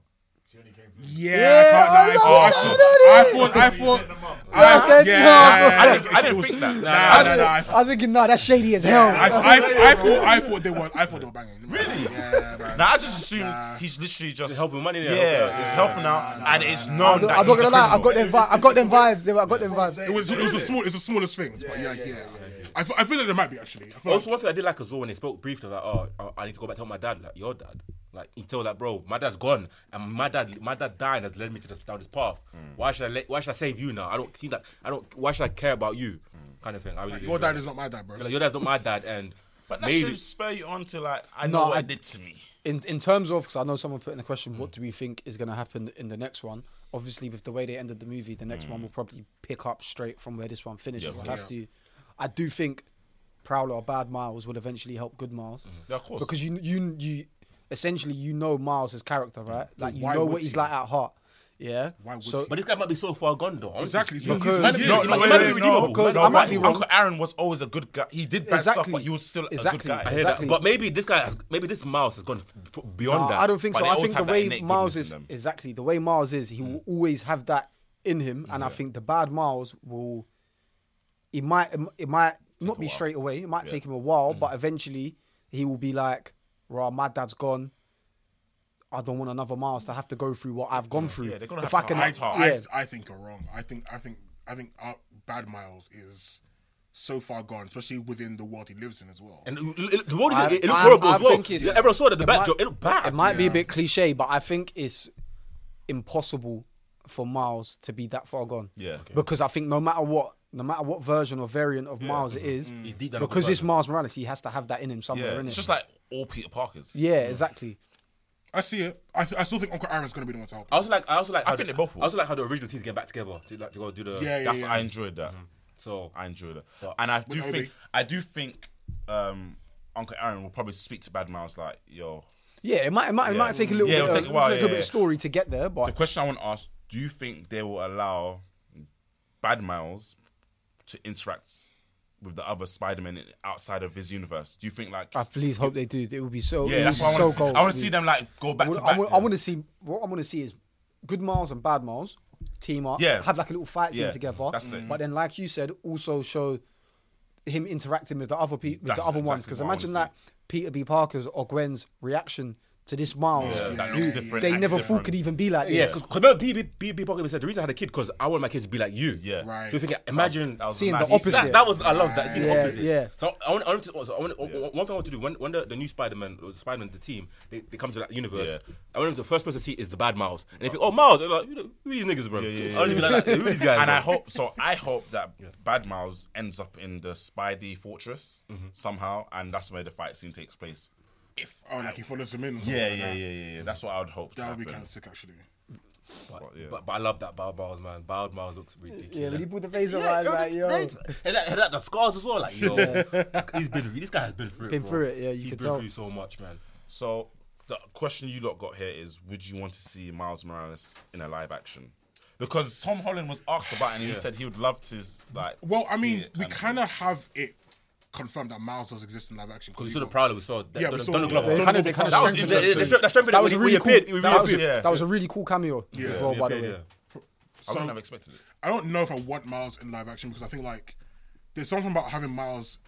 Speaker 6: She only came through.
Speaker 1: Yeah, I can't lie. I thought, I thought, I thought, I
Speaker 3: I said
Speaker 1: yeah,
Speaker 3: no.
Speaker 1: yeah,
Speaker 4: I
Speaker 1: yeah,
Speaker 4: didn't,
Speaker 1: yeah.
Speaker 4: I didn't think that.
Speaker 1: Nah,
Speaker 2: I
Speaker 1: nah, nah, I
Speaker 3: I was thinking, no, that's shady as hell.
Speaker 1: I, I, I thought I thought they were I thought they were banging. Really? Yeah, man.
Speaker 4: Nah, I just assumed he's literally just
Speaker 2: helping him out, innit?
Speaker 4: Yeah,
Speaker 2: Helping out.
Speaker 4: it's helping out, and it's known
Speaker 3: I'm not,
Speaker 4: that
Speaker 3: I'm not
Speaker 4: he's
Speaker 3: gonna
Speaker 4: a
Speaker 3: lie. I got
Speaker 4: criminal.
Speaker 3: them. Vi- I got them vibes. They were, I got them vibes.
Speaker 1: It was it was the small it was the smallest thing, but yeah, yeah. Oh, I, fe- I feel that there might be actually. I feel
Speaker 2: Also,
Speaker 1: like,
Speaker 2: one thing I did like as well when they spoke briefly, like, oh, I- I need to go back to my dad, like your dad. Like he told that bro, my dad's gone, and my dad, my dad dying has led me to this, down this path.
Speaker 3: Mm.
Speaker 2: Why should I let? Why should I save you now? I don't see that. I don't. Why should I care about you?
Speaker 3: Mm.
Speaker 2: Kind of thing. I really
Speaker 1: your
Speaker 2: enjoyed
Speaker 1: dad
Speaker 2: that.
Speaker 1: is not my dad, bro.
Speaker 2: Like, your dad's not my dad, and
Speaker 4: But that
Speaker 2: maybe
Speaker 4: should spur you on to like, I
Speaker 3: No,
Speaker 4: know what
Speaker 3: I-
Speaker 4: it did to me.
Speaker 3: In in terms of, because I know someone put in the question,
Speaker 1: Mm.
Speaker 3: what do we think is gonna happen in the next one? Obviously, with the way they ended the movie, the next
Speaker 1: Mm.
Speaker 3: one will probably pick up straight from where this one finished. We'll have to. I do think Prowler or Bad Miles will eventually help Good Miles.
Speaker 1: Mm-hmm.
Speaker 4: Yeah, of course.
Speaker 3: because you you you essentially you know Miles' character, right? Like you
Speaker 1: Mm. Why
Speaker 3: know
Speaker 1: would
Speaker 3: what he's
Speaker 1: he?
Speaker 3: like at heart. Yeah.
Speaker 1: Why would
Speaker 3: so,
Speaker 1: he?
Speaker 2: But this guy might be so far gone though. honestly.
Speaker 1: Exactly. It's
Speaker 3: Because-
Speaker 1: because
Speaker 3: Yeah,
Speaker 4: No,
Speaker 2: He
Speaker 4: no,
Speaker 2: might
Speaker 4: wait,
Speaker 2: not
Speaker 4: wait,
Speaker 2: be
Speaker 4: no,
Speaker 2: redeemable.
Speaker 3: Because
Speaker 4: no,
Speaker 3: I might
Speaker 4: but
Speaker 3: be wrong.
Speaker 4: Uncle Aaron was always a good guy. He did bad
Speaker 3: Exactly.
Speaker 4: stuff, but he was still
Speaker 3: Exactly.
Speaker 4: a good
Speaker 3: I
Speaker 4: guy.
Speaker 2: I hear that.
Speaker 3: Exactly.
Speaker 2: But maybe this guy, has- maybe this Miles has gone f- f- beyond
Speaker 3: Nah,
Speaker 2: that.
Speaker 3: I don't think
Speaker 4: but
Speaker 3: so.
Speaker 4: they
Speaker 3: I
Speaker 4: always
Speaker 3: think the
Speaker 4: have that
Speaker 3: way
Speaker 4: innate
Speaker 3: Miles
Speaker 4: goodness
Speaker 3: is
Speaker 4: in them.
Speaker 3: exactly the way Miles is, he will always have that in him, and I think the bad Miles will. It might it might not be straight away. It might take him a
Speaker 4: Mm.
Speaker 3: while, but eventually he will be like, "Rah, my dad's gone." I don't want another Miles to have to go through what I've gone through.
Speaker 4: they're gonna
Speaker 3: if
Speaker 4: have
Speaker 3: I
Speaker 4: to
Speaker 3: can,
Speaker 4: hide
Speaker 1: I,
Speaker 4: It's hard.
Speaker 1: I,
Speaker 3: yeah,
Speaker 1: I think you're wrong. I think I think I think uh, Bad Miles is so far gone, especially within the world he lives in as well.
Speaker 2: And it- it- the world,
Speaker 3: I-
Speaker 2: it, it
Speaker 3: I-
Speaker 2: looks horrible
Speaker 3: I
Speaker 2: as well.
Speaker 3: think it's-
Speaker 2: Yeah, everyone saw that the
Speaker 3: it
Speaker 2: back
Speaker 3: might-
Speaker 2: job. It looked bad.
Speaker 3: It might be a bit cliche, but I think it's impossible for Miles to be that far gone.
Speaker 4: Yeah. Okay.
Speaker 3: Because I think no matter what, no matter what version or variant of Miles it is,
Speaker 4: Mm-hmm.
Speaker 2: He's deep down
Speaker 3: because
Speaker 2: inside.
Speaker 3: it's Miles Morales, he has to have that in him somewhere.
Speaker 4: yeah,
Speaker 3: innit?
Speaker 4: it's just like all Peter Parkers.
Speaker 3: yeah, exactly.
Speaker 1: I see it. I, th- I still think Uncle Aaron's gonna be the one to help.
Speaker 2: I also like. I also like.
Speaker 4: I
Speaker 2: how
Speaker 4: think
Speaker 2: the-
Speaker 4: they both will.
Speaker 2: I also like how the original team's getting back together to like to go do the.
Speaker 1: yeah, yeah,
Speaker 4: That's
Speaker 1: yeah. Mm-hmm.
Speaker 4: I enjoyed that.
Speaker 2: So
Speaker 4: I enjoyed it, and I do
Speaker 1: With
Speaker 4: think
Speaker 1: Obi.
Speaker 4: I do think um, Uncle Aaron will probably speak to Bad Miles like, yo,
Speaker 3: Yeah, it might, it might, it
Speaker 4: Yeah.
Speaker 3: might take a little
Speaker 4: Yeah,
Speaker 3: bit,
Speaker 4: it'll
Speaker 3: of,
Speaker 4: take a while,
Speaker 3: little
Speaker 4: yeah,
Speaker 3: bit of
Speaker 4: yeah.
Speaker 3: story to get there,
Speaker 4: The
Speaker 3: but
Speaker 4: question I want to ask: Do you think they will allow Bad Miles to interact with the other Spider-Man in- outside of his universe? Do you think like?
Speaker 3: I please hope they do. It would be so.
Speaker 4: yeah, that's
Speaker 3: it would
Speaker 4: what
Speaker 3: be
Speaker 4: I want
Speaker 3: so
Speaker 4: to see.
Speaker 3: gold
Speaker 4: I want
Speaker 3: to
Speaker 4: to
Speaker 3: me.
Speaker 4: see them like go back
Speaker 3: I
Speaker 4: to
Speaker 3: want,
Speaker 4: back.
Speaker 3: I, want, I want to see what I want to see is good Miles and bad Miles team up,
Speaker 4: Yeah.
Speaker 3: have like a little fight scene
Speaker 4: Yeah,
Speaker 3: together.
Speaker 4: that's it.
Speaker 3: But then, like you said, also show him interacting with the other pe- with
Speaker 4: That's
Speaker 3: the other ones.
Speaker 4: exactly
Speaker 3: Because
Speaker 4: what I wanna
Speaker 3: imagine
Speaker 4: see.
Speaker 3: that Peter B. Parker's or Gwen's reaction to this Miles,
Speaker 4: Yeah, that
Speaker 3: who
Speaker 4: looks different,
Speaker 3: they
Speaker 4: acts
Speaker 3: never thought
Speaker 4: different.
Speaker 3: could even be like
Speaker 2: yeah,
Speaker 3: this.
Speaker 2: because remember, BB BB Pocket said the reason I had a kid because I want my kids to be like you.
Speaker 4: Yeah.
Speaker 1: Right.
Speaker 2: So you think imagine
Speaker 4: That was a
Speaker 3: Seeing the
Speaker 4: nice-
Speaker 3: opposite.
Speaker 2: That, that was I love that. It's the
Speaker 3: Yeah,
Speaker 2: opposite.
Speaker 3: yeah.
Speaker 2: So I want, I want to. So I want, One thing I want to do when when the, the new Spider Man, Spider Man, the team, they, they come to that universe.
Speaker 4: Yeah.
Speaker 2: I want them to- the first person to see is the bad Miles, and they think, oh Miles, they're like, who, the- who these niggas, bro? I don't even like that. Who these guys?
Speaker 4: And I
Speaker 2: bro?
Speaker 4: hope so. I hope that Bad Miles ends up in the Spidey fortress somehow, and that's where the fight scene takes place. If
Speaker 1: Oh, like he follows him in. Or something
Speaker 4: yeah,
Speaker 1: like
Speaker 4: yeah, yeah,
Speaker 1: that.
Speaker 4: yeah, yeah. That's what I would hope. to
Speaker 1: That would be
Speaker 4: happen.
Speaker 1: kind of sick, actually.
Speaker 4: But, yeah.
Speaker 2: But, but I love that Bowed Miles, man. Bowed Miles looks ridiculous.
Speaker 3: Yeah, when he put the phaser
Speaker 2: Yeah,
Speaker 3: around, like, yo.
Speaker 2: that's great. And that, and that- the scars as well, like yo. he's been this guy has been through it.
Speaker 3: Been
Speaker 2: bro.
Speaker 3: through it, yeah, you
Speaker 2: he's
Speaker 3: could
Speaker 2: been
Speaker 3: tell.
Speaker 2: through so much, man.
Speaker 4: So the question you lot got here is: Would you want to see Miles Morales in a live action? Because Tom Holland was asked about it and he said he would love to like.
Speaker 1: Well, I
Speaker 4: see
Speaker 1: mean,
Speaker 4: it
Speaker 1: we
Speaker 4: and-
Speaker 1: kind of have it confirmed that Miles does exist in live action.
Speaker 2: Because we
Speaker 1: you
Speaker 2: saw the
Speaker 1: got-
Speaker 2: Prowler, we saw that,
Speaker 1: Yeah, we
Speaker 2: Donald,
Speaker 1: saw-
Speaker 2: Donald Glover.
Speaker 1: yeah.
Speaker 3: They kind of, they kind
Speaker 4: That
Speaker 3: of
Speaker 4: was
Speaker 2: They-
Speaker 3: strengthened
Speaker 2: they- they
Speaker 4: interesting.
Speaker 3: themselves.
Speaker 2: strengthened it
Speaker 3: That was
Speaker 2: when
Speaker 3: a
Speaker 2: he
Speaker 3: really cool.
Speaker 2: reappeared. He
Speaker 3: That was,
Speaker 2: reappeared.
Speaker 3: that was a really cool cameo as well, by the way.
Speaker 2: Yeah.
Speaker 4: I
Speaker 1: so-
Speaker 4: wouldn't have expected it.
Speaker 1: I don't know if I want Miles in live action because I think like there's something about having Miles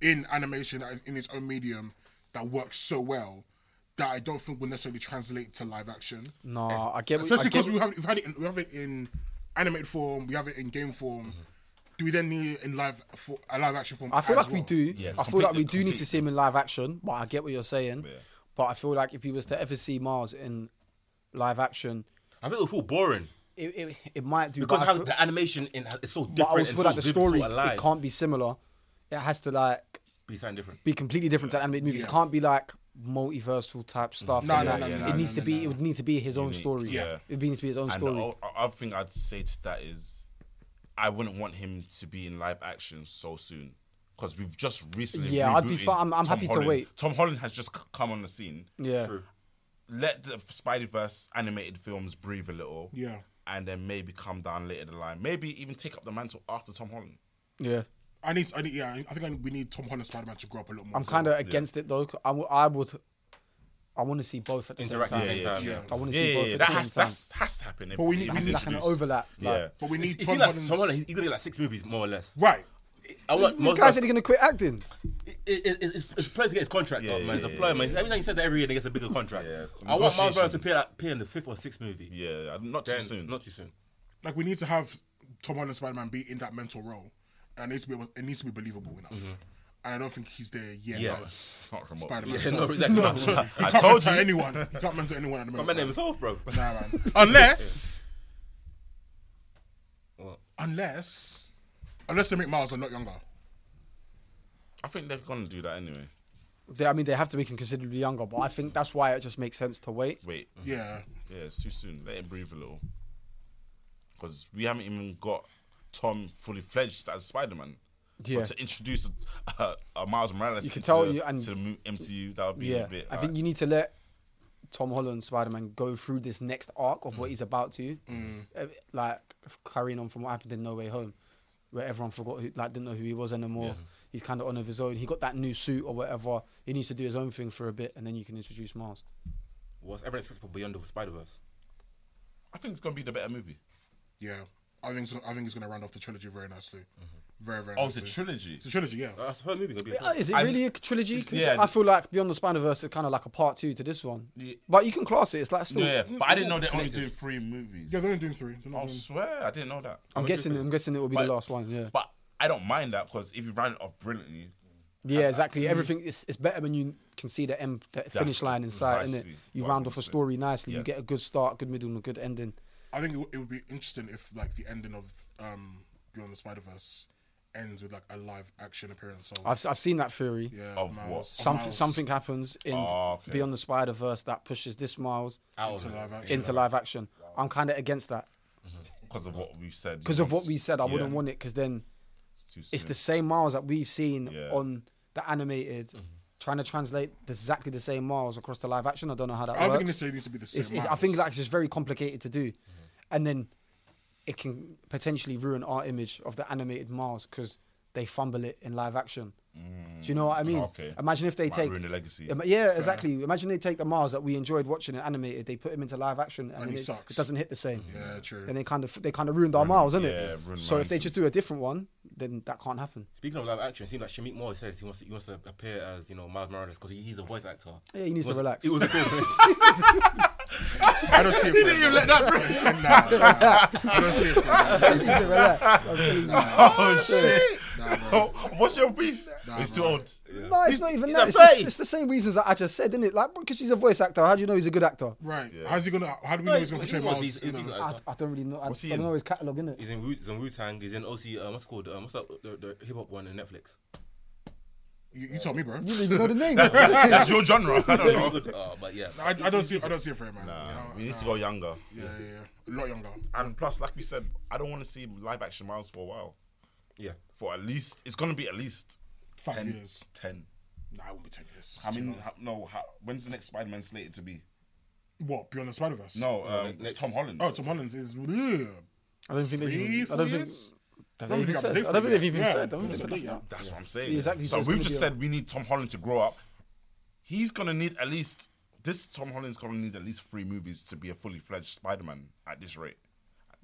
Speaker 1: in animation uh, in its own medium that works so well that I don't think will necessarily translate to live action.
Speaker 3: No, I get. what- I
Speaker 1: Especially
Speaker 3: get-
Speaker 1: because we have we've had it in, we have it in animated form, we have it in game form. Do we then need it in live for a live action form?
Speaker 3: Mm-hmm. I feel
Speaker 1: as
Speaker 3: like we
Speaker 1: well?
Speaker 3: do.
Speaker 4: Yeah, it's
Speaker 3: I feel like we
Speaker 4: completely-
Speaker 3: do need to see him in live action, but I get what you're saying. But I feel like if he was to ever see Mars in live action,
Speaker 2: I think it would feel boring
Speaker 3: it it, it might do.
Speaker 2: because
Speaker 3: but I
Speaker 2: how
Speaker 3: feel-
Speaker 2: the animation in it's so
Speaker 3: but I
Speaker 2: different.
Speaker 3: always
Speaker 2: and
Speaker 3: feel
Speaker 2: so
Speaker 3: like the
Speaker 2: vivid, so
Speaker 3: story it
Speaker 2: alive.
Speaker 3: can't be similar. It has to like
Speaker 2: be something different.
Speaker 3: be completely different to animated movies. It can't be like multiversal type stuff.
Speaker 1: No,
Speaker 3: and
Speaker 1: no,
Speaker 3: that.
Speaker 1: no,
Speaker 3: It
Speaker 1: no, no,
Speaker 3: needs
Speaker 1: no,
Speaker 3: to
Speaker 1: no,
Speaker 3: be.
Speaker 1: no.
Speaker 3: It would need to be his own
Speaker 4: Unique,
Speaker 3: story.
Speaker 4: yeah.
Speaker 3: It needs to be his own
Speaker 4: And
Speaker 3: story.
Speaker 4: the o- o- other thing I'd say to that is, I wouldn't want him to be in live action so soon because we've just recently.
Speaker 3: Yeah, I'd be
Speaker 4: rebooted
Speaker 3: fi- I'm- I'm
Speaker 4: Tom
Speaker 3: happy to
Speaker 4: Holland.
Speaker 3: wait.
Speaker 4: Tom Holland has just c- come on the scene.
Speaker 3: yeah.
Speaker 2: True.
Speaker 4: Let the Spider Verse animated films breathe a little.
Speaker 1: Yeah.
Speaker 4: And then maybe come down later the line. Maybe even take up the mantle after Tom Holland.
Speaker 3: Yeah.
Speaker 1: I need. I need. Yeah. I think I need, we need Tom Holland Spider Man to grow up a lot more.
Speaker 3: I'm kind of against it though. 'cause I would. I would. I want to see both at the same
Speaker 2: Interact at
Speaker 3: time.
Speaker 2: the same time.
Speaker 1: yeah.
Speaker 2: yeah.
Speaker 3: I want to
Speaker 4: Yeah,
Speaker 3: see
Speaker 4: yeah,
Speaker 3: both
Speaker 4: yeah,
Speaker 3: at
Speaker 4: that
Speaker 3: the same
Speaker 4: has,
Speaker 3: time.
Speaker 4: that's, has to happen.
Speaker 1: But we need- we need
Speaker 3: like an overlap, like-
Speaker 4: yeah.
Speaker 1: But we need
Speaker 2: It
Speaker 1: Tom
Speaker 2: seems like
Speaker 1: Holland's.
Speaker 2: Tom Holland, he's gonna do like six movies more or less.
Speaker 1: Right.
Speaker 2: I want
Speaker 3: This
Speaker 2: most
Speaker 3: guy
Speaker 2: of-
Speaker 3: said he's gonna quit acting.
Speaker 2: it, it, it, it's, it's a player to get his contract up, man. It's a
Speaker 4: yeah,
Speaker 2: player, man. Every time he says that every year, they get a bigger contract.
Speaker 4: Yeah, it's
Speaker 2: I want Miles Morales to
Speaker 4: negotiations.
Speaker 2: appear, like, appear in the fifth or sixth movie.
Speaker 4: Yeah, not too
Speaker 2: Then-
Speaker 4: soon.
Speaker 2: Not too soon.
Speaker 1: Like we need to have Tom Holland Spider Man be in that mental role, and it needs to be able- it needs to be believable enough. And I don't think he's there yet.
Speaker 2: Yeah.
Speaker 1: as
Speaker 4: Not remote.
Speaker 1: Spider Man.
Speaker 2: Yeah, no, exactly. No, sorry.
Speaker 1: He
Speaker 4: I
Speaker 1: can't
Speaker 4: told
Speaker 1: mentor
Speaker 4: you.
Speaker 1: anyone. He can't mentor anyone at the
Speaker 2: My
Speaker 1: moment.
Speaker 2: name
Speaker 1: man.
Speaker 2: is off, bro.
Speaker 1: Nah, man. Unless,
Speaker 2: What?
Speaker 1: unless, unless they make Miles a lot younger.
Speaker 4: I think they're gonna do that anyway.
Speaker 3: They, I mean, they have to make him considerably younger, but I think that's why it just makes sense to wait.
Speaker 4: Wait,
Speaker 1: Yeah.
Speaker 4: yeah, it's too soon. Let it breathe a little, because we haven't even got Tom fully fledged as Spider Man.
Speaker 3: Yeah.
Speaker 4: So to introduce a, a Miles Morales
Speaker 3: You can
Speaker 4: into
Speaker 3: tell
Speaker 4: the-
Speaker 3: you- and-
Speaker 4: to the mo- MCU, that would be
Speaker 3: Yeah,
Speaker 4: a bit. uh,
Speaker 3: I think
Speaker 4: like-
Speaker 3: you need to let Tom Holland Spider Man go through this next arc of
Speaker 4: Mm.
Speaker 3: what he's about to, uh, like f- carrying on from what happened in No Way Home, where everyone forgot who, like didn't know who he was anymore. He's kind of on of his own. He got that new suit or whatever. He needs to do his own thing for a bit, and then you can introduce Miles.
Speaker 2: What's everyone expected for Beyond the Spider Verse?
Speaker 4: I think it's gonna be the better movie.
Speaker 1: Yeah, I think it's, I think it's going to round off the trilogy very nicely. Very very.
Speaker 4: Oh, it's
Speaker 1: nicely.
Speaker 4: a trilogy.
Speaker 1: It's a trilogy, yeah.
Speaker 2: That's her movie. Gonna be a
Speaker 3: Uh, Is it
Speaker 4: I'm-
Speaker 3: really a trilogy? 'Cause
Speaker 4: yeah.
Speaker 3: I feel like Beyond the Spider Verse is kind of like a part two to this one.
Speaker 4: Yeah.
Speaker 3: But you can class it. It's like still.
Speaker 4: Yeah, but I didn't know they're only doing
Speaker 2: Connected.
Speaker 4: three movies.
Speaker 1: Yeah, they're only doing three. They're not
Speaker 4: I
Speaker 1: doing...
Speaker 4: swear, I didn't know that.
Speaker 3: I'm guessing. I'm guessing it will be
Speaker 4: But-
Speaker 3: the last one. Yeah.
Speaker 4: But I don't mind that because if you round it off brilliantly,
Speaker 3: Yeah, exactly. Everything is it's better when you can see the, end, the finish line inside, is
Speaker 4: precisely
Speaker 3: You
Speaker 4: what I was
Speaker 3: round
Speaker 4: gonna
Speaker 3: off a
Speaker 4: say.
Speaker 3: story nicely. You
Speaker 4: Yes.
Speaker 3: get a good start, good middle, and a good ending.
Speaker 1: I think it, w- it would be interesting if like the ending of um, Beyond the Spider Verse ends with like a live action appearance of
Speaker 3: I've, I've seen that theory.
Speaker 1: yeah
Speaker 4: Of
Speaker 1: Miles-
Speaker 4: what?
Speaker 1: of
Speaker 3: Something
Speaker 1: Miles
Speaker 3: something happens in
Speaker 4: Ah, okay.
Speaker 3: Beyond the Spider Verse that pushes this Miles
Speaker 2: Out
Speaker 1: into
Speaker 2: of it.
Speaker 1: live action.
Speaker 3: into live action. I'm kind of against that
Speaker 4: because of what we've said, you
Speaker 3: because of
Speaker 4: want-
Speaker 3: what we said. I wouldn't
Speaker 4: yeah,
Speaker 3: want it because then
Speaker 4: It's, too
Speaker 3: it's
Speaker 4: soon.
Speaker 3: the same Miles that we've seen
Speaker 4: Yeah. Mm-hmm.
Speaker 3: on the animated. Trying to translate exactly the same miles across the live action. I don't know how that
Speaker 1: I
Speaker 3: works.
Speaker 1: think it needs to be the same.
Speaker 3: it's, it's, I think
Speaker 1: Miles.
Speaker 3: that's just very complicated to do,
Speaker 4: Mm-hmm.
Speaker 3: and then it can potentially ruin our image of the animated Mars because they fumble it in live action. Do you know what I mean?
Speaker 4: Mm, okay.
Speaker 3: Imagine if they
Speaker 4: Might
Speaker 3: take
Speaker 4: ruin the legacy.
Speaker 3: Ima- yeah, exactly. Imagine they take the Mars that we enjoyed watching in animated, they put him into live action, and,
Speaker 1: he
Speaker 3: it,
Speaker 1: sucks.
Speaker 3: it doesn't hit the same.
Speaker 1: yeah, true.
Speaker 3: Then they kind of they kind of ruined our Mars, isn't
Speaker 4: yeah,
Speaker 3: it?
Speaker 4: ruined
Speaker 3: so if they
Speaker 4: Miles.
Speaker 3: just do a different one, then that can't happen.
Speaker 2: Speaking of live action, it seems like Shamik Moore says he wants to, he wants to appear as you know Miles Morales because he, he's a voice actor.
Speaker 3: Yeah, he needs
Speaker 2: It
Speaker 3: to
Speaker 2: was-
Speaker 3: relax.
Speaker 2: It was a cool.
Speaker 1: I don't see it. For you let that nah, nah, I don't see it. For him.
Speaker 3: he needs to relax. I'm telling you.
Speaker 4: Oh shit! Oh,
Speaker 1: Nah, bro.
Speaker 4: What's your beef? it's too
Speaker 1: bro.
Speaker 4: old.
Speaker 3: No, it's not even
Speaker 2: he's
Speaker 3: that.
Speaker 2: a
Speaker 3: It's, the-
Speaker 2: babe.
Speaker 3: it's the same reasons that I just said, isn't it? Like, because he's a voice actor, how do you know he's a good actor?
Speaker 1: Right? How's he gonna? How do we know he's gonna portray
Speaker 2: He's a
Speaker 1: Miles?
Speaker 2: decent-
Speaker 1: in a-
Speaker 2: decent
Speaker 3: I,
Speaker 2: actor.
Speaker 3: I don't really know. I,
Speaker 4: What's he
Speaker 3: I don't
Speaker 4: in?
Speaker 3: know his catalog, innit?
Speaker 2: He's in Wu he's in Wu Tang. He's in OC. Um, what's it called? Um, what's that? The, the hip hop one on Netflix.
Speaker 1: You, you told me, bro.
Speaker 3: You don't even know the name.
Speaker 4: That's your genre. I don't know.
Speaker 2: Good. Uh, but yeah.
Speaker 1: I, I don't see. I don't see it for him, man.
Speaker 4: Nah,
Speaker 1: No,
Speaker 4: we need to
Speaker 1: no.
Speaker 4: go younger.
Speaker 1: Yeah, yeah, yeah. A lot younger.
Speaker 4: And plus, like we said, I don't want to see live action Miles for a while.
Speaker 2: Yeah.
Speaker 4: For at least, it's gonna be at least
Speaker 1: Five
Speaker 4: ten.
Speaker 1: years.
Speaker 4: Ten.
Speaker 1: Nah, I won't be ten years.
Speaker 4: I mean, how, no. How, when's the next Spider Man slated to be?
Speaker 1: what? Beyond the Spider Verse?
Speaker 4: No, um, Tom Holland.
Speaker 1: Oh, Tom Holland's is. bleh.
Speaker 3: I don't think they've
Speaker 1: Three,
Speaker 3: even. I
Speaker 1: four
Speaker 3: don't think.
Speaker 1: years?
Speaker 3: have
Speaker 1: I don't
Speaker 3: they even
Speaker 1: think I've
Speaker 3: said-
Speaker 1: lived
Speaker 3: I don't
Speaker 1: through
Speaker 3: think they've
Speaker 1: that.
Speaker 3: even
Speaker 1: Yeah,
Speaker 3: said. I don't think
Speaker 1: it's
Speaker 3: they've
Speaker 1: a
Speaker 3: done
Speaker 1: bit,
Speaker 4: That's what I'm saying.
Speaker 3: Exactly, so
Speaker 4: So,
Speaker 3: it's
Speaker 4: we've
Speaker 3: gonna
Speaker 4: just
Speaker 3: be a-
Speaker 4: said we need Tom Holland to grow up. He's gonna need at least this. Tom Holland's gonna need at least three movies to be a fully fledged Spider Man at this rate.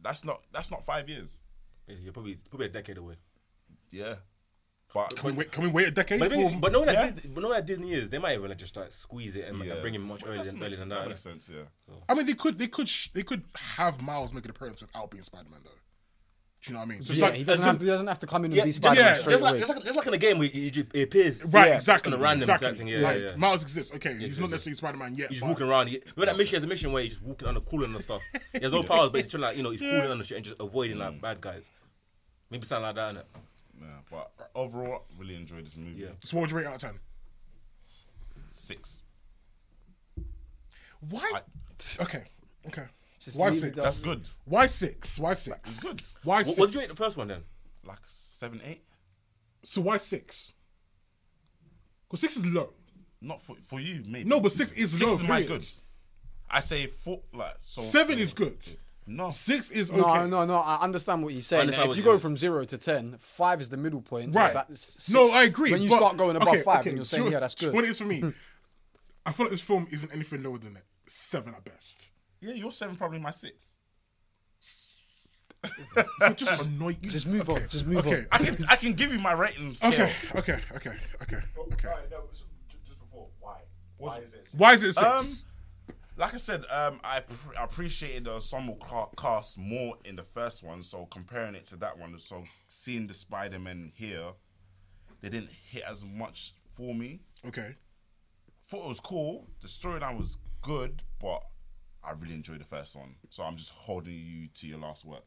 Speaker 4: That's not. That's not five years.
Speaker 2: You're probably probably a decade away.
Speaker 4: Yeah. But
Speaker 1: Can we wait? Can we wait a decade?
Speaker 2: But, the thing is,
Speaker 1: for-
Speaker 2: but knowing that Disney, but knowing that Disney is, they might even like, just like squeeze it and like,
Speaker 4: Yeah.
Speaker 2: bring him much
Speaker 4: Well,
Speaker 2: earlier
Speaker 4: that's
Speaker 2: than earlier
Speaker 4: makes-
Speaker 2: than
Speaker 4: That
Speaker 2: that.
Speaker 4: makes sense. Yeah.
Speaker 1: I mean, they could, they could, sh- they could have Miles make an appearance without being Spider Man, though. Do you know what I mean? So it's
Speaker 3: Yeah,
Speaker 1: like-
Speaker 3: he doesn't
Speaker 1: as
Speaker 3: have
Speaker 1: in-
Speaker 3: to. He doesn't have to come in and
Speaker 2: Yeah,
Speaker 3: be
Speaker 2: just,
Speaker 3: Spider-Man
Speaker 1: yeah,
Speaker 2: just
Speaker 3: straight
Speaker 2: like
Speaker 3: away.
Speaker 2: just like just like in a game where you, you, it appears
Speaker 1: Right,
Speaker 3: Yeah.
Speaker 1: exactly.
Speaker 2: Kinda random
Speaker 1: exactly.
Speaker 2: type thing, yeah,
Speaker 1: Like,
Speaker 2: yeah, yeah.
Speaker 1: Miles exists. Okay, he's
Speaker 2: yeah.
Speaker 1: not necessarily Spider Man yet.
Speaker 2: He's
Speaker 1: but-
Speaker 2: walking around. He- Remember that mission? The mission where he's just walking under, cooling and stuff. He has no powers, but he's trying like you know he's cooling under shit and just avoiding like bad guys. Maybe something like that. Innit?
Speaker 4: Yeah. But overall, really enjoyed this movie.
Speaker 2: Yeah.
Speaker 1: So what would you rate out of ten?
Speaker 4: Six.
Speaker 1: Why? Okay, okay.
Speaker 3: Just
Speaker 1: Why
Speaker 3: leave it
Speaker 1: six?
Speaker 3: there.
Speaker 4: That's good.
Speaker 1: Why six? Why six?
Speaker 4: Good.
Speaker 1: Why
Speaker 2: What,
Speaker 1: six?
Speaker 2: what did you rate the first one then?
Speaker 4: Like seven, eight.
Speaker 1: so why six? Because six is low.
Speaker 4: Not for for you, maybe.
Speaker 1: No, but six is
Speaker 4: six
Speaker 1: low.
Speaker 4: is my
Speaker 1: period.
Speaker 4: good. I say four. Like so.
Speaker 1: Seven is good.
Speaker 4: No.
Speaker 1: Six is okay.
Speaker 3: No, no, no. I understand what you're saying.
Speaker 2: understand
Speaker 3: If
Speaker 2: what
Speaker 3: you
Speaker 2: you're
Speaker 3: go
Speaker 2: saying.
Speaker 3: from zero to ten, five is the middle point.
Speaker 1: Right.
Speaker 3: It's like six.
Speaker 1: No, I agree.
Speaker 3: When you
Speaker 1: but-
Speaker 3: start going above
Speaker 1: okay,
Speaker 3: five,
Speaker 1: okay,
Speaker 3: and you're
Speaker 1: do
Speaker 3: saying,
Speaker 1: you-
Speaker 3: yeah, that's
Speaker 1: do you
Speaker 3: good. Hmm.
Speaker 1: know What it is for me, I feel like this film isn't anything lower than it. Seven at best.
Speaker 4: Yeah, your seven probably my six.
Speaker 1: I just annoy you.
Speaker 3: Just move
Speaker 1: okay.
Speaker 3: on. Just move
Speaker 1: okay.
Speaker 4: I can I can give you my rating scale.
Speaker 1: Okay, okay, okay, okay,
Speaker 6: Oh,
Speaker 1: okay.
Speaker 6: alright, no, so j- just before, why? Why is it?
Speaker 1: Why is it six?
Speaker 4: Um, like I said, um, I pr- appreciated the ensemble ca- cast more in the first one, so comparing it to that one, so seeing the Spider Man here, they didn't hit as much for me.
Speaker 1: okay.
Speaker 4: Thought it was cool. The storyline was good, but I really enjoyed the first one, so I'm just holding you to your last work.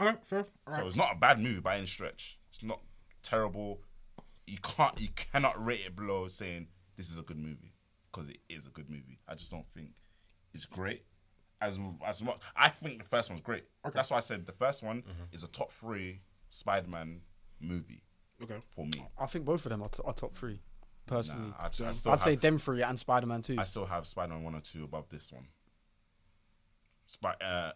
Speaker 1: All right, fair. All
Speaker 4: So
Speaker 1: right.
Speaker 4: it's not a bad movie by any stretch. It's not terrible. You can't, you cannot rate it below saying this is a good movie because it is a good movie. I just don't think it's great as as much. I think the first one's great. That's why I said the first one
Speaker 3: Mm-hmm.
Speaker 4: is a top three Spider-Man movie
Speaker 1: Okay.
Speaker 4: for me.
Speaker 3: I think both of them are, t- are top three. personally.
Speaker 4: I, I still
Speaker 3: I'd
Speaker 4: have,
Speaker 3: say them three and Spider Man too.
Speaker 4: I still have Spider-Man one or two above this one. Spy, uh,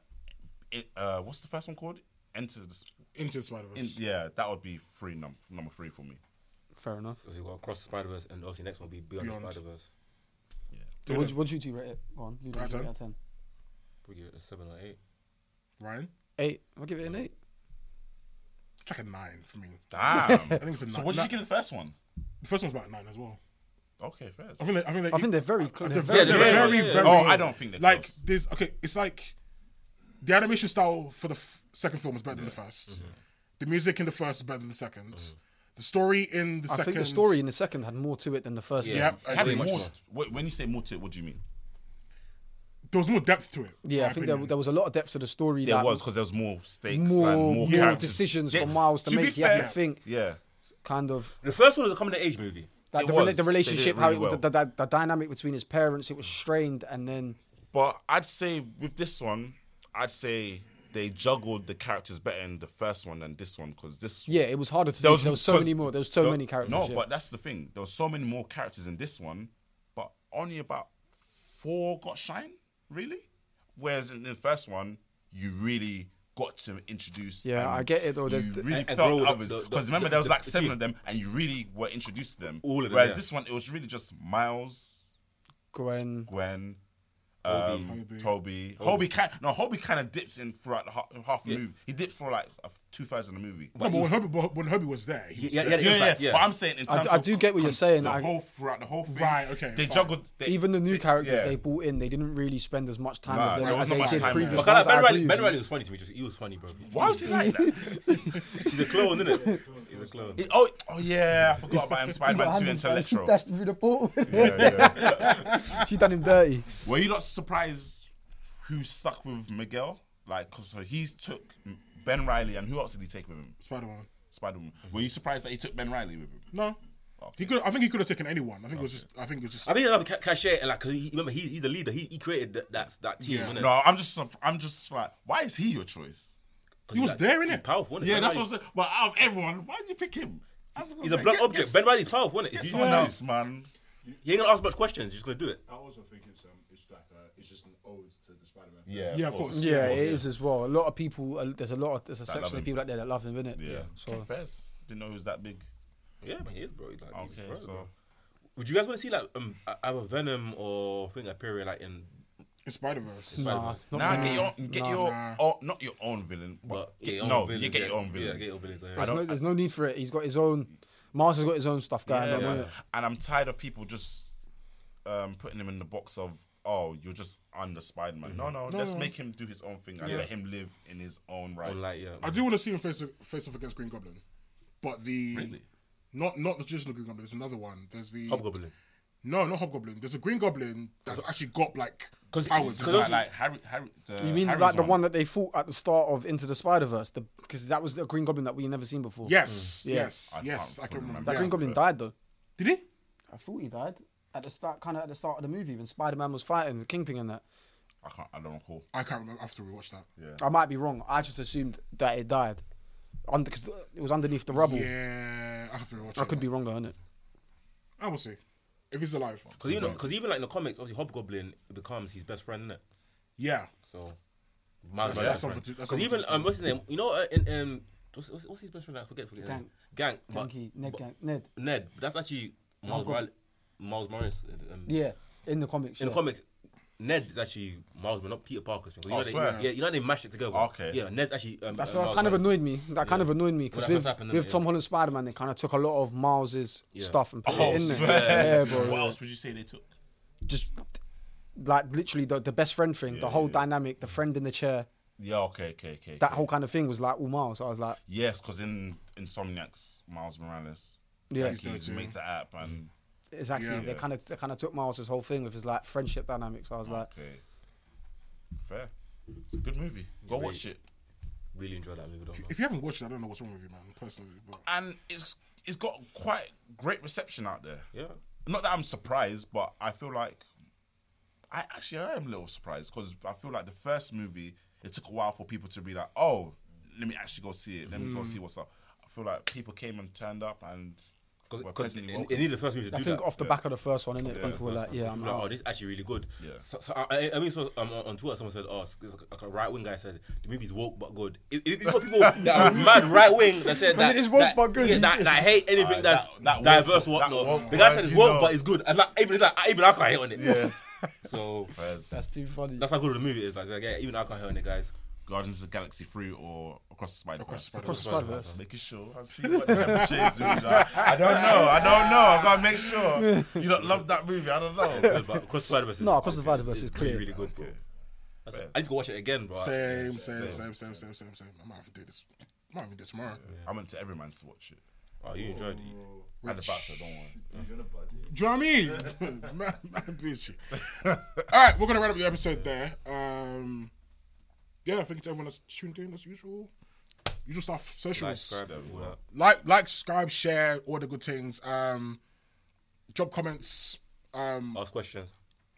Speaker 4: it, uh, what's the first one called? Enter the. Sp-
Speaker 1: Into the Spider
Speaker 4: in,
Speaker 1: Verse.
Speaker 4: yeah, that would be three num- number three for me.
Speaker 3: Fair enough.
Speaker 2: Because you got Across the Spider Verse, and obviously next one will be Beyond,
Speaker 1: Beyond.
Speaker 2: the Spider Verse.
Speaker 3: So would, would you two rate it? Go on, you
Speaker 1: Out
Speaker 3: guys
Speaker 1: of
Speaker 3: rate it
Speaker 1: ten.
Speaker 3: out of ten.
Speaker 2: Probably give it a uh, seven or eight.
Speaker 1: Ryan,
Speaker 3: Eight. I'll give it an eight.
Speaker 1: it's like a nine for me.
Speaker 4: Damn.
Speaker 1: I think it's a nine.
Speaker 4: so what did
Speaker 1: Nah,
Speaker 4: you give the first one?
Speaker 1: The first one's about a nine as well.
Speaker 4: Okay, first.
Speaker 1: I think. They, I think. They,
Speaker 3: I think they're very close.
Speaker 1: They're
Speaker 3: They're
Speaker 1: very,
Speaker 2: Yeah,
Speaker 1: they're
Speaker 2: yeah,
Speaker 1: very,
Speaker 2: yeah.
Speaker 1: very.
Speaker 4: Oh, I don't think they're
Speaker 1: like
Speaker 4: close.
Speaker 1: this. Okay, it's like the animation style for the f- second film is better than the 1st
Speaker 4: Mm-hmm.
Speaker 1: The music in the first is better than the 2nd The story in the
Speaker 3: I
Speaker 1: second.
Speaker 3: think the story in the second had more to it than the first.
Speaker 1: Yeah,
Speaker 2: Yeah,
Speaker 1: I
Speaker 4: Have
Speaker 1: agree.
Speaker 4: you
Speaker 2: much
Speaker 4: more,
Speaker 2: so.
Speaker 4: wait, when you say more to it, what do you mean?
Speaker 1: There was more depth to it. in
Speaker 3: Yeah,
Speaker 1: my
Speaker 3: I think there,
Speaker 1: opinion.
Speaker 3: there was a lot of depth to the story.
Speaker 4: There
Speaker 3: that
Speaker 4: was because there was more stakes
Speaker 3: more,
Speaker 4: and more,
Speaker 3: more,
Speaker 4: characters.
Speaker 3: decisions
Speaker 4: Yeah,
Speaker 3: for Miles to,
Speaker 4: be
Speaker 3: make. You had
Speaker 4: fair,
Speaker 3: to think,
Speaker 4: Yeah,
Speaker 3: kind of
Speaker 2: The first one was a coming of age movie.
Speaker 3: like
Speaker 4: It
Speaker 3: the, rela-
Speaker 4: was.
Speaker 3: the
Speaker 4: They did it
Speaker 3: relationship, how
Speaker 4: really
Speaker 3: it, was-
Speaker 4: well.
Speaker 3: the, the, the dynamic between his parents, it was strained, and then
Speaker 4: but I'd say with this one, I'd say they juggled the characters better in the first one than this one because this
Speaker 3: yeah, it was harder to.
Speaker 4: There
Speaker 3: do.
Speaker 4: was-
Speaker 3: there was so
Speaker 4: 'cause-
Speaker 3: many more. There was so
Speaker 4: No-
Speaker 3: many characters.
Speaker 4: No,
Speaker 3: yeah.
Speaker 4: but that's the thing. There were so many more characters in this one, but only about four got shine, really. Whereas in the first one, you really got to introduce.
Speaker 3: Yeah,
Speaker 4: and
Speaker 3: I get it though. There's
Speaker 4: you
Speaker 3: the-
Speaker 4: really
Speaker 2: And- and
Speaker 4: felt
Speaker 2: grow the-
Speaker 4: others
Speaker 2: the- the-
Speaker 4: because remember there was
Speaker 2: the-
Speaker 4: like
Speaker 2: the
Speaker 4: seven
Speaker 2: team.
Speaker 4: of them, and you really were introduced to them.
Speaker 2: All of them,
Speaker 4: Whereas
Speaker 2: yeah.
Speaker 4: this one, it was really just Miles,
Speaker 3: Gwen,
Speaker 4: Gwen.
Speaker 2: Hobie.
Speaker 4: Um,
Speaker 1: Hobie.
Speaker 4: Toby, Hobie kind no Hobie kind of dips in throughout the half, half the movie. He dipped for like two thirds of the movie.
Speaker 1: No, but when Herbie, but when Herbie was there, he was
Speaker 2: Yeah,
Speaker 1: there.
Speaker 2: yeah, yeah,
Speaker 4: Yeah, yeah,
Speaker 2: yeah.
Speaker 4: But I'm saying in
Speaker 3: I-
Speaker 4: terms
Speaker 3: I
Speaker 4: of
Speaker 3: do get what you're
Speaker 4: cons-
Speaker 3: saying,
Speaker 4: The
Speaker 3: I-
Speaker 4: whole throughout the whole thing,
Speaker 1: Right, okay,
Speaker 4: They
Speaker 1: fine.
Speaker 4: juggled they,
Speaker 3: even the new
Speaker 4: they-
Speaker 3: characters
Speaker 4: yeah.
Speaker 3: they brought in, they didn't really spend as much time with
Speaker 4: Nah, there
Speaker 3: them as
Speaker 4: wasn't
Speaker 3: they
Speaker 4: much
Speaker 3: did
Speaker 4: time
Speaker 3: previous
Speaker 4: there.
Speaker 2: But
Speaker 3: ones.
Speaker 4: That's
Speaker 2: kind of, ben,
Speaker 3: I agree
Speaker 2: Riley,
Speaker 3: with
Speaker 2: ben
Speaker 3: you.
Speaker 2: Riley was funny to me. Just he was funny, bro.
Speaker 4: Why was he like that?
Speaker 2: He's a clone, isn't it? He's a clone.
Speaker 4: He- oh, oh yeah, I forgot about him. Spider-Man
Speaker 3: Hand
Speaker 4: 2
Speaker 3: him-
Speaker 4: Intellectual.
Speaker 3: She dashed through the portal.
Speaker 4: Yeah, yeah.
Speaker 3: she done him dirty.
Speaker 4: Were you not surprised who stuck with Miguel? Like, 'cause so he took Ben Riley, and who else did he take with him?
Speaker 1: Spider Man.
Speaker 4: Spider-Man. Were you surprised that he took Ben Riley with him?
Speaker 1: No,
Speaker 4: Oh,
Speaker 1: he could. I think he could have taken anyone. I think it was just. I think it was just.
Speaker 2: I think another ca- cachet, like 'cause he, remember he, he's the leader. He, he created that that, that team,
Speaker 1: Yeah.
Speaker 2: innit?
Speaker 4: No, I'm just, surp- I'm just like, why is he your choice?
Speaker 1: he was there,
Speaker 2: He's
Speaker 1: innit?
Speaker 2: powerful, innit?
Speaker 4: Yeah,
Speaker 2: Ben
Speaker 4: that's
Speaker 2: Riley-
Speaker 4: what. I'm saying. Well, out of everyone, why did you pick him?
Speaker 2: He's a blunt object. Ben Riley's powerful, isn't it? He,
Speaker 4: Someone else, man.
Speaker 2: he ain't gonna ask much questions. He's just gonna do it.
Speaker 6: I also think it's um, it's like uh, it's just an ode to the Spider-Man.
Speaker 1: Yeah, of course.
Speaker 3: Yeah, it is as well. A lot of people. Uh, there's a lot of there's a
Speaker 4: love
Speaker 3: section
Speaker 4: him.
Speaker 3: of people out there that love him, isn't it?
Speaker 4: Yeah.
Speaker 3: So
Speaker 4: Confess. Didn't know he was that big.
Speaker 2: Yeah, man, he is, bro. He's like, he's
Speaker 4: Okay,
Speaker 2: bro,
Speaker 4: so
Speaker 2: bro. would you guys want to see like um a- either Venom or thing appear like in?
Speaker 1: In Spider Verse.
Speaker 3: nah,
Speaker 2: Spider-Man.
Speaker 3: not
Speaker 4: nah,
Speaker 3: for me.
Speaker 4: get your own, get
Speaker 3: Nah,
Speaker 4: your
Speaker 1: nah.
Speaker 4: oh, not your own villain, but,
Speaker 2: But get your own
Speaker 4: no,
Speaker 2: villains,
Speaker 4: you get
Speaker 2: yeah.
Speaker 4: your own
Speaker 2: Yeah,
Speaker 4: villain.
Speaker 2: get your own villains.
Speaker 4: I
Speaker 3: There's
Speaker 4: don't-
Speaker 3: no, there's no need for it. He's got his own. Mars has got his own stuff going on.
Speaker 4: Yeah.
Speaker 3: innit?
Speaker 4: And I'm tired of people just um, putting him in the box of oh, you're just under Spider Man. No, no, let's make him do his own thing and let him live in his own right.
Speaker 2: Like yeah,
Speaker 1: I do want to see him face face off against Green Goblin, but the
Speaker 4: Really?
Speaker 1: not not the traditional Green Goblin. There's another one. There's the
Speaker 2: Hobgoblin.
Speaker 1: No, not Hobgoblin. There's a Green Goblin that's actually got like
Speaker 2: 'Cause-
Speaker 1: powers. It's
Speaker 2: 'cause
Speaker 4: like,
Speaker 1: like-
Speaker 4: like Harry, Harry. The
Speaker 3: You mean
Speaker 4: Harry's
Speaker 3: like the one that they fought at the start of Into the Spider Verse? Because that was the Green Goblin that we never seen before.
Speaker 1: yes,
Speaker 3: Mm. Yeah.
Speaker 1: yes,
Speaker 4: I
Speaker 1: yes. I
Speaker 4: can't
Speaker 1: can
Speaker 4: remember.
Speaker 1: remember.
Speaker 3: that
Speaker 1: yeah.
Speaker 3: Green Goblin died though.
Speaker 1: Did he?
Speaker 3: I thought he died at the start, kind of at the start of the movie when Spider Man was fighting the Kingpin and that.
Speaker 4: I can't. I don't recall.
Speaker 1: I can't remember. I have to rewatch that.
Speaker 3: I might be wrong. I just assumed that it died, because it was underneath the rubble.
Speaker 1: Yeah, I have to rewatch it.
Speaker 3: I could be wrong though, innit?
Speaker 1: I will see if he's alive.
Speaker 2: Because you know, because even like in the comics, obviously Hobgoblin becomes his best friend, innit?
Speaker 1: Yeah,
Speaker 2: So, might as well
Speaker 1: That's-
Speaker 2: be
Speaker 1: that's
Speaker 2: his
Speaker 1: something to-
Speaker 2: friend.
Speaker 1: that's
Speaker 2: 'Cause
Speaker 1: something
Speaker 2: even
Speaker 1: to
Speaker 2: um, what's his name? You know, uh, in, um, what's, what's, what's his best friend? I forget. forget
Speaker 3: Gank.
Speaker 2: Gang. Gang.
Speaker 3: Ganky, Ned, Gank, Ned.
Speaker 2: Ned. but That's actually Miles,
Speaker 3: Hobgoblin.
Speaker 2: Riley, Miles Morris. Um,
Speaker 3: Yeah, in the comics.
Speaker 2: In the
Speaker 3: yeah.
Speaker 2: comics, Ned is actually Miles, but not Peter Parker's thing. 'Cause You
Speaker 4: Oh,
Speaker 2: know they,
Speaker 4: swear.
Speaker 2: Yeah, you know they mashed it together.
Speaker 4: Okay.
Speaker 2: Yeah, Ned's actually. Um,
Speaker 3: That's
Speaker 2: uh,
Speaker 3: what
Speaker 2: Miles
Speaker 3: kind of
Speaker 2: Morales.
Speaker 3: annoyed me. That kind of annoyed me
Speaker 2: Well,
Speaker 3: because
Speaker 2: that's
Speaker 3: with,
Speaker 2: what's happened,
Speaker 3: with
Speaker 2: innit?
Speaker 3: Tom
Speaker 2: Yeah.
Speaker 3: Holland Spider Man, they kind of took a lot of Miles's
Speaker 2: Yeah.
Speaker 3: stuff and put
Speaker 4: Oh,
Speaker 3: it in
Speaker 4: swear.
Speaker 3: there. Yeah, bro.
Speaker 4: What else would you say they took?
Speaker 3: Just like literally the, the best friend thing, the whole dynamic, the friend in the chair,
Speaker 4: Yeah. Okay. Okay. Okay.
Speaker 3: that
Speaker 4: okay.
Speaker 3: whole kind of thing was like all Miles. I was like,
Speaker 4: Yes, because in Insomniac's Miles Morales,
Speaker 3: yeah,
Speaker 4: like he's
Speaker 1: there too.
Speaker 4: made to app
Speaker 2: Mm.
Speaker 4: and
Speaker 3: exactly.
Speaker 1: Yeah.
Speaker 3: They kind of they kind of took Miles's whole thing with his like friendship dynamics. I was like,
Speaker 4: okay, fair. It's a good movie. Go watch it.
Speaker 2: Really enjoyed that movie, though. man.
Speaker 1: if you haven't watched it, I don't know what's wrong with you, man. Personally, but
Speaker 4: And it's it's got quite great reception out there.
Speaker 2: Yeah.
Speaker 4: Not that I'm surprised, but I feel like I actually I am a little surprised because I feel like the first movie it took a while for people to be like, oh, let me actually go see it. Let me go see what's up. I feel like people came and turned up and We're
Speaker 2: Because
Speaker 4: pleasantly
Speaker 2: it, it
Speaker 4: welcomed.
Speaker 2: needed the first movie to
Speaker 3: I
Speaker 2: do
Speaker 3: think
Speaker 2: that.
Speaker 3: off the back of the first one, innit?
Speaker 4: Yeah,
Speaker 2: the
Speaker 3: people were
Speaker 2: first
Speaker 3: like,
Speaker 2: one.
Speaker 3: yeah,
Speaker 2: People
Speaker 3: I'm
Speaker 2: were like,
Speaker 3: out.
Speaker 2: oh, this is actually really good.
Speaker 4: Yeah.
Speaker 2: So, so I, I, I mean, so, um, on on Twitter, someone said, oh, it's- it's like a right wing guy said the movie's woke but good. It, it, it's got people that are mad right wing that said that
Speaker 3: it is woke
Speaker 2: that-
Speaker 3: but good.
Speaker 2: Yeah, that, that hate anything
Speaker 4: Aye,
Speaker 2: that's
Speaker 4: that- that
Speaker 2: diverse,
Speaker 4: woke- that
Speaker 2: whatnot.
Speaker 4: woke
Speaker 2: The guy
Speaker 4: word,
Speaker 2: said it's
Speaker 4: you
Speaker 2: woke
Speaker 4: know.
Speaker 2: but it's good, and like even like even I can't hate on it.
Speaker 4: Yeah.
Speaker 2: So
Speaker 4: Whereas
Speaker 3: That's too funny.
Speaker 2: that's how good the movie is. Like, like, yeah, even I can't hate on it, guys.
Speaker 4: Guardians of the Galaxy 3 or Across the Spider
Speaker 1: Across
Speaker 4: Verse.
Speaker 1: the Across
Speaker 3: the Spider-Verse. Spider-Verse.
Speaker 4: Making sure. I see what the temperature is. really, like, I don't know. I don't know. I gotta make sure. You don't love that movie. I don't know.
Speaker 2: Good, but Cross Spider Verse.
Speaker 3: No, Across the Spider-Verse is clear.
Speaker 2: Really, really good, bro. That's it. I need to go watch it again, bro.
Speaker 1: Same, same, same, same, same, same, same. I might have to do this. I might have to do this tomorrow.
Speaker 4: I went to every man's to watch it.
Speaker 2: Oh, you enjoyed it.
Speaker 4: At the back, so don't worry.
Speaker 6: He's on a budget.
Speaker 1: Do you know what I mean? man, man, bitch. All right, we're gonna wrap up the episode there. Um, yeah, thank you to everyone that's tuned in as usual. Usual stuff,
Speaker 2: Like,
Speaker 1: socials,
Speaker 2: subscribe, all that.
Speaker 1: like, like, subscribe, share, all the good things. Um, drop comments. Um,
Speaker 2: Ask questions.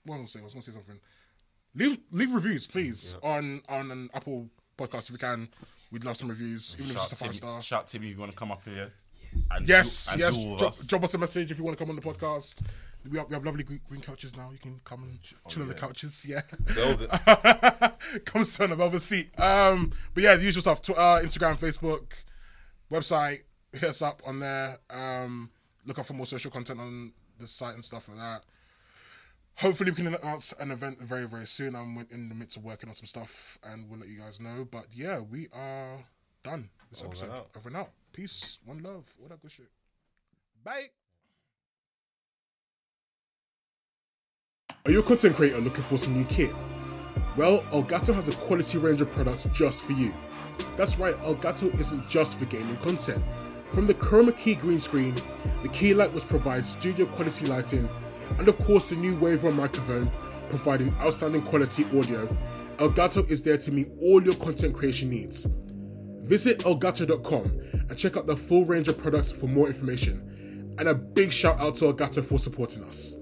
Speaker 1: what was I gonna say? I was gonna say something. Leave leave reviews, please, on on an Apple podcast if you can. We'd love some reviews, even
Speaker 4: Shout
Speaker 1: if it's just a five
Speaker 4: Timmy,
Speaker 1: star.
Speaker 4: shout Timmy if you want to come up here. And
Speaker 1: Yes,
Speaker 4: do, and
Speaker 1: yes.
Speaker 4: Do all of
Speaker 1: Drop,
Speaker 4: us.
Speaker 1: drop us a message if you want to come on the podcast. We have, we have lovely green, green couches now. You can come and
Speaker 4: Oh,
Speaker 1: chill on the couches. Yeah.
Speaker 2: Velvet.
Speaker 1: come sit on another seat. Um, but yeah, the usual stuff: Twitter, Instagram, Facebook, website. Hit us up on there. Um, look out for more social content on the site and stuff like that. Hopefully, we can announce an event very, very soon. I'm wi- in the midst of working on some stuff, and we'll let you guys know. But yeah, we are done this
Speaker 2: Over and
Speaker 1: episode.
Speaker 2: out.
Speaker 1: Over and out. Peace, one love, all that good shit. Bye. Are you a content creator looking for some new kit? Well, Elgato has a quality range of products just for you. That's right, Elgato isn't just for gaming content. From the chroma key green screen, the key light which provides studio quality lighting, and of course the new Wave Run microphone providing outstanding quality audio, Elgato is there to meet all your content creation needs. Visit Elgato.com and check out the full range of products for more information. And a big shout out to Elgato for supporting us.